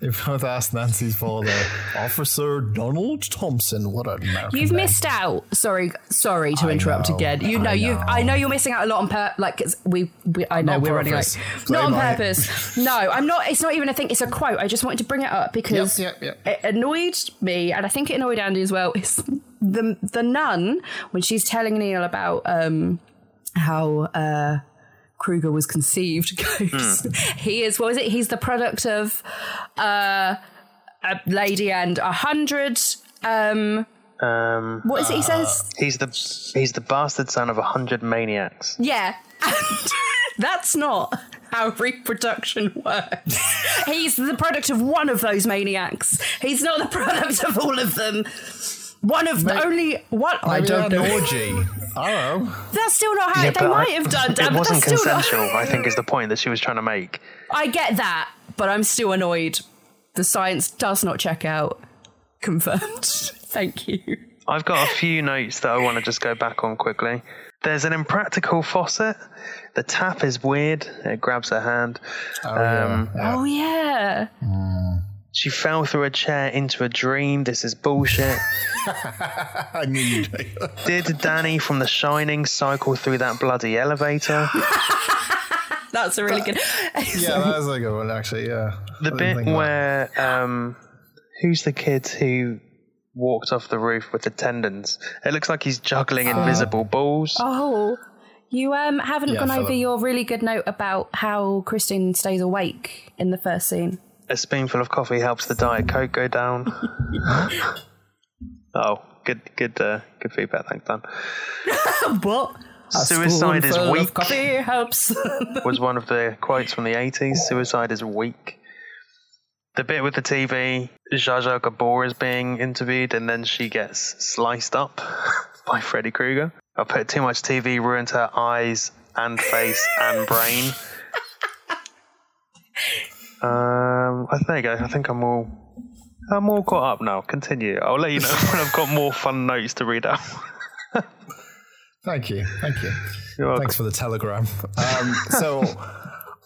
[SPEAKER 2] They both asked Nancy for the Officer Donald Thompson. What a American
[SPEAKER 3] You've
[SPEAKER 2] name.
[SPEAKER 3] missed out. Sorry, sorry to interrupt
[SPEAKER 2] know,
[SPEAKER 3] again. You know,
[SPEAKER 2] I
[SPEAKER 3] you.
[SPEAKER 2] know.
[SPEAKER 3] I know you're missing out a lot on pur- like 'cause we, we. I know
[SPEAKER 2] on
[SPEAKER 3] we're running
[SPEAKER 2] purpose.
[SPEAKER 3] late. Not on
[SPEAKER 2] Blame I.
[SPEAKER 3] purpose. no, I'm not. It's not even a thing. It's a quote. I just wanted to bring it up because
[SPEAKER 2] Yep, yep,
[SPEAKER 3] it annoyed me, and I think it annoyed Andy as well. Is the the nun when she's telling Neil about um how uh Kruger was conceived goes.
[SPEAKER 2] Hmm.
[SPEAKER 3] He is what was it? He's the product of uh a lady and a hundred. Um,
[SPEAKER 4] Um,
[SPEAKER 3] what is it he says?
[SPEAKER 4] he's the he's the bastard son of a hundred maniacs.
[SPEAKER 3] Yeah. And that's not how reproduction works. He's the product of one of those maniacs. He's not the product of all of them. One of the only one. I
[SPEAKER 2] Maybe
[SPEAKER 3] don't
[SPEAKER 2] they had
[SPEAKER 3] know.
[SPEAKER 2] an orgy. I don't know.
[SPEAKER 3] That's still not how
[SPEAKER 4] Yeah,
[SPEAKER 3] they
[SPEAKER 4] but
[SPEAKER 3] might
[SPEAKER 4] I-
[SPEAKER 3] have done. Dan,
[SPEAKER 4] It
[SPEAKER 3] but
[SPEAKER 4] wasn't
[SPEAKER 3] that's still not-
[SPEAKER 4] consensual. I think is the point that she was trying to make.
[SPEAKER 3] I get that, but I'm still annoyed. The science does not check out. Confirmed. Thank you.
[SPEAKER 4] I've got a few notes that I want to just go back on quickly. There's an impractical faucet. The tap is weird. It grabs her hand. um,
[SPEAKER 3] Oh yeah.
[SPEAKER 4] She fell through a chair into a dream. This is bullshit.
[SPEAKER 2] I knew you'd
[SPEAKER 4] Did Danny from The Shining cycle through that bloody elevator?
[SPEAKER 3] That's a really good.
[SPEAKER 2] Yeah, that was a good one, actually. Yeah.
[SPEAKER 4] The
[SPEAKER 3] Oh
[SPEAKER 2] I didn't
[SPEAKER 4] bit
[SPEAKER 2] think about it.
[SPEAKER 4] where um, who's the kid who walked off the roof with the tendons? It looks like he's juggling
[SPEAKER 3] Uh,
[SPEAKER 4] invisible balls.
[SPEAKER 3] Oh, you um haven't
[SPEAKER 2] Yeah,
[SPEAKER 3] gone
[SPEAKER 2] Philip.
[SPEAKER 3] over your really good note about how Christine stays awake in the first scene.
[SPEAKER 4] A spoonful of coffee helps the diet coke go down. oh, good, good, uh, good feedback. Thanks, Dan.
[SPEAKER 3] What?
[SPEAKER 4] Suicide is weak.
[SPEAKER 3] coffee helps.
[SPEAKER 4] was one of the quotes from the 80s. Suicide is weak. The bit with the TV, Zsa Zsa Gabor is being interviewed, and then she gets sliced up by Freddy Krueger. I put too much TV ruined her eyes and face and brain. Um, I- there you go. I think I'm all. I'm all caught up now. Continue. I'll let you know when I've got more fun notes to read out.
[SPEAKER 2] Thank you. Thank you.
[SPEAKER 4] You're welcome.
[SPEAKER 2] Thanks for the telegram. Um, so,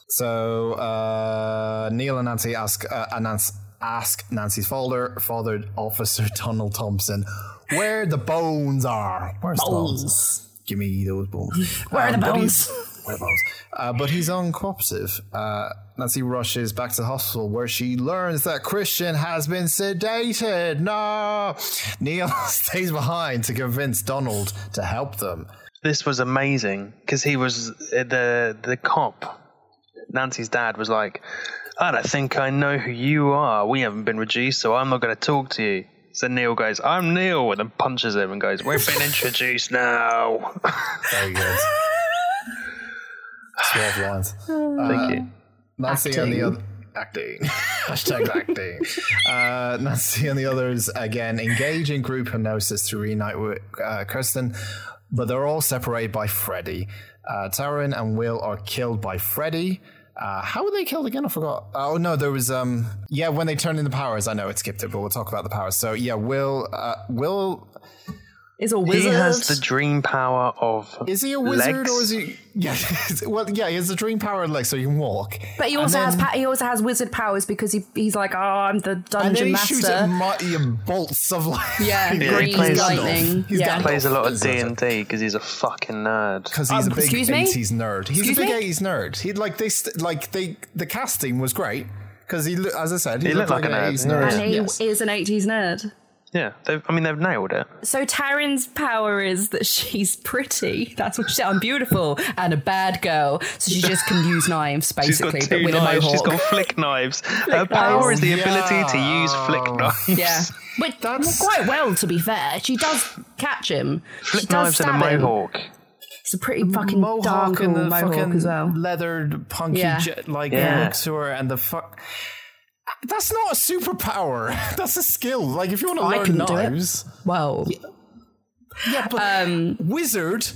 [SPEAKER 2] so uh, Neil and Nancy ask uh, and Nancy, ask Nancy's father, father Officer Donald Thompson, where the bones are. Where's The bones? Give me those bones. Um,
[SPEAKER 3] Where are the
[SPEAKER 2] but
[SPEAKER 3] bones?
[SPEAKER 2] he's- Where are the bones? Uh, but he's uncooperative. Uh, Nancy rushes back to the hospital where she learns that Christian has been sedated. No! Neil stays behind to convince Donald to help them.
[SPEAKER 4] this was amazing because he was uh, the the cop. Nancy's dad was like, "I don't think I know who you are. We haven't been reduced, so I'm not going to talk to you." So Neil goes, "I'm Neil," and then punches him and goes, "We've been introduced now."
[SPEAKER 2] Very good. Suave lines.
[SPEAKER 4] Thank you.
[SPEAKER 2] Nancy and the other acting. Hashtag acting. Uh, Nancy and the others again engage in group hypnosis to reunite with uh, Kirsten, but they're all separated by Freddy. Uh, Taryn and Will are killed by Freddy. Uh, how were they killed again? I forgot. Oh no, there was um yeah when they turned in the powers. I know it skipped it, but we'll talk about the powers. So yeah, Will uh, Will
[SPEAKER 3] Is a
[SPEAKER 4] He
[SPEAKER 3] wizard.
[SPEAKER 4] has the dream power of.
[SPEAKER 2] Is he a wizard
[SPEAKER 4] legs.
[SPEAKER 2] or is he? Yeah, well, yeah, he has the dream power leg, so he can walk.
[SPEAKER 3] but he
[SPEAKER 2] And
[SPEAKER 3] also has
[SPEAKER 2] then-
[SPEAKER 3] pa- he also has wizard powers because he, he's like, oh, I'm the
[SPEAKER 2] And then
[SPEAKER 3] dungeon
[SPEAKER 2] he shoots at
[SPEAKER 3] master.
[SPEAKER 2] mighty bolts of light.
[SPEAKER 3] Yeah,
[SPEAKER 2] He's
[SPEAKER 4] green
[SPEAKER 2] Gandalf.
[SPEAKER 3] lightning.
[SPEAKER 2] He's
[SPEAKER 3] Yeah.
[SPEAKER 2] Gandalf.
[SPEAKER 4] Plays a lot of D and D because he's a fucking nerd.
[SPEAKER 2] because he's
[SPEAKER 3] Um,
[SPEAKER 2] a big
[SPEAKER 3] excuse me?
[SPEAKER 2] 80s nerd. He's
[SPEAKER 3] Excuse
[SPEAKER 2] a big
[SPEAKER 3] me?
[SPEAKER 2] 80s nerd. He like they st- like they the casting was great because he loo- as I said he,
[SPEAKER 4] He
[SPEAKER 2] looked, like, an 80s nerd.
[SPEAKER 3] and he
[SPEAKER 2] Yes.
[SPEAKER 3] is an 80s nerd.
[SPEAKER 4] Yeah, they've, I mean they've nailed it.
[SPEAKER 3] So Taryn's power is that she's pretty. That's what she said. I'm beautiful and a bad girl. So she just can use knives,
[SPEAKER 4] She's got
[SPEAKER 3] basically, but
[SPEAKER 4] two
[SPEAKER 3] with a
[SPEAKER 4] knives.
[SPEAKER 3] mohawk.
[SPEAKER 4] She's got flick knives. Her power is the ability to use flick knives.
[SPEAKER 3] yeah. Which
[SPEAKER 2] That's-
[SPEAKER 3] quite well, to be fair. She does catch him. she
[SPEAKER 4] Flick
[SPEAKER 3] does
[SPEAKER 4] knives and a
[SPEAKER 3] stab him.
[SPEAKER 4] mohawk.
[SPEAKER 3] It's a pretty fucking dark
[SPEAKER 2] Mohawk and
[SPEAKER 3] old
[SPEAKER 2] the
[SPEAKER 3] mohawk
[SPEAKER 2] fucking
[SPEAKER 3] as well.
[SPEAKER 2] leathered punky
[SPEAKER 3] Yeah.
[SPEAKER 2] jet, like
[SPEAKER 4] Yeah.
[SPEAKER 2] look to her and the fuck. That's not a superpower. That's a skill. Like if you want to
[SPEAKER 3] I
[SPEAKER 2] learn
[SPEAKER 3] couldn't do it.
[SPEAKER 2] knives,
[SPEAKER 3] Well,
[SPEAKER 2] yeah, but wizard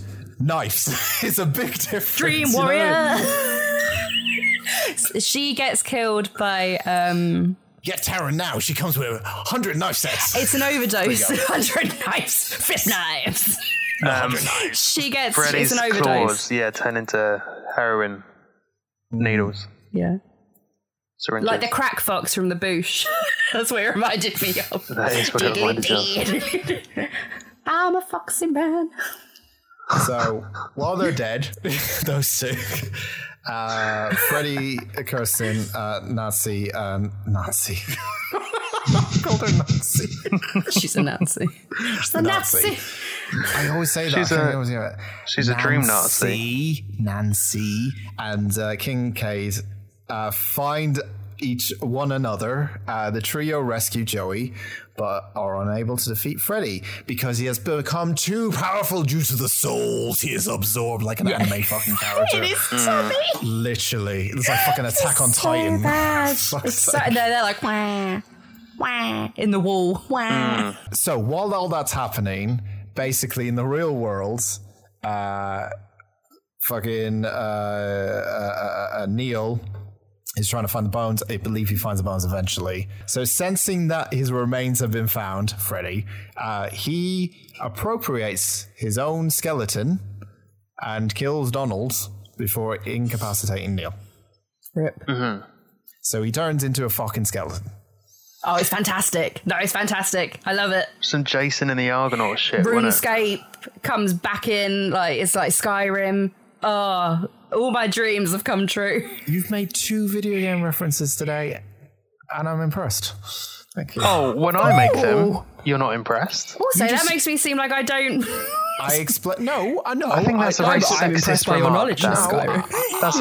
[SPEAKER 2] knives is a big difference.
[SPEAKER 3] Dream
[SPEAKER 2] you know?
[SPEAKER 3] Warrior. she gets killed by um
[SPEAKER 2] Get Tara now. She comes with hundred knife sets.
[SPEAKER 3] it's an overdose.
[SPEAKER 2] There we
[SPEAKER 3] 100 knives, fist knives.
[SPEAKER 4] Um,
[SPEAKER 3] She gets
[SPEAKER 4] Freddy's
[SPEAKER 3] it's an overdose.
[SPEAKER 4] claws, yeah, turn into heroin needles,
[SPEAKER 3] Yeah.
[SPEAKER 4] syringes.
[SPEAKER 3] Like the crack fox from the bush. That's what it reminded me of.
[SPEAKER 4] that is what it reminded me of.
[SPEAKER 3] I'm a foxy man.
[SPEAKER 2] So while they're dead, those two, uh, Freddy, Kirsten, uh, Nazi, um, Nazi. I called her Nazi.
[SPEAKER 3] She's a Nazi. She's a
[SPEAKER 2] Nazi.
[SPEAKER 3] Nazi.
[SPEAKER 2] I always say that.
[SPEAKER 4] She's
[SPEAKER 2] I think
[SPEAKER 4] a-
[SPEAKER 2] I always hear it.
[SPEAKER 4] she's a dream Nazi.
[SPEAKER 2] Nancy, Nancy, and uh, King Cade uh, find each one another. Uh, the trio rescue Joey, but are unable to defeat Freddy because he has become too powerful due to the souls he has absorbed, like an anime fucking character.
[SPEAKER 3] It is
[SPEAKER 4] Mm.
[SPEAKER 3] Tommy.
[SPEAKER 2] Literally, it's like fucking Attack on Titan. Fuck's
[SPEAKER 3] So,
[SPEAKER 2] sake.
[SPEAKER 3] no, they're like wah, wah in the wall. Wah.
[SPEAKER 2] So while all that's happening, basically in the real world, uh, fucking uh, uh, uh, uh, Neil is trying to find the bones. I believe he finds the bones eventually. So sensing that his remains have been found, Freddy, uh, he appropriates his own skeleton and kills Donald before incapacitating Neil. So he turns into a fucking skeleton.
[SPEAKER 3] Oh, it's fantastic. That is fantastic. I love it.
[SPEAKER 4] Some Jason and the Argonaut shit. wasn't it?
[SPEAKER 3] RuneScape comes back in, like it's like Skyrim. Oh, all my dreams have come true.
[SPEAKER 2] You've made two video game references today, and I'm impressed. Thank you.
[SPEAKER 4] Oh, when I make them,
[SPEAKER 2] Oh.
[SPEAKER 4] you're not impressed.
[SPEAKER 3] Also, that makes me seem like I don't.
[SPEAKER 2] I explain. No, I know.
[SPEAKER 4] I think that's a
[SPEAKER 2] I-
[SPEAKER 4] very
[SPEAKER 2] I'm
[SPEAKER 4] sexist
[SPEAKER 2] impressed by your
[SPEAKER 4] remark.
[SPEAKER 2] knowledge.
[SPEAKER 3] of
[SPEAKER 4] Dan. That's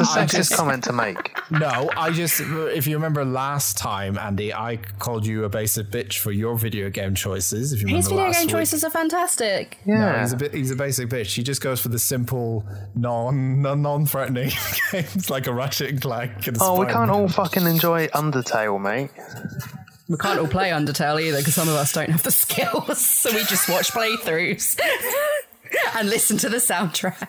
[SPEAKER 4] a sexist comment to make.
[SPEAKER 2] No, I just, if you remember last time, Andy, I called you a basic bitch for your video game choices. If you
[SPEAKER 3] His
[SPEAKER 2] remember
[SPEAKER 3] video
[SPEAKER 2] last
[SPEAKER 3] game
[SPEAKER 2] week.
[SPEAKER 3] choices are fantastic.
[SPEAKER 2] No, he's a bit. He's a basic bitch. He just goes for the simple, non, non, non-threatening games like a Ratchet and Clank. And
[SPEAKER 4] Oh, we
[SPEAKER 2] Spider-Man.
[SPEAKER 4] can't all fucking enjoy Undertale, mate.
[SPEAKER 3] We can't all play Undertale either because some of us don't have the skills, so we just watch playthroughs and listen to the soundtrack.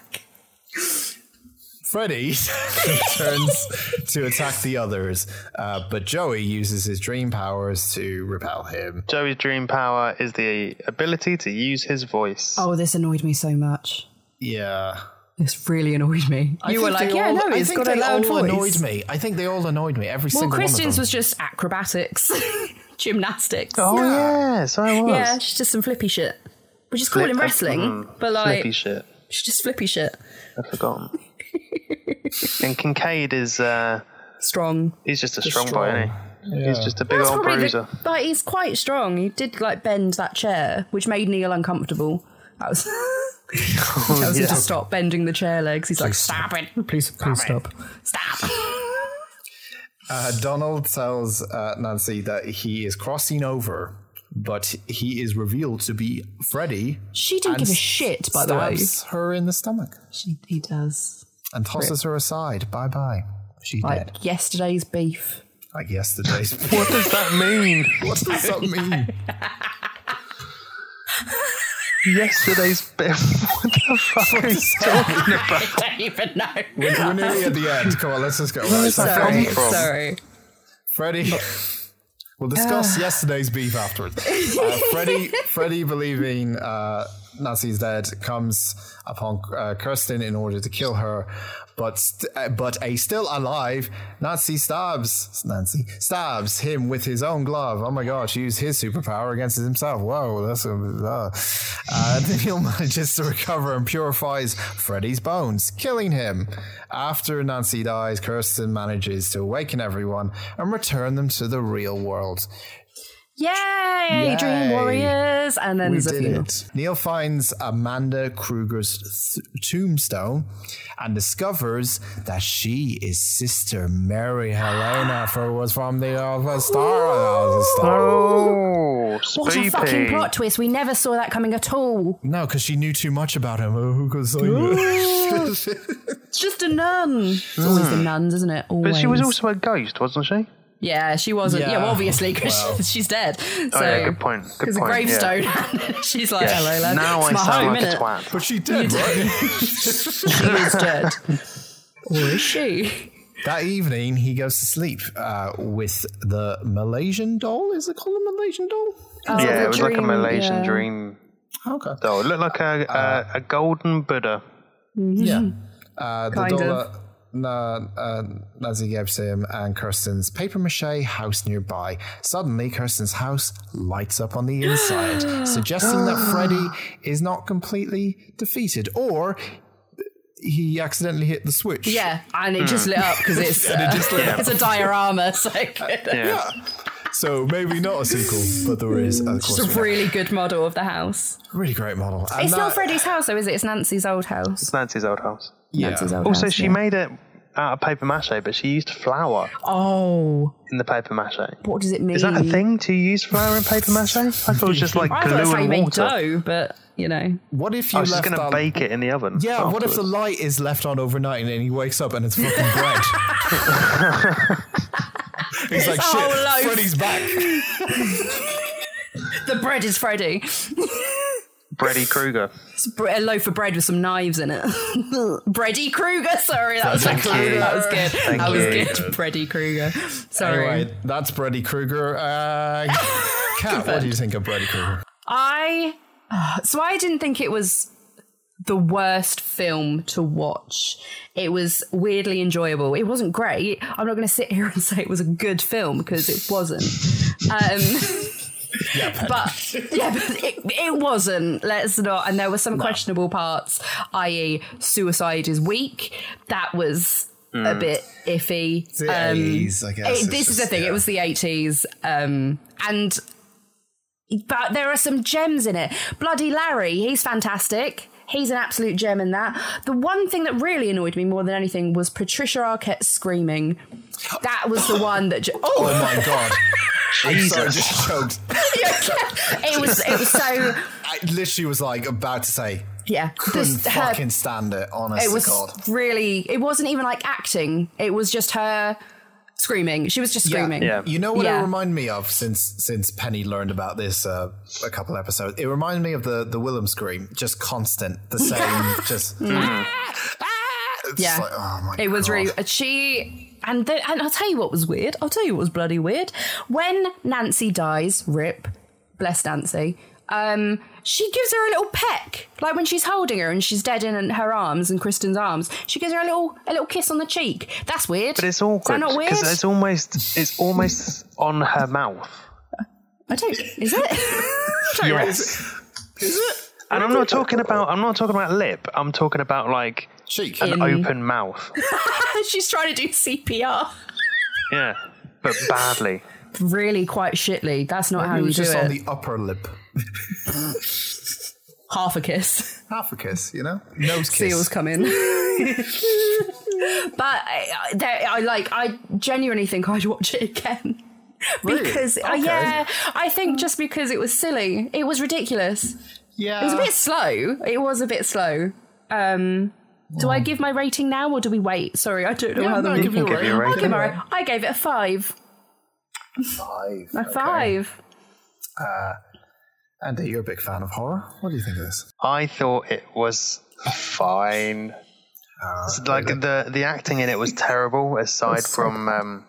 [SPEAKER 2] Freddy turns to attack the others, uh, but Joey uses his dream powers to repel him.
[SPEAKER 4] Joey's dream power is the ability to use his voice.
[SPEAKER 3] Oh, this annoyed me so much.
[SPEAKER 2] Yeah.
[SPEAKER 3] This really annoyed me.
[SPEAKER 2] I
[SPEAKER 3] you
[SPEAKER 2] think
[SPEAKER 3] were like,
[SPEAKER 2] they
[SPEAKER 3] yeah,
[SPEAKER 2] all-
[SPEAKER 3] no,
[SPEAKER 2] I
[SPEAKER 3] it's
[SPEAKER 2] think
[SPEAKER 3] got a
[SPEAKER 2] they
[SPEAKER 3] loud
[SPEAKER 2] all
[SPEAKER 3] voice.
[SPEAKER 2] annoyed me. I think they all annoyed me. Every
[SPEAKER 3] Well,
[SPEAKER 2] single
[SPEAKER 3] Christian's
[SPEAKER 2] one
[SPEAKER 3] was
[SPEAKER 2] of them.
[SPEAKER 3] just acrobatics, gymnastics.
[SPEAKER 4] Oh, yeah, so I was.
[SPEAKER 3] Yeah, she's just some flippy shit. Which is cool
[SPEAKER 4] Flip-
[SPEAKER 3] in wrestling,
[SPEAKER 4] mm,
[SPEAKER 3] but like,
[SPEAKER 4] Flippy shit.
[SPEAKER 3] she's just flippy shit.
[SPEAKER 4] I've forgotten. and Kincaid is uh,
[SPEAKER 3] Strong.
[SPEAKER 4] he's just a strong, boy, isn't he? He's just a big
[SPEAKER 3] That's
[SPEAKER 4] old
[SPEAKER 3] probably
[SPEAKER 4] bruiser.
[SPEAKER 3] the, like he's quite strong. He did like bend that chair, which made Neil uncomfortable. That was tells him to stop bending the chair legs. He's like, stop it,
[SPEAKER 2] Please, please stop.
[SPEAKER 3] stop.
[SPEAKER 2] Uh, Donald tells uh, Nancy that he is crossing over, but he is revealed to be Freddy.
[SPEAKER 3] She didn't give a shit, by the way.
[SPEAKER 2] Stabs her in the stomach
[SPEAKER 3] She, he does.
[SPEAKER 2] and tosses her aside. Bye bye. She
[SPEAKER 3] Like
[SPEAKER 2] dead.
[SPEAKER 3] yesterday's beef.
[SPEAKER 2] Like yesterday's.
[SPEAKER 4] What does that mean?
[SPEAKER 2] what does that mean?
[SPEAKER 4] Yesterday's bit. what the fuck are you talking about?
[SPEAKER 3] I don't even know.
[SPEAKER 2] We're nearly at the end. Come on, let's just go. So
[SPEAKER 3] Sorry,
[SPEAKER 2] Freddy,
[SPEAKER 4] from?
[SPEAKER 3] sorry.
[SPEAKER 2] Freddy. We'll discuss yesterday's beef afterwards. Uh, Freddy, Freddy believing uh, Nancy's dead, comes upon uh, Kirsten in order to kill her, but st- uh, but a still alive Nancy stabs Nancy stabs him with his own glove. Oh my god, she used his superpower against himself. Whoa, that's a, uh. uh, the mule manages to recover and purifies Freddy's bones, killing him. After Nancy dies, Kirsten manages to awaken everyone and return them to the real world.
[SPEAKER 3] Yay,
[SPEAKER 2] Yay.
[SPEAKER 3] Dream Warriors! And then
[SPEAKER 2] We
[SPEAKER 3] there's a
[SPEAKER 2] did
[SPEAKER 3] funeral.
[SPEAKER 2] it. Neil finds Amanda Kruger's th- tombstone and discovers that she is Sister Mary Helena, for was from the other star. the star.
[SPEAKER 4] Oh,
[SPEAKER 3] What
[SPEAKER 4] spoopy.
[SPEAKER 3] a fucking plot twist. We never saw that coming at all.
[SPEAKER 2] No, because she knew too much about him. Oh, who goes like
[SPEAKER 3] It's just a nun. It's always the nuns, isn't it? Always.
[SPEAKER 4] Hmm. But she was also a ghost, wasn't she? Oh,
[SPEAKER 3] Yeah, she wasn't. Yeah,
[SPEAKER 2] Yeah.
[SPEAKER 3] well, obviously, because
[SPEAKER 2] Well.
[SPEAKER 3] she's dead. So,
[SPEAKER 4] oh, yeah, good point. Good
[SPEAKER 3] Because a
[SPEAKER 4] point.
[SPEAKER 3] gravestone. she's like,
[SPEAKER 4] Yeah.
[SPEAKER 3] hello, lad.
[SPEAKER 4] now
[SPEAKER 3] it's
[SPEAKER 4] I
[SPEAKER 3] my
[SPEAKER 4] sound
[SPEAKER 3] home,
[SPEAKER 4] like a
[SPEAKER 3] innit?"
[SPEAKER 4] twat.
[SPEAKER 2] But she did, right?
[SPEAKER 3] She is dead. or is she?
[SPEAKER 2] that evening, he goes to sleep uh, with the Malaysian doll. Is it called a Malaysian doll?
[SPEAKER 4] yeah, it was like a
[SPEAKER 3] Oh, dream,
[SPEAKER 4] Malaysian
[SPEAKER 3] yeah.
[SPEAKER 4] dream
[SPEAKER 2] Okay.
[SPEAKER 4] doll. It looked like a, a, a golden Buddha.
[SPEAKER 2] Yeah. Uh, the
[SPEAKER 3] Kind
[SPEAKER 2] dollar
[SPEAKER 3] of.
[SPEAKER 2] na, uh, Nazi gives him and Kirsten's paper mache house nearby. Suddenly, Kirsten's house lights up on the inside, suggesting that Freddy is not completely defeated or he accidentally hit the switch.
[SPEAKER 3] Yeah, and
[SPEAKER 4] Hmm.
[SPEAKER 3] it just lit up because it's
[SPEAKER 2] And it
[SPEAKER 3] uh,
[SPEAKER 2] just lit up.
[SPEAKER 3] it's a diorama, so
[SPEAKER 4] Yeah.
[SPEAKER 2] So maybe not a sequel, but there is, of course,
[SPEAKER 3] it's a
[SPEAKER 2] we know.
[SPEAKER 3] really good model of the house.
[SPEAKER 2] really great model. And uh,
[SPEAKER 3] It's not
[SPEAKER 2] that-
[SPEAKER 3] Freddy's house, though, is it? It's Nancy's old house.
[SPEAKER 4] It's Nancy's old house.
[SPEAKER 3] Nancy's old
[SPEAKER 4] Also,
[SPEAKER 3] house,
[SPEAKER 4] she
[SPEAKER 3] yeah.
[SPEAKER 4] made it out of paper mache, but she used flour
[SPEAKER 3] Oh,
[SPEAKER 4] in the paper mache.
[SPEAKER 3] what does it mean?
[SPEAKER 4] Is that
[SPEAKER 2] Mm.
[SPEAKER 4] a thing to use flour in paper mache? I thought it was just like
[SPEAKER 3] I thought
[SPEAKER 4] glue
[SPEAKER 3] that's how you
[SPEAKER 4] and
[SPEAKER 3] make
[SPEAKER 4] water.
[SPEAKER 3] dough, but you know,
[SPEAKER 2] What if
[SPEAKER 4] I
[SPEAKER 2] you
[SPEAKER 4] was just
[SPEAKER 2] left
[SPEAKER 4] going to
[SPEAKER 2] on-
[SPEAKER 4] bake it in the oven.
[SPEAKER 2] Yeah, what if the
[SPEAKER 4] afterwards.
[SPEAKER 2] light is left on overnight and then he wakes up and it's fucking bread? He's like,
[SPEAKER 3] whole
[SPEAKER 2] shit,
[SPEAKER 3] loaf."
[SPEAKER 2] Freddy's back.
[SPEAKER 3] the bread is Freddy.
[SPEAKER 4] Freddy Krueger?
[SPEAKER 3] It's bre- a loaf of bread with some knives in it. Freddy Krueger. Sorry, that was
[SPEAKER 4] Thank
[SPEAKER 3] like
[SPEAKER 4] you.
[SPEAKER 3] that was good.
[SPEAKER 4] Thank
[SPEAKER 3] that was
[SPEAKER 4] you.
[SPEAKER 3] good. Freddy Krueger. Sorry.
[SPEAKER 2] Anyway, that's Freddy Krueger. Uh, Kat, what do you think of Freddy Krueger?
[SPEAKER 3] I so I didn't think it was the worst film to watch. It was weirdly enjoyable. It wasn't great. I'm not going to sit here and say it was a good film because it wasn't. Um, but yeah, but it, it wasn't. Let's not. And there were some questionable parts, i.e., suicide is weak. That was a bit iffy.
[SPEAKER 2] the 80s, Um, I guess. It's
[SPEAKER 3] It, this is the
[SPEAKER 2] just-
[SPEAKER 3] thing.
[SPEAKER 2] yeah.
[SPEAKER 3] It was the 80s. Um, and but there are some gems in it. Bloody Larry, he's fantastic. He's an absolute gem in that. The one thing that really annoyed me more than anything was Patricia Arquette screaming. That was the one that. Ju-
[SPEAKER 2] Oh
[SPEAKER 3] oh,
[SPEAKER 2] my god. Jesus. I just choked.
[SPEAKER 3] it was. It was so.
[SPEAKER 2] I literally was like about to say,
[SPEAKER 3] Yeah,
[SPEAKER 2] couldn't
[SPEAKER 3] Just her-
[SPEAKER 2] fucking stand it, honestly.
[SPEAKER 3] it was
[SPEAKER 2] God.
[SPEAKER 3] really. It wasn't even like acting. It was just her screaming. She was just screaming.
[SPEAKER 4] Yeah.
[SPEAKER 2] You know what
[SPEAKER 3] Yeah.
[SPEAKER 2] it reminded me of since since Penny learned about this uh, a couple episodes. It reminded me of the the Willem scream, just constant, the same, just.
[SPEAKER 3] Ah, Mm.
[SPEAKER 2] It's
[SPEAKER 3] Yeah.
[SPEAKER 2] like, oh my
[SPEAKER 3] it was
[SPEAKER 2] God.
[SPEAKER 3] really she and then and I'll tell you what was weird. I'll tell you what was bloody weird. When Nancy dies, rip, bless Nancy. Um, she gives her a little peck, like when she's holding her and she's dead in her arms and Kristen's arms. She gives her a little a little kiss on the cheek. That's weird.
[SPEAKER 4] But it's
[SPEAKER 3] Is
[SPEAKER 4] awkward
[SPEAKER 3] that not weird?
[SPEAKER 4] because it's almost it's almost on her mouth.
[SPEAKER 3] I don't. Is it?
[SPEAKER 4] Yes.
[SPEAKER 2] Is it?
[SPEAKER 4] And I'm not talking about I'm not talking about lip. I'm talking about like
[SPEAKER 2] Cheek.
[SPEAKER 4] an open mouth.
[SPEAKER 3] she's trying to do CPR.
[SPEAKER 4] Yeah, but badly.
[SPEAKER 3] Really, quite shitly. That's not how
[SPEAKER 2] It
[SPEAKER 3] you
[SPEAKER 2] was
[SPEAKER 3] do
[SPEAKER 2] just
[SPEAKER 3] it.
[SPEAKER 2] on the upper lip.
[SPEAKER 3] Half a kiss.
[SPEAKER 2] Half a kiss, you know? Nose kiss.
[SPEAKER 3] seals come in. but I, I- there, I like. I genuinely think I'd watch it again
[SPEAKER 2] Really?
[SPEAKER 3] because uh,
[SPEAKER 2] Okay.
[SPEAKER 3] yeah, I think just because it was silly, it was ridiculous.
[SPEAKER 2] Yeah.
[SPEAKER 3] It was a bit slow. It was a bit slow. Um, do I give my rating now or do we wait? Sorry, I don't know how the
[SPEAKER 2] Hmm. no, give
[SPEAKER 4] You
[SPEAKER 2] you
[SPEAKER 4] can give you a
[SPEAKER 2] a
[SPEAKER 3] I'll
[SPEAKER 4] rating.
[SPEAKER 3] give her a- I gave it a five.
[SPEAKER 2] five.
[SPEAKER 3] A five.
[SPEAKER 2] Andy, you're a big fan of horror. What do you think of this?
[SPEAKER 4] I thought it was fine. It's like the the acting in it was terrible, aside from um,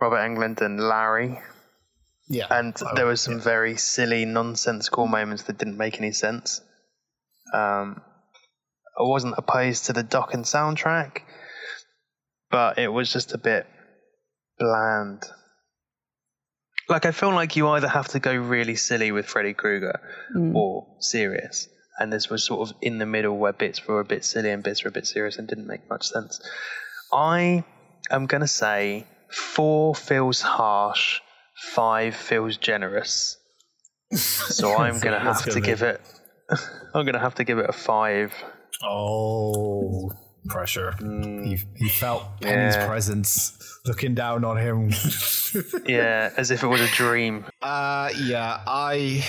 [SPEAKER 4] Robert Englund and Larry.
[SPEAKER 2] Yeah.
[SPEAKER 4] and
[SPEAKER 2] I
[SPEAKER 4] there
[SPEAKER 2] would-
[SPEAKER 4] were some very silly, nonsensical moments that didn't make any sense. Um, I wasn't opposed to the Dokken soundtrack, but it was just a bit bland. Like I feel like you either have to go really silly with Freddy Krueger
[SPEAKER 2] Mm.
[SPEAKER 4] or serious, and this was sort of in the middle where bits were a bit silly and bits were a bit serious and didn't make much sense. I am gonna say four feels harsh, five feels generous. So I'm gonna
[SPEAKER 2] Let's
[SPEAKER 4] have
[SPEAKER 2] go
[SPEAKER 4] to
[SPEAKER 2] there.
[SPEAKER 4] give it. I'm gonna have to give it a five.
[SPEAKER 2] Oh, pressure. He, he felt Penny's
[SPEAKER 4] Mm. Yeah.
[SPEAKER 2] presence looking down on him.
[SPEAKER 4] Yeah, as if it was a dream.
[SPEAKER 2] uh, yeah, I,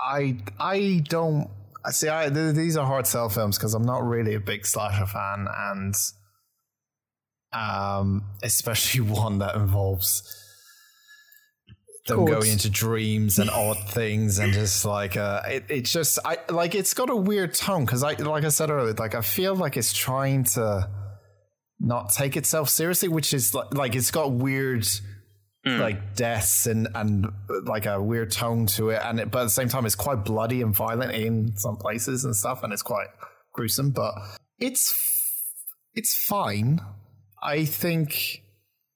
[SPEAKER 2] I, I don't. I See, I, th- these are hard sell films because I'm not really a big slasher fan, and um, especially one that involves them going into dreams and odd things and just like uh it, it's just i like it's got a weird tone because i like i said earlier like i feel like it's trying to not take itself seriously which is like, like it's got weird like deaths and and like a weird tone to it and it, but at the same time it's quite bloody and violent in some places and stuff and it's quite gruesome but it's f- it's fine i think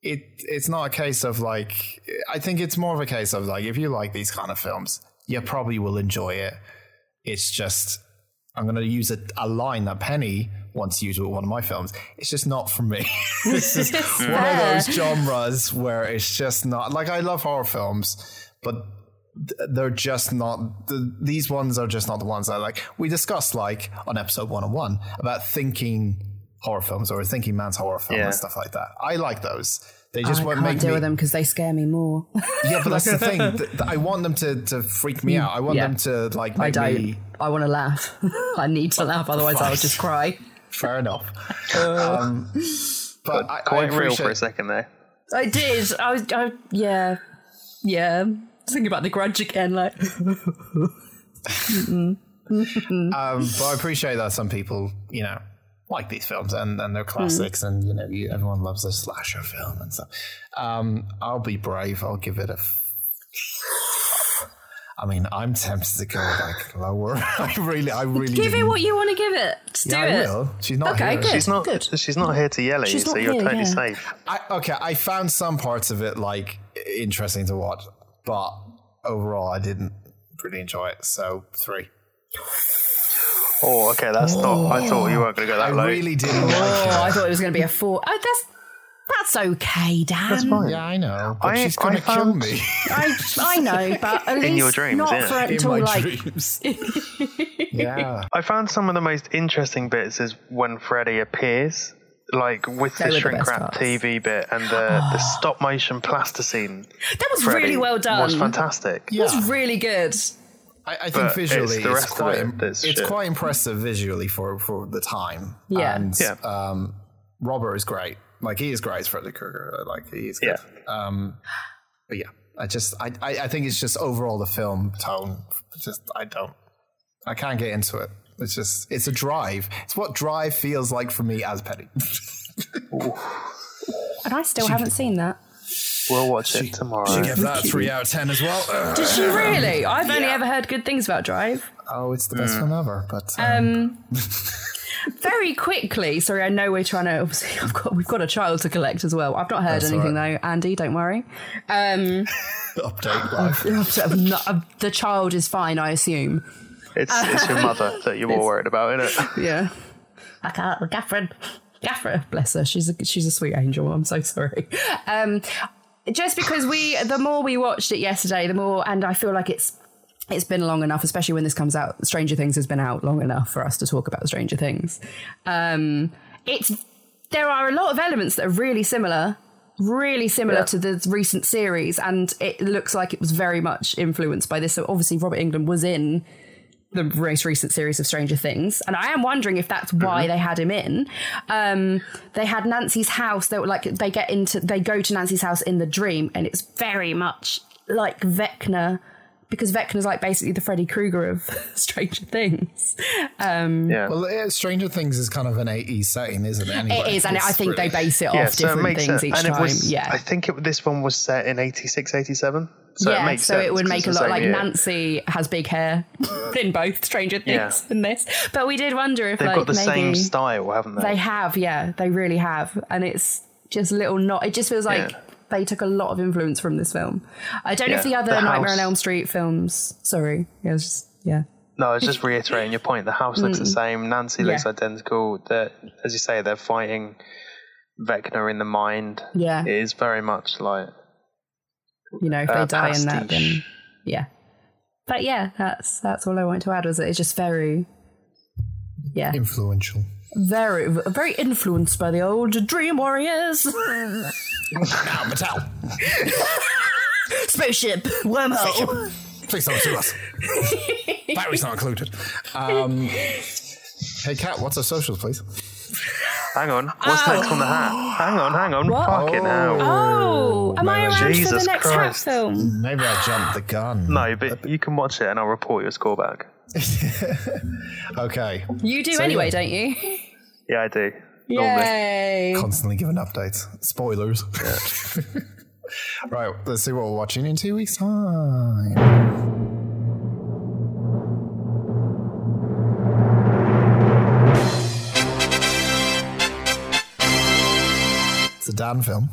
[SPEAKER 2] it it's not a case of like I think it's more of a case of like if you like these kind of films, you probably will enjoy it. It's just I'm gonna use a, a line that Penny once used with one of my films. It's just not for me. this is one of those genres where it's just not like I love horror films, but th- they're just not the, these ones are just not the ones that like we discussed like on episode 101 about thinking horror films or a thinking man's horror film
[SPEAKER 4] Yeah.
[SPEAKER 2] and stuff like that i like those they
[SPEAKER 3] I
[SPEAKER 2] just won't
[SPEAKER 3] can't
[SPEAKER 2] make
[SPEAKER 3] deal
[SPEAKER 2] me
[SPEAKER 3] with them because they scare me more.
[SPEAKER 2] yeah but that's the thing th- th- i want them to, to freak me out i want
[SPEAKER 3] Yeah.
[SPEAKER 2] them to like make
[SPEAKER 3] I don't.
[SPEAKER 2] me
[SPEAKER 3] I want to laugh. I need to laugh, otherwise I'll just cry.
[SPEAKER 2] fair enough
[SPEAKER 3] Uh,
[SPEAKER 2] um, but I, I
[SPEAKER 4] Quite real
[SPEAKER 2] appreciate
[SPEAKER 4] for a second there.
[SPEAKER 3] I did. I was. I, yeah. Yeah. Thinking about the grudge again, like
[SPEAKER 2] um, but I appreciate that some people, you know, like these films and, and they're
[SPEAKER 3] Hmm.
[SPEAKER 2] classics, and you know, you, everyone loves a slasher film and stuff. Um, I'll be brave. I'll give it a. F- I mean, I'm tempted to go like lower. I really, I really
[SPEAKER 3] give it
[SPEAKER 2] didn't-
[SPEAKER 3] what you want to give it. Just do
[SPEAKER 2] Yeah, I
[SPEAKER 3] it.
[SPEAKER 2] will. She's not
[SPEAKER 3] Okay,
[SPEAKER 2] here.
[SPEAKER 3] good.
[SPEAKER 4] She's not.
[SPEAKER 3] Good.
[SPEAKER 4] She's not here to yell at
[SPEAKER 3] She's
[SPEAKER 4] you, so
[SPEAKER 3] not
[SPEAKER 4] you're
[SPEAKER 3] here,
[SPEAKER 4] totally
[SPEAKER 3] yeah.
[SPEAKER 4] safe.
[SPEAKER 2] I, okay, I found some parts of it like interesting to watch, but overall, I didn't really enjoy it. So three.
[SPEAKER 4] Oh, okay, that's not. I thought you weren't going to go that
[SPEAKER 2] I
[SPEAKER 4] low.
[SPEAKER 2] really didn't.
[SPEAKER 3] Oh,
[SPEAKER 2] like it.
[SPEAKER 3] I thought it was going to be a four. Oh, that's that's okay, Dan.
[SPEAKER 2] Yeah, I know. But
[SPEAKER 4] I-
[SPEAKER 2] she's
[SPEAKER 4] I
[SPEAKER 2] gonna kill
[SPEAKER 4] found-
[SPEAKER 2] me
[SPEAKER 3] I I know, but at least
[SPEAKER 4] your dreams,
[SPEAKER 3] not
[SPEAKER 4] yeah.
[SPEAKER 3] for
[SPEAKER 2] in
[SPEAKER 3] until
[SPEAKER 2] my
[SPEAKER 3] like
[SPEAKER 2] dreams. yeah.
[SPEAKER 4] I found some of the most interesting bits is when Freddy appears, like with
[SPEAKER 3] were
[SPEAKER 4] the
[SPEAKER 3] the
[SPEAKER 4] shrink
[SPEAKER 3] best
[SPEAKER 4] wrap
[SPEAKER 3] parts.
[SPEAKER 4] TV bit and the, the stop motion plasticine.
[SPEAKER 3] that was
[SPEAKER 4] Freddy
[SPEAKER 3] really well done.
[SPEAKER 4] Was fantastic.
[SPEAKER 2] Yeah.
[SPEAKER 3] It was really good.
[SPEAKER 2] I, I
[SPEAKER 4] But
[SPEAKER 2] think
[SPEAKER 4] it's
[SPEAKER 2] visually
[SPEAKER 4] the
[SPEAKER 2] it's,
[SPEAKER 4] rest of
[SPEAKER 2] quite
[SPEAKER 4] it
[SPEAKER 2] im-
[SPEAKER 4] that's
[SPEAKER 2] it's
[SPEAKER 4] shit.
[SPEAKER 2] quite impressive visually for, for the time.
[SPEAKER 3] Yeah.
[SPEAKER 2] And
[SPEAKER 4] Yeah.
[SPEAKER 2] um Robert is great. Like he is great as Freddy Krueger. Like he is good. Um but yeah. I just I, I, I think it's just overall the film tone. Just I don't I can't get into it. It's just it's a drive. It's what drive feels like for me as Petty.
[SPEAKER 3] And I still haven't seen that.
[SPEAKER 4] We'll watch it tomorrow.
[SPEAKER 2] that three out of ten as well.
[SPEAKER 3] Did she really? I've only ever heard good things about Drive.
[SPEAKER 2] Oh, it's the best
[SPEAKER 4] Mm.
[SPEAKER 2] film ever. But um,
[SPEAKER 3] Um, very quickly, sorry, I know we're trying to. Obviously, I've got we've got a child to collect as well. I've not heard
[SPEAKER 2] That's
[SPEAKER 3] anything though, Andy. Don't worry. Um,
[SPEAKER 2] update live.
[SPEAKER 3] I'm not- I'm- the child is fine, I assume.
[SPEAKER 4] It's,
[SPEAKER 3] Uh,
[SPEAKER 4] it's your mother that you're all worried about, isn't it?
[SPEAKER 3] Yeah. I can't, uh, Catherine. Catherine, bless her. She's a she's a sweet angel. I'm so sorry. Um, just because we, the more we watched it yesterday, the more, and I feel like it's it's been long enough, especially when this comes out. Stranger Things has been out long enough for us to talk about Stranger Things. Um, it's there are a lot of elements that are really similar, really similar
[SPEAKER 4] Yeah.
[SPEAKER 3] to the recent series, and it looks like it was very much influenced by this. So obviously, Robert England was in the most recent series of Stranger Things, and I am wondering if that's why they had him in. Um, they had Nancy's house. They were like they get into they go to Nancy's house in the dream, and it's very much like Vecna because Vecna's like basically the Freddy Krueger of Stranger Things.
[SPEAKER 4] Yeah.
[SPEAKER 2] Well, yeah, Stranger Things is kind of an 80s setting, isn't it? Anyway,
[SPEAKER 3] It is, and
[SPEAKER 2] It's
[SPEAKER 3] I think
[SPEAKER 2] really-
[SPEAKER 3] they base it
[SPEAKER 4] yeah,
[SPEAKER 3] off different things
[SPEAKER 4] sense.
[SPEAKER 3] each
[SPEAKER 4] and
[SPEAKER 3] time.
[SPEAKER 4] it was,
[SPEAKER 3] yeah,
[SPEAKER 4] I think it, this one was set in 86, 87. So
[SPEAKER 3] yeah,
[SPEAKER 4] it makes
[SPEAKER 3] so
[SPEAKER 4] sense
[SPEAKER 3] it would
[SPEAKER 4] 'cause
[SPEAKER 3] make a
[SPEAKER 4] it's the
[SPEAKER 3] lot
[SPEAKER 4] same
[SPEAKER 3] like
[SPEAKER 4] year.
[SPEAKER 3] Nancy has big hair in both Stranger Things
[SPEAKER 4] Yeah.
[SPEAKER 3] and this. But we did wonder if
[SPEAKER 4] They've
[SPEAKER 3] like
[SPEAKER 4] got the same
[SPEAKER 3] maybe
[SPEAKER 4] style, haven't they?
[SPEAKER 3] they have, yeah, they really have, and it's just little not. It just feels like
[SPEAKER 4] Yeah.
[SPEAKER 3] they took a lot of influence from this film. I don't know if the
[SPEAKER 4] Yeah,
[SPEAKER 3] other
[SPEAKER 4] the
[SPEAKER 3] Nightmare on
[SPEAKER 4] house.
[SPEAKER 3] Elm Street films. Sorry, yeah, it was just, yeah.
[SPEAKER 4] No, I was just reiterating your point. The house looks the same. Nancy
[SPEAKER 3] Mm.
[SPEAKER 4] looks
[SPEAKER 3] Yeah.
[SPEAKER 4] identical. They're, as you say, they're fighting Vecna in the mind.
[SPEAKER 3] Yeah.
[SPEAKER 4] It is very much like
[SPEAKER 3] you know, if
[SPEAKER 4] uh,
[SPEAKER 3] they die in that, then
[SPEAKER 4] pastiche.
[SPEAKER 3] yeah. But yeah, that's that's all I wanted to add was that it's just very, yeah,
[SPEAKER 9] Influential.
[SPEAKER 3] very very influenced by the old Dream Warriors
[SPEAKER 2] Now, Mattel,
[SPEAKER 3] spaceship wormhole.
[SPEAKER 9] Please don't sue us. Barry's not included. Um, hey, Kat, what's our socials, please?
[SPEAKER 4] Hang on, what's next on the hat? Hang on, hang on. Fucking hell.
[SPEAKER 3] Oh, am I around for
[SPEAKER 4] Jesus
[SPEAKER 3] the next hat
[SPEAKER 4] Christ.
[SPEAKER 3] film?
[SPEAKER 2] maybe I jumped the gun.
[SPEAKER 4] No, but you can watch it and I'll report your score back.
[SPEAKER 2] Okay.
[SPEAKER 3] You do anyway, don't you?
[SPEAKER 4] Yeah, I do. Normally.
[SPEAKER 3] Yay!
[SPEAKER 2] Constantly giving updates. Spoilers. right, let's see what we're watching in two weeks' time. It's a Dan film.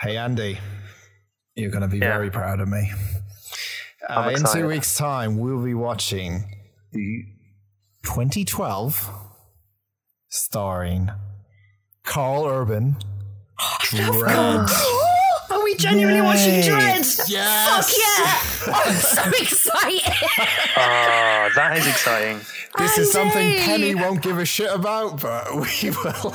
[SPEAKER 2] Hey, Andy. You're going to be
[SPEAKER 4] Yeah.
[SPEAKER 2] very proud of me.
[SPEAKER 4] I'm
[SPEAKER 2] Uh, in
[SPEAKER 4] excited.
[SPEAKER 2] two weeks' time, we'll be watching 2012, starring Carl Urban. Dread.
[SPEAKER 3] Are we genuinely watching Dread?
[SPEAKER 2] Yes!
[SPEAKER 3] Yeah, I'm so excited.
[SPEAKER 4] Ah, that is exciting.
[SPEAKER 2] This is something
[SPEAKER 3] Andy!
[SPEAKER 2] Penny won't give a shit about, but we will.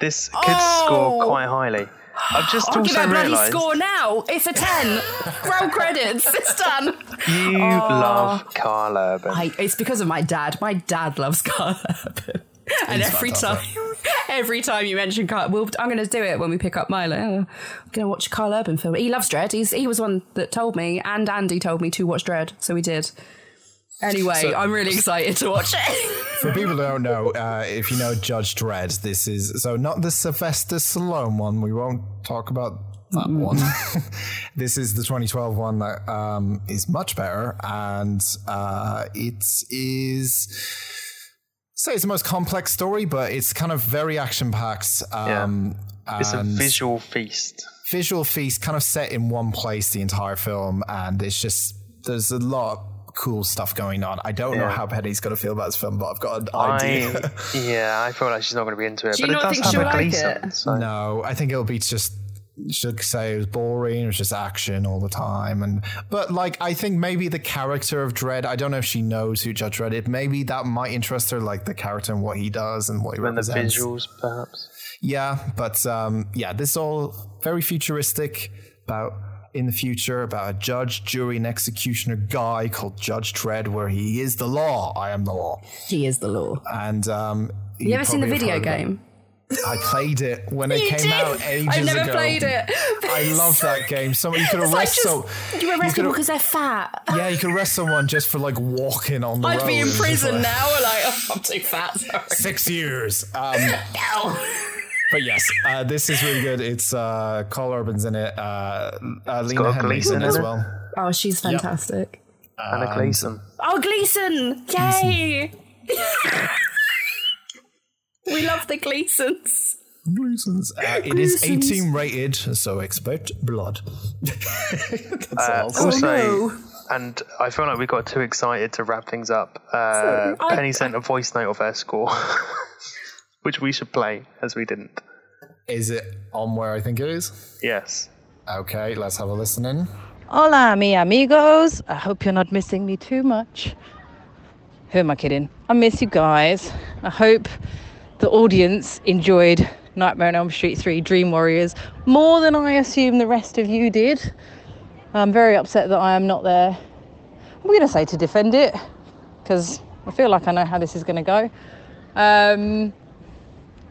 [SPEAKER 4] This could
[SPEAKER 3] Oh.
[SPEAKER 4] score quite highly. I've just
[SPEAKER 3] I'll give
[SPEAKER 4] also
[SPEAKER 3] our bloody
[SPEAKER 4] realised
[SPEAKER 3] score now. It's a ten. Roll credits. It's done.
[SPEAKER 4] you love Carl Urban.
[SPEAKER 3] Oh. I, it's because of my dad. My dad loves Carl Urban. And every time, every time you mention Carl, we'll, I'm going to do it when we pick up Milo. Oh, I'm going to watch a Carl Urban film. He loves Dread. He's, he was one that told me, and Andy told me to watch Dread, so we did. Anyway,
[SPEAKER 2] So-
[SPEAKER 3] I'm really excited to watch it.
[SPEAKER 2] For people who don't know, uh, if you know Judge Dredd, this is so not the Sylvester Stallone one. We won't talk about that one. this is the 2012 one that um, is much better, and uh, it is. Say it's the most complex story, but it's kind of very action packed. Um,
[SPEAKER 4] it's a
[SPEAKER 2] and-
[SPEAKER 4] visual feast.
[SPEAKER 2] visual feast kind of set in one place the entire film and it's just there's a lot of cool stuff going on i don't know how penny's going to feel about this film but i've got an idea
[SPEAKER 4] I, yeah, I feel like she's not going to be into it.
[SPEAKER 3] Do you
[SPEAKER 4] but
[SPEAKER 3] not
[SPEAKER 4] it does
[SPEAKER 3] think
[SPEAKER 4] have
[SPEAKER 3] she'll
[SPEAKER 4] a
[SPEAKER 3] like
[SPEAKER 4] Gleason.
[SPEAKER 3] it?
[SPEAKER 4] So.
[SPEAKER 2] no i think it'll be just should say it was boring it was just action all the time and but like i think maybe the character of dread i don't know if she knows who judge dread is maybe that might interest her like the character and what he does and what he
[SPEAKER 4] And the
[SPEAKER 2] represents
[SPEAKER 4] visuals, perhaps.
[SPEAKER 2] Yeah, but um, yeah, this is all very futuristic about in the future about a judge, jury, and executioner guy called Judge Dredd, where he is the law. I am the law,
[SPEAKER 3] he is the law.
[SPEAKER 2] and um,
[SPEAKER 3] you ever seen the
[SPEAKER 2] probably have
[SPEAKER 3] video
[SPEAKER 2] heard of it.
[SPEAKER 3] game?
[SPEAKER 2] I played it when it
[SPEAKER 3] You
[SPEAKER 2] came
[SPEAKER 3] did?
[SPEAKER 2] out ages
[SPEAKER 3] I've never
[SPEAKER 2] ago.
[SPEAKER 3] played it.
[SPEAKER 2] I love that game. So you could
[SPEAKER 3] It's
[SPEAKER 2] arrest
[SPEAKER 3] like just-
[SPEAKER 2] so
[SPEAKER 3] you arrest
[SPEAKER 2] could-
[SPEAKER 3] people because they're fat.
[SPEAKER 2] yeah, you could arrest someone just for like walking on the road.
[SPEAKER 3] I'd be in
[SPEAKER 2] It's just
[SPEAKER 3] prison
[SPEAKER 2] like,
[SPEAKER 3] now. Like oh, I'm too fat. Sorry.
[SPEAKER 2] Six years. Um,
[SPEAKER 3] Ow.
[SPEAKER 2] But yes, uh, this is really good. It's uh, Carl Urban's in it. Uh, uh, Lena
[SPEAKER 4] got
[SPEAKER 2] Henriksen
[SPEAKER 4] Gleason
[SPEAKER 2] as
[SPEAKER 4] in it.
[SPEAKER 2] well.
[SPEAKER 3] Oh, she's fantastic.
[SPEAKER 4] Anna Gleason.
[SPEAKER 3] Oh, Gleason! Yay! we love the Gleasons.
[SPEAKER 2] Uh, it is 18 rated, so expect blood.
[SPEAKER 4] Uh, also,
[SPEAKER 3] Oh,
[SPEAKER 4] and I feel like we got too excited to wrap things up. Uh,
[SPEAKER 3] I-
[SPEAKER 4] Penny sent a voice note of her score, which we should play, as we didn't.
[SPEAKER 2] Is it on where I think it is?
[SPEAKER 4] Yes.
[SPEAKER 2] Okay, let's have a listen in.
[SPEAKER 10] Hola, mi amigos. I hope you're not missing me too much. Who am I kidding? I miss you guys. I hope the audience enjoyed Nightmare on Elm Street 3 Dream Warriors more than I assume the rest of you did. I'm very upset that I am not there. I'm going to say to defend it because I feel like I know how this is going to go. Um,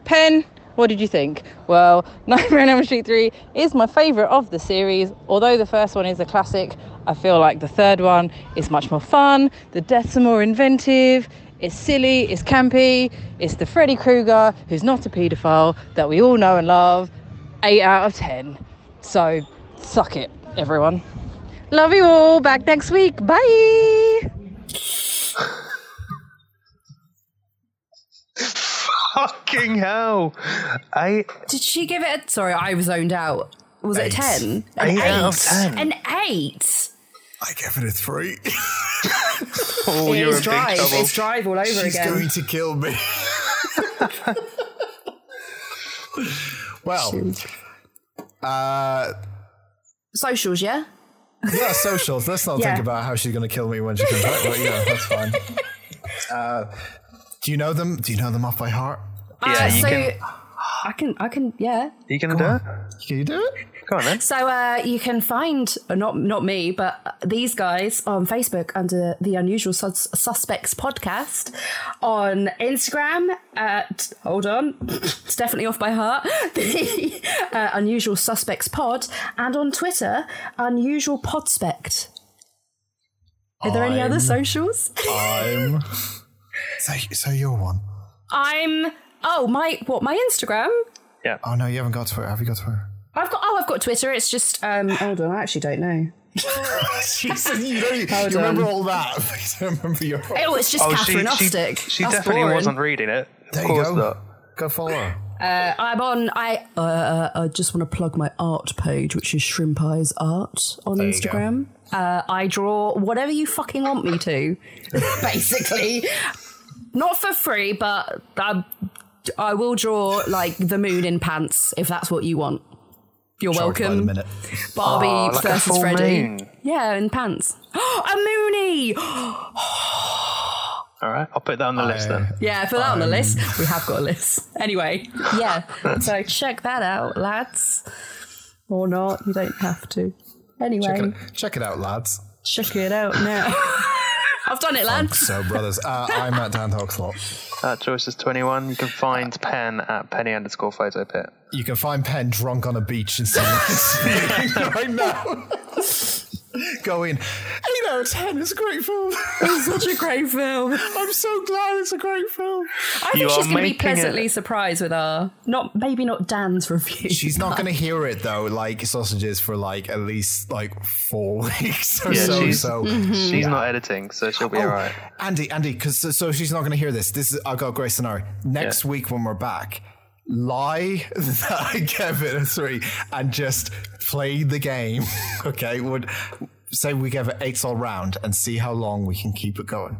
[SPEAKER 10] Pen, what did you think? Well, Nightmare on Elm Street 3 is my favourite of the series. Although the first one is a classic, I feel like the third one is much more fun. The deaths are more inventive. It's silly, it's campy, it's the Freddy Krueger, who's not a paedophile, that we all know and love. 8 out of 10. So, suck it, everyone. Love you all. Back next week. Bye.
[SPEAKER 4] Fucking hell. I
[SPEAKER 3] Did she give it? A, sorry, I was zoned out. Was it a
[SPEAKER 2] Eight.
[SPEAKER 3] ten?
[SPEAKER 4] Eight out of 10.
[SPEAKER 3] An eight.
[SPEAKER 2] I gave it a three.
[SPEAKER 4] Oh, you're in
[SPEAKER 3] it's
[SPEAKER 4] big
[SPEAKER 3] drive.
[SPEAKER 4] trouble.
[SPEAKER 3] It's drive all over
[SPEAKER 2] She's
[SPEAKER 3] again.
[SPEAKER 2] going to kill me. well, uh,
[SPEAKER 3] Socials, yeah.
[SPEAKER 2] yeah, socials. Let's not
[SPEAKER 3] Yeah.
[SPEAKER 2] think about how she's going to kill me when she comes back. But yeah, that's fine. Uh, do you know them? Do you know them off by heart?
[SPEAKER 3] uh,
[SPEAKER 4] Yeah, you
[SPEAKER 3] so
[SPEAKER 4] can-
[SPEAKER 3] I can, I can, yeah.
[SPEAKER 4] You gonna do it?
[SPEAKER 2] Can you do it?
[SPEAKER 4] Go on then.
[SPEAKER 3] So uh, you can find uh, not not me, but uh, these guys on Facebook under the Unusual Sus- Suspects podcast, on Instagram at hold on, it's definitely off by heart. The uh, Unusual Suspects Pod, and on Twitter, Unusual Podspect. Are there any other
[SPEAKER 2] I'm-
[SPEAKER 3] socials?
[SPEAKER 2] I'm. So, so you're one.
[SPEAKER 3] I'm oh my what my Instagram.
[SPEAKER 2] Oh no, you haven't got Twitter. Have you got Twitter?
[SPEAKER 3] I've got oh I've got Twitter. It's just um hold on, I actually don't know.
[SPEAKER 2] Jesus, you, don't, you remember all that? but you don't remember your.
[SPEAKER 3] Oh, it's just
[SPEAKER 4] Oh, she,
[SPEAKER 3] Catherine
[SPEAKER 4] she,
[SPEAKER 3] Ostick.
[SPEAKER 4] she
[SPEAKER 3] That's
[SPEAKER 4] definitely
[SPEAKER 3] boring.
[SPEAKER 4] wasn't reading it.
[SPEAKER 2] There
[SPEAKER 4] of
[SPEAKER 2] you
[SPEAKER 4] course
[SPEAKER 2] go.
[SPEAKER 4] not.
[SPEAKER 2] Go follow. her.
[SPEAKER 3] I'm on. I uh, uh, I just want to plug my art page, which is Shrimp Eyes Art on
[SPEAKER 2] you
[SPEAKER 3] Instagram. Uh, I draw whatever you fucking want me to, basically. Not for free, but I, I will draw like the moon in pants if that's what you want. You're
[SPEAKER 2] Charged by the
[SPEAKER 3] welcome.
[SPEAKER 2] minute.
[SPEAKER 3] Barbie
[SPEAKER 4] Oh, like a
[SPEAKER 3] versus
[SPEAKER 4] full
[SPEAKER 3] Freddy.
[SPEAKER 4] moon.
[SPEAKER 3] Yeah, in pants. a moonie.
[SPEAKER 4] All right, I'll put that on
[SPEAKER 2] Oh,
[SPEAKER 4] the list then.
[SPEAKER 3] Yeah, put that on the list. We have got a list. Um. Anyway, yeah. so check that out, lads. Or not, you don't have to.
[SPEAKER 2] Check
[SPEAKER 3] Anyway,
[SPEAKER 2] it, check it out, lads.
[SPEAKER 3] check it, out now. I've done it, lads.
[SPEAKER 2] So, brothers, uh, I'm at Dan Talkslot.
[SPEAKER 4] At Joyce is 21. You can
[SPEAKER 2] Uh,
[SPEAKER 4] find Pen at penny underscore photo pit.
[SPEAKER 2] You can find Penn drunk on a beach in San right now. Go in. 8 out of 10, it's a great film.
[SPEAKER 3] It's such a great film.
[SPEAKER 2] I'm so glad it's a great film.
[SPEAKER 3] I
[SPEAKER 4] You
[SPEAKER 3] think she's
[SPEAKER 4] are
[SPEAKER 3] going to be
[SPEAKER 4] making
[SPEAKER 3] pleasantly
[SPEAKER 4] it.
[SPEAKER 3] surprised with our not maybe not Dan's review.
[SPEAKER 2] She's not going to hear it, though, like sausages for like at least like four weeks or
[SPEAKER 4] Yeah,
[SPEAKER 2] so.
[SPEAKER 4] she's,
[SPEAKER 2] so
[SPEAKER 4] Mm-hmm.
[SPEAKER 3] Hmm.
[SPEAKER 4] she's not editing, so she'll be
[SPEAKER 3] Oh,
[SPEAKER 4] all right.
[SPEAKER 2] Andy, Andy, because so, so she's not going to hear this. This is I've got a great scenario. Next week when we're back, lie that I gave it a three and just play the game. okay, would say we gave it eights all round and see how long we can keep it going.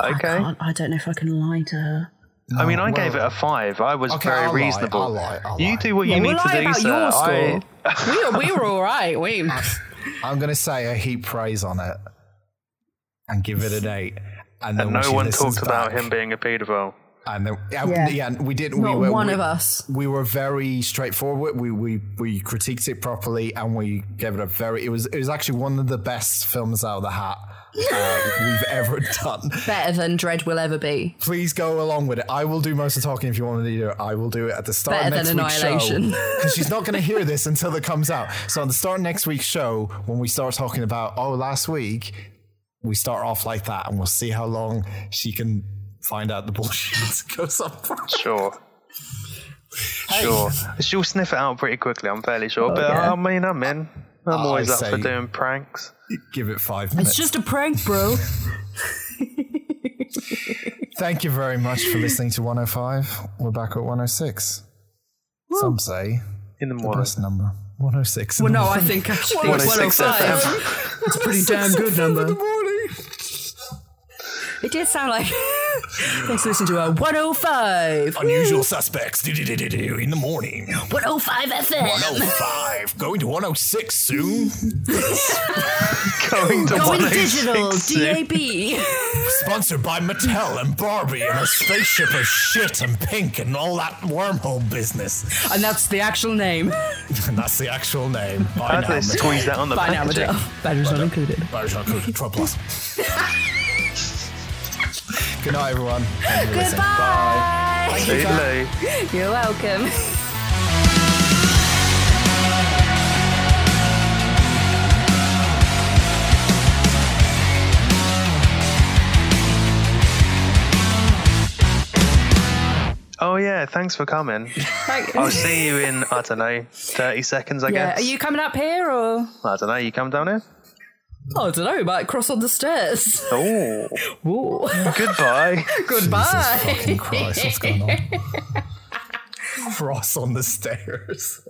[SPEAKER 4] Okay.
[SPEAKER 3] I,
[SPEAKER 4] I,
[SPEAKER 3] can't- I don't know if I can lie to her.
[SPEAKER 4] mean, I
[SPEAKER 2] Oh, well-
[SPEAKER 4] gave it a five. I was
[SPEAKER 2] Okay,
[SPEAKER 4] very
[SPEAKER 2] I'll lie,
[SPEAKER 4] reasonable.
[SPEAKER 2] I'll lie, I'll
[SPEAKER 4] you
[SPEAKER 2] lie.
[SPEAKER 4] do what you
[SPEAKER 3] we'll
[SPEAKER 4] need to
[SPEAKER 3] lie
[SPEAKER 4] do,
[SPEAKER 3] about
[SPEAKER 4] sir.
[SPEAKER 3] your
[SPEAKER 4] I,
[SPEAKER 3] we, were, we were all right. We
[SPEAKER 2] I'm going to say a heap praise on it and give it an eight. And, then
[SPEAKER 4] and
[SPEAKER 2] when
[SPEAKER 4] no
[SPEAKER 2] she
[SPEAKER 4] one
[SPEAKER 2] listens
[SPEAKER 4] talked about
[SPEAKER 2] back-
[SPEAKER 4] him being a paedophile.
[SPEAKER 2] And then, yeah,
[SPEAKER 3] Yeah.
[SPEAKER 2] yeah, we did. we
[SPEAKER 3] Not
[SPEAKER 2] were,
[SPEAKER 3] one
[SPEAKER 2] we-
[SPEAKER 3] of us.
[SPEAKER 2] We were very straightforward. We we we critiqued it properly, and we gave it a very. It was it was actually one of the best films out of the hat uh, we've ever done.
[SPEAKER 3] better than Dread will ever be.
[SPEAKER 2] Please go along with it. I will do most of the talking if you want me to do it. I will do it at the start
[SPEAKER 3] Better
[SPEAKER 2] of next
[SPEAKER 3] than
[SPEAKER 2] week's
[SPEAKER 3] Annihilation.
[SPEAKER 2] show because she's not going to hear this until it comes out. So on the start of next week's show, when we start talking about oh last week, we start off like that, and we'll see how long she can find out the bullshit goes on. for.
[SPEAKER 4] Sure. Sure. She'll sniff it out pretty quickly, I'm fairly sure. but
[SPEAKER 3] Oh, yeah. Oh,
[SPEAKER 4] I mean, I'm in. I'm
[SPEAKER 2] I
[SPEAKER 4] always up for
[SPEAKER 2] say-
[SPEAKER 4] doing pranks.
[SPEAKER 2] Give it five minutes.
[SPEAKER 3] It's just a prank, bro.
[SPEAKER 2] Thank you very much for listening to 105. We're back at 106. Some say
[SPEAKER 4] In the
[SPEAKER 2] the
[SPEAKER 4] morning.
[SPEAKER 2] best number. 106. in
[SPEAKER 3] Well,
[SPEAKER 2] the
[SPEAKER 3] no, I
[SPEAKER 2] morning.
[SPEAKER 3] think actually
[SPEAKER 4] One oh six
[SPEAKER 3] 105.
[SPEAKER 4] FM.
[SPEAKER 3] It's a pretty damn good number.
[SPEAKER 2] Morning.
[SPEAKER 3] It did sound like. Let's listen to oh a 105.
[SPEAKER 2] Unusual suspects. Do-do-do-do-do In the morning.
[SPEAKER 3] 105 FM.
[SPEAKER 2] 105. Going to 106 soon.
[SPEAKER 4] Going to
[SPEAKER 3] Going
[SPEAKER 4] 106
[SPEAKER 3] digital,
[SPEAKER 4] soon.
[SPEAKER 3] DAB.
[SPEAKER 2] Sponsored by Mattel and Barbie and a spaceship of shit and pink and all that wormhole business.
[SPEAKER 3] And that's the actual name.
[SPEAKER 2] And that's the actual name. By
[SPEAKER 4] How do they squeeze that on the
[SPEAKER 3] By now,
[SPEAKER 4] packaging?
[SPEAKER 3] Mattel. Batteries not included.
[SPEAKER 2] Plus. Good night, everyone. Thank you for listening.
[SPEAKER 3] Goodbye.
[SPEAKER 4] Doodaloo.
[SPEAKER 3] You're welcome.
[SPEAKER 4] Oh yeah, yeah, thanks for coming. I'll see you in I don't know thirty seconds. I
[SPEAKER 3] Yeah.
[SPEAKER 4] guess.
[SPEAKER 3] Are you coming up here or? Oh,
[SPEAKER 4] I don't know. You come down here.
[SPEAKER 3] I don't know. Might cross on the stairs.
[SPEAKER 4] Oh,
[SPEAKER 3] Ooh.
[SPEAKER 4] goodbye.
[SPEAKER 3] Goodbye.
[SPEAKER 2] Jesus fucking Christ, what's going on? Cross on the stairs.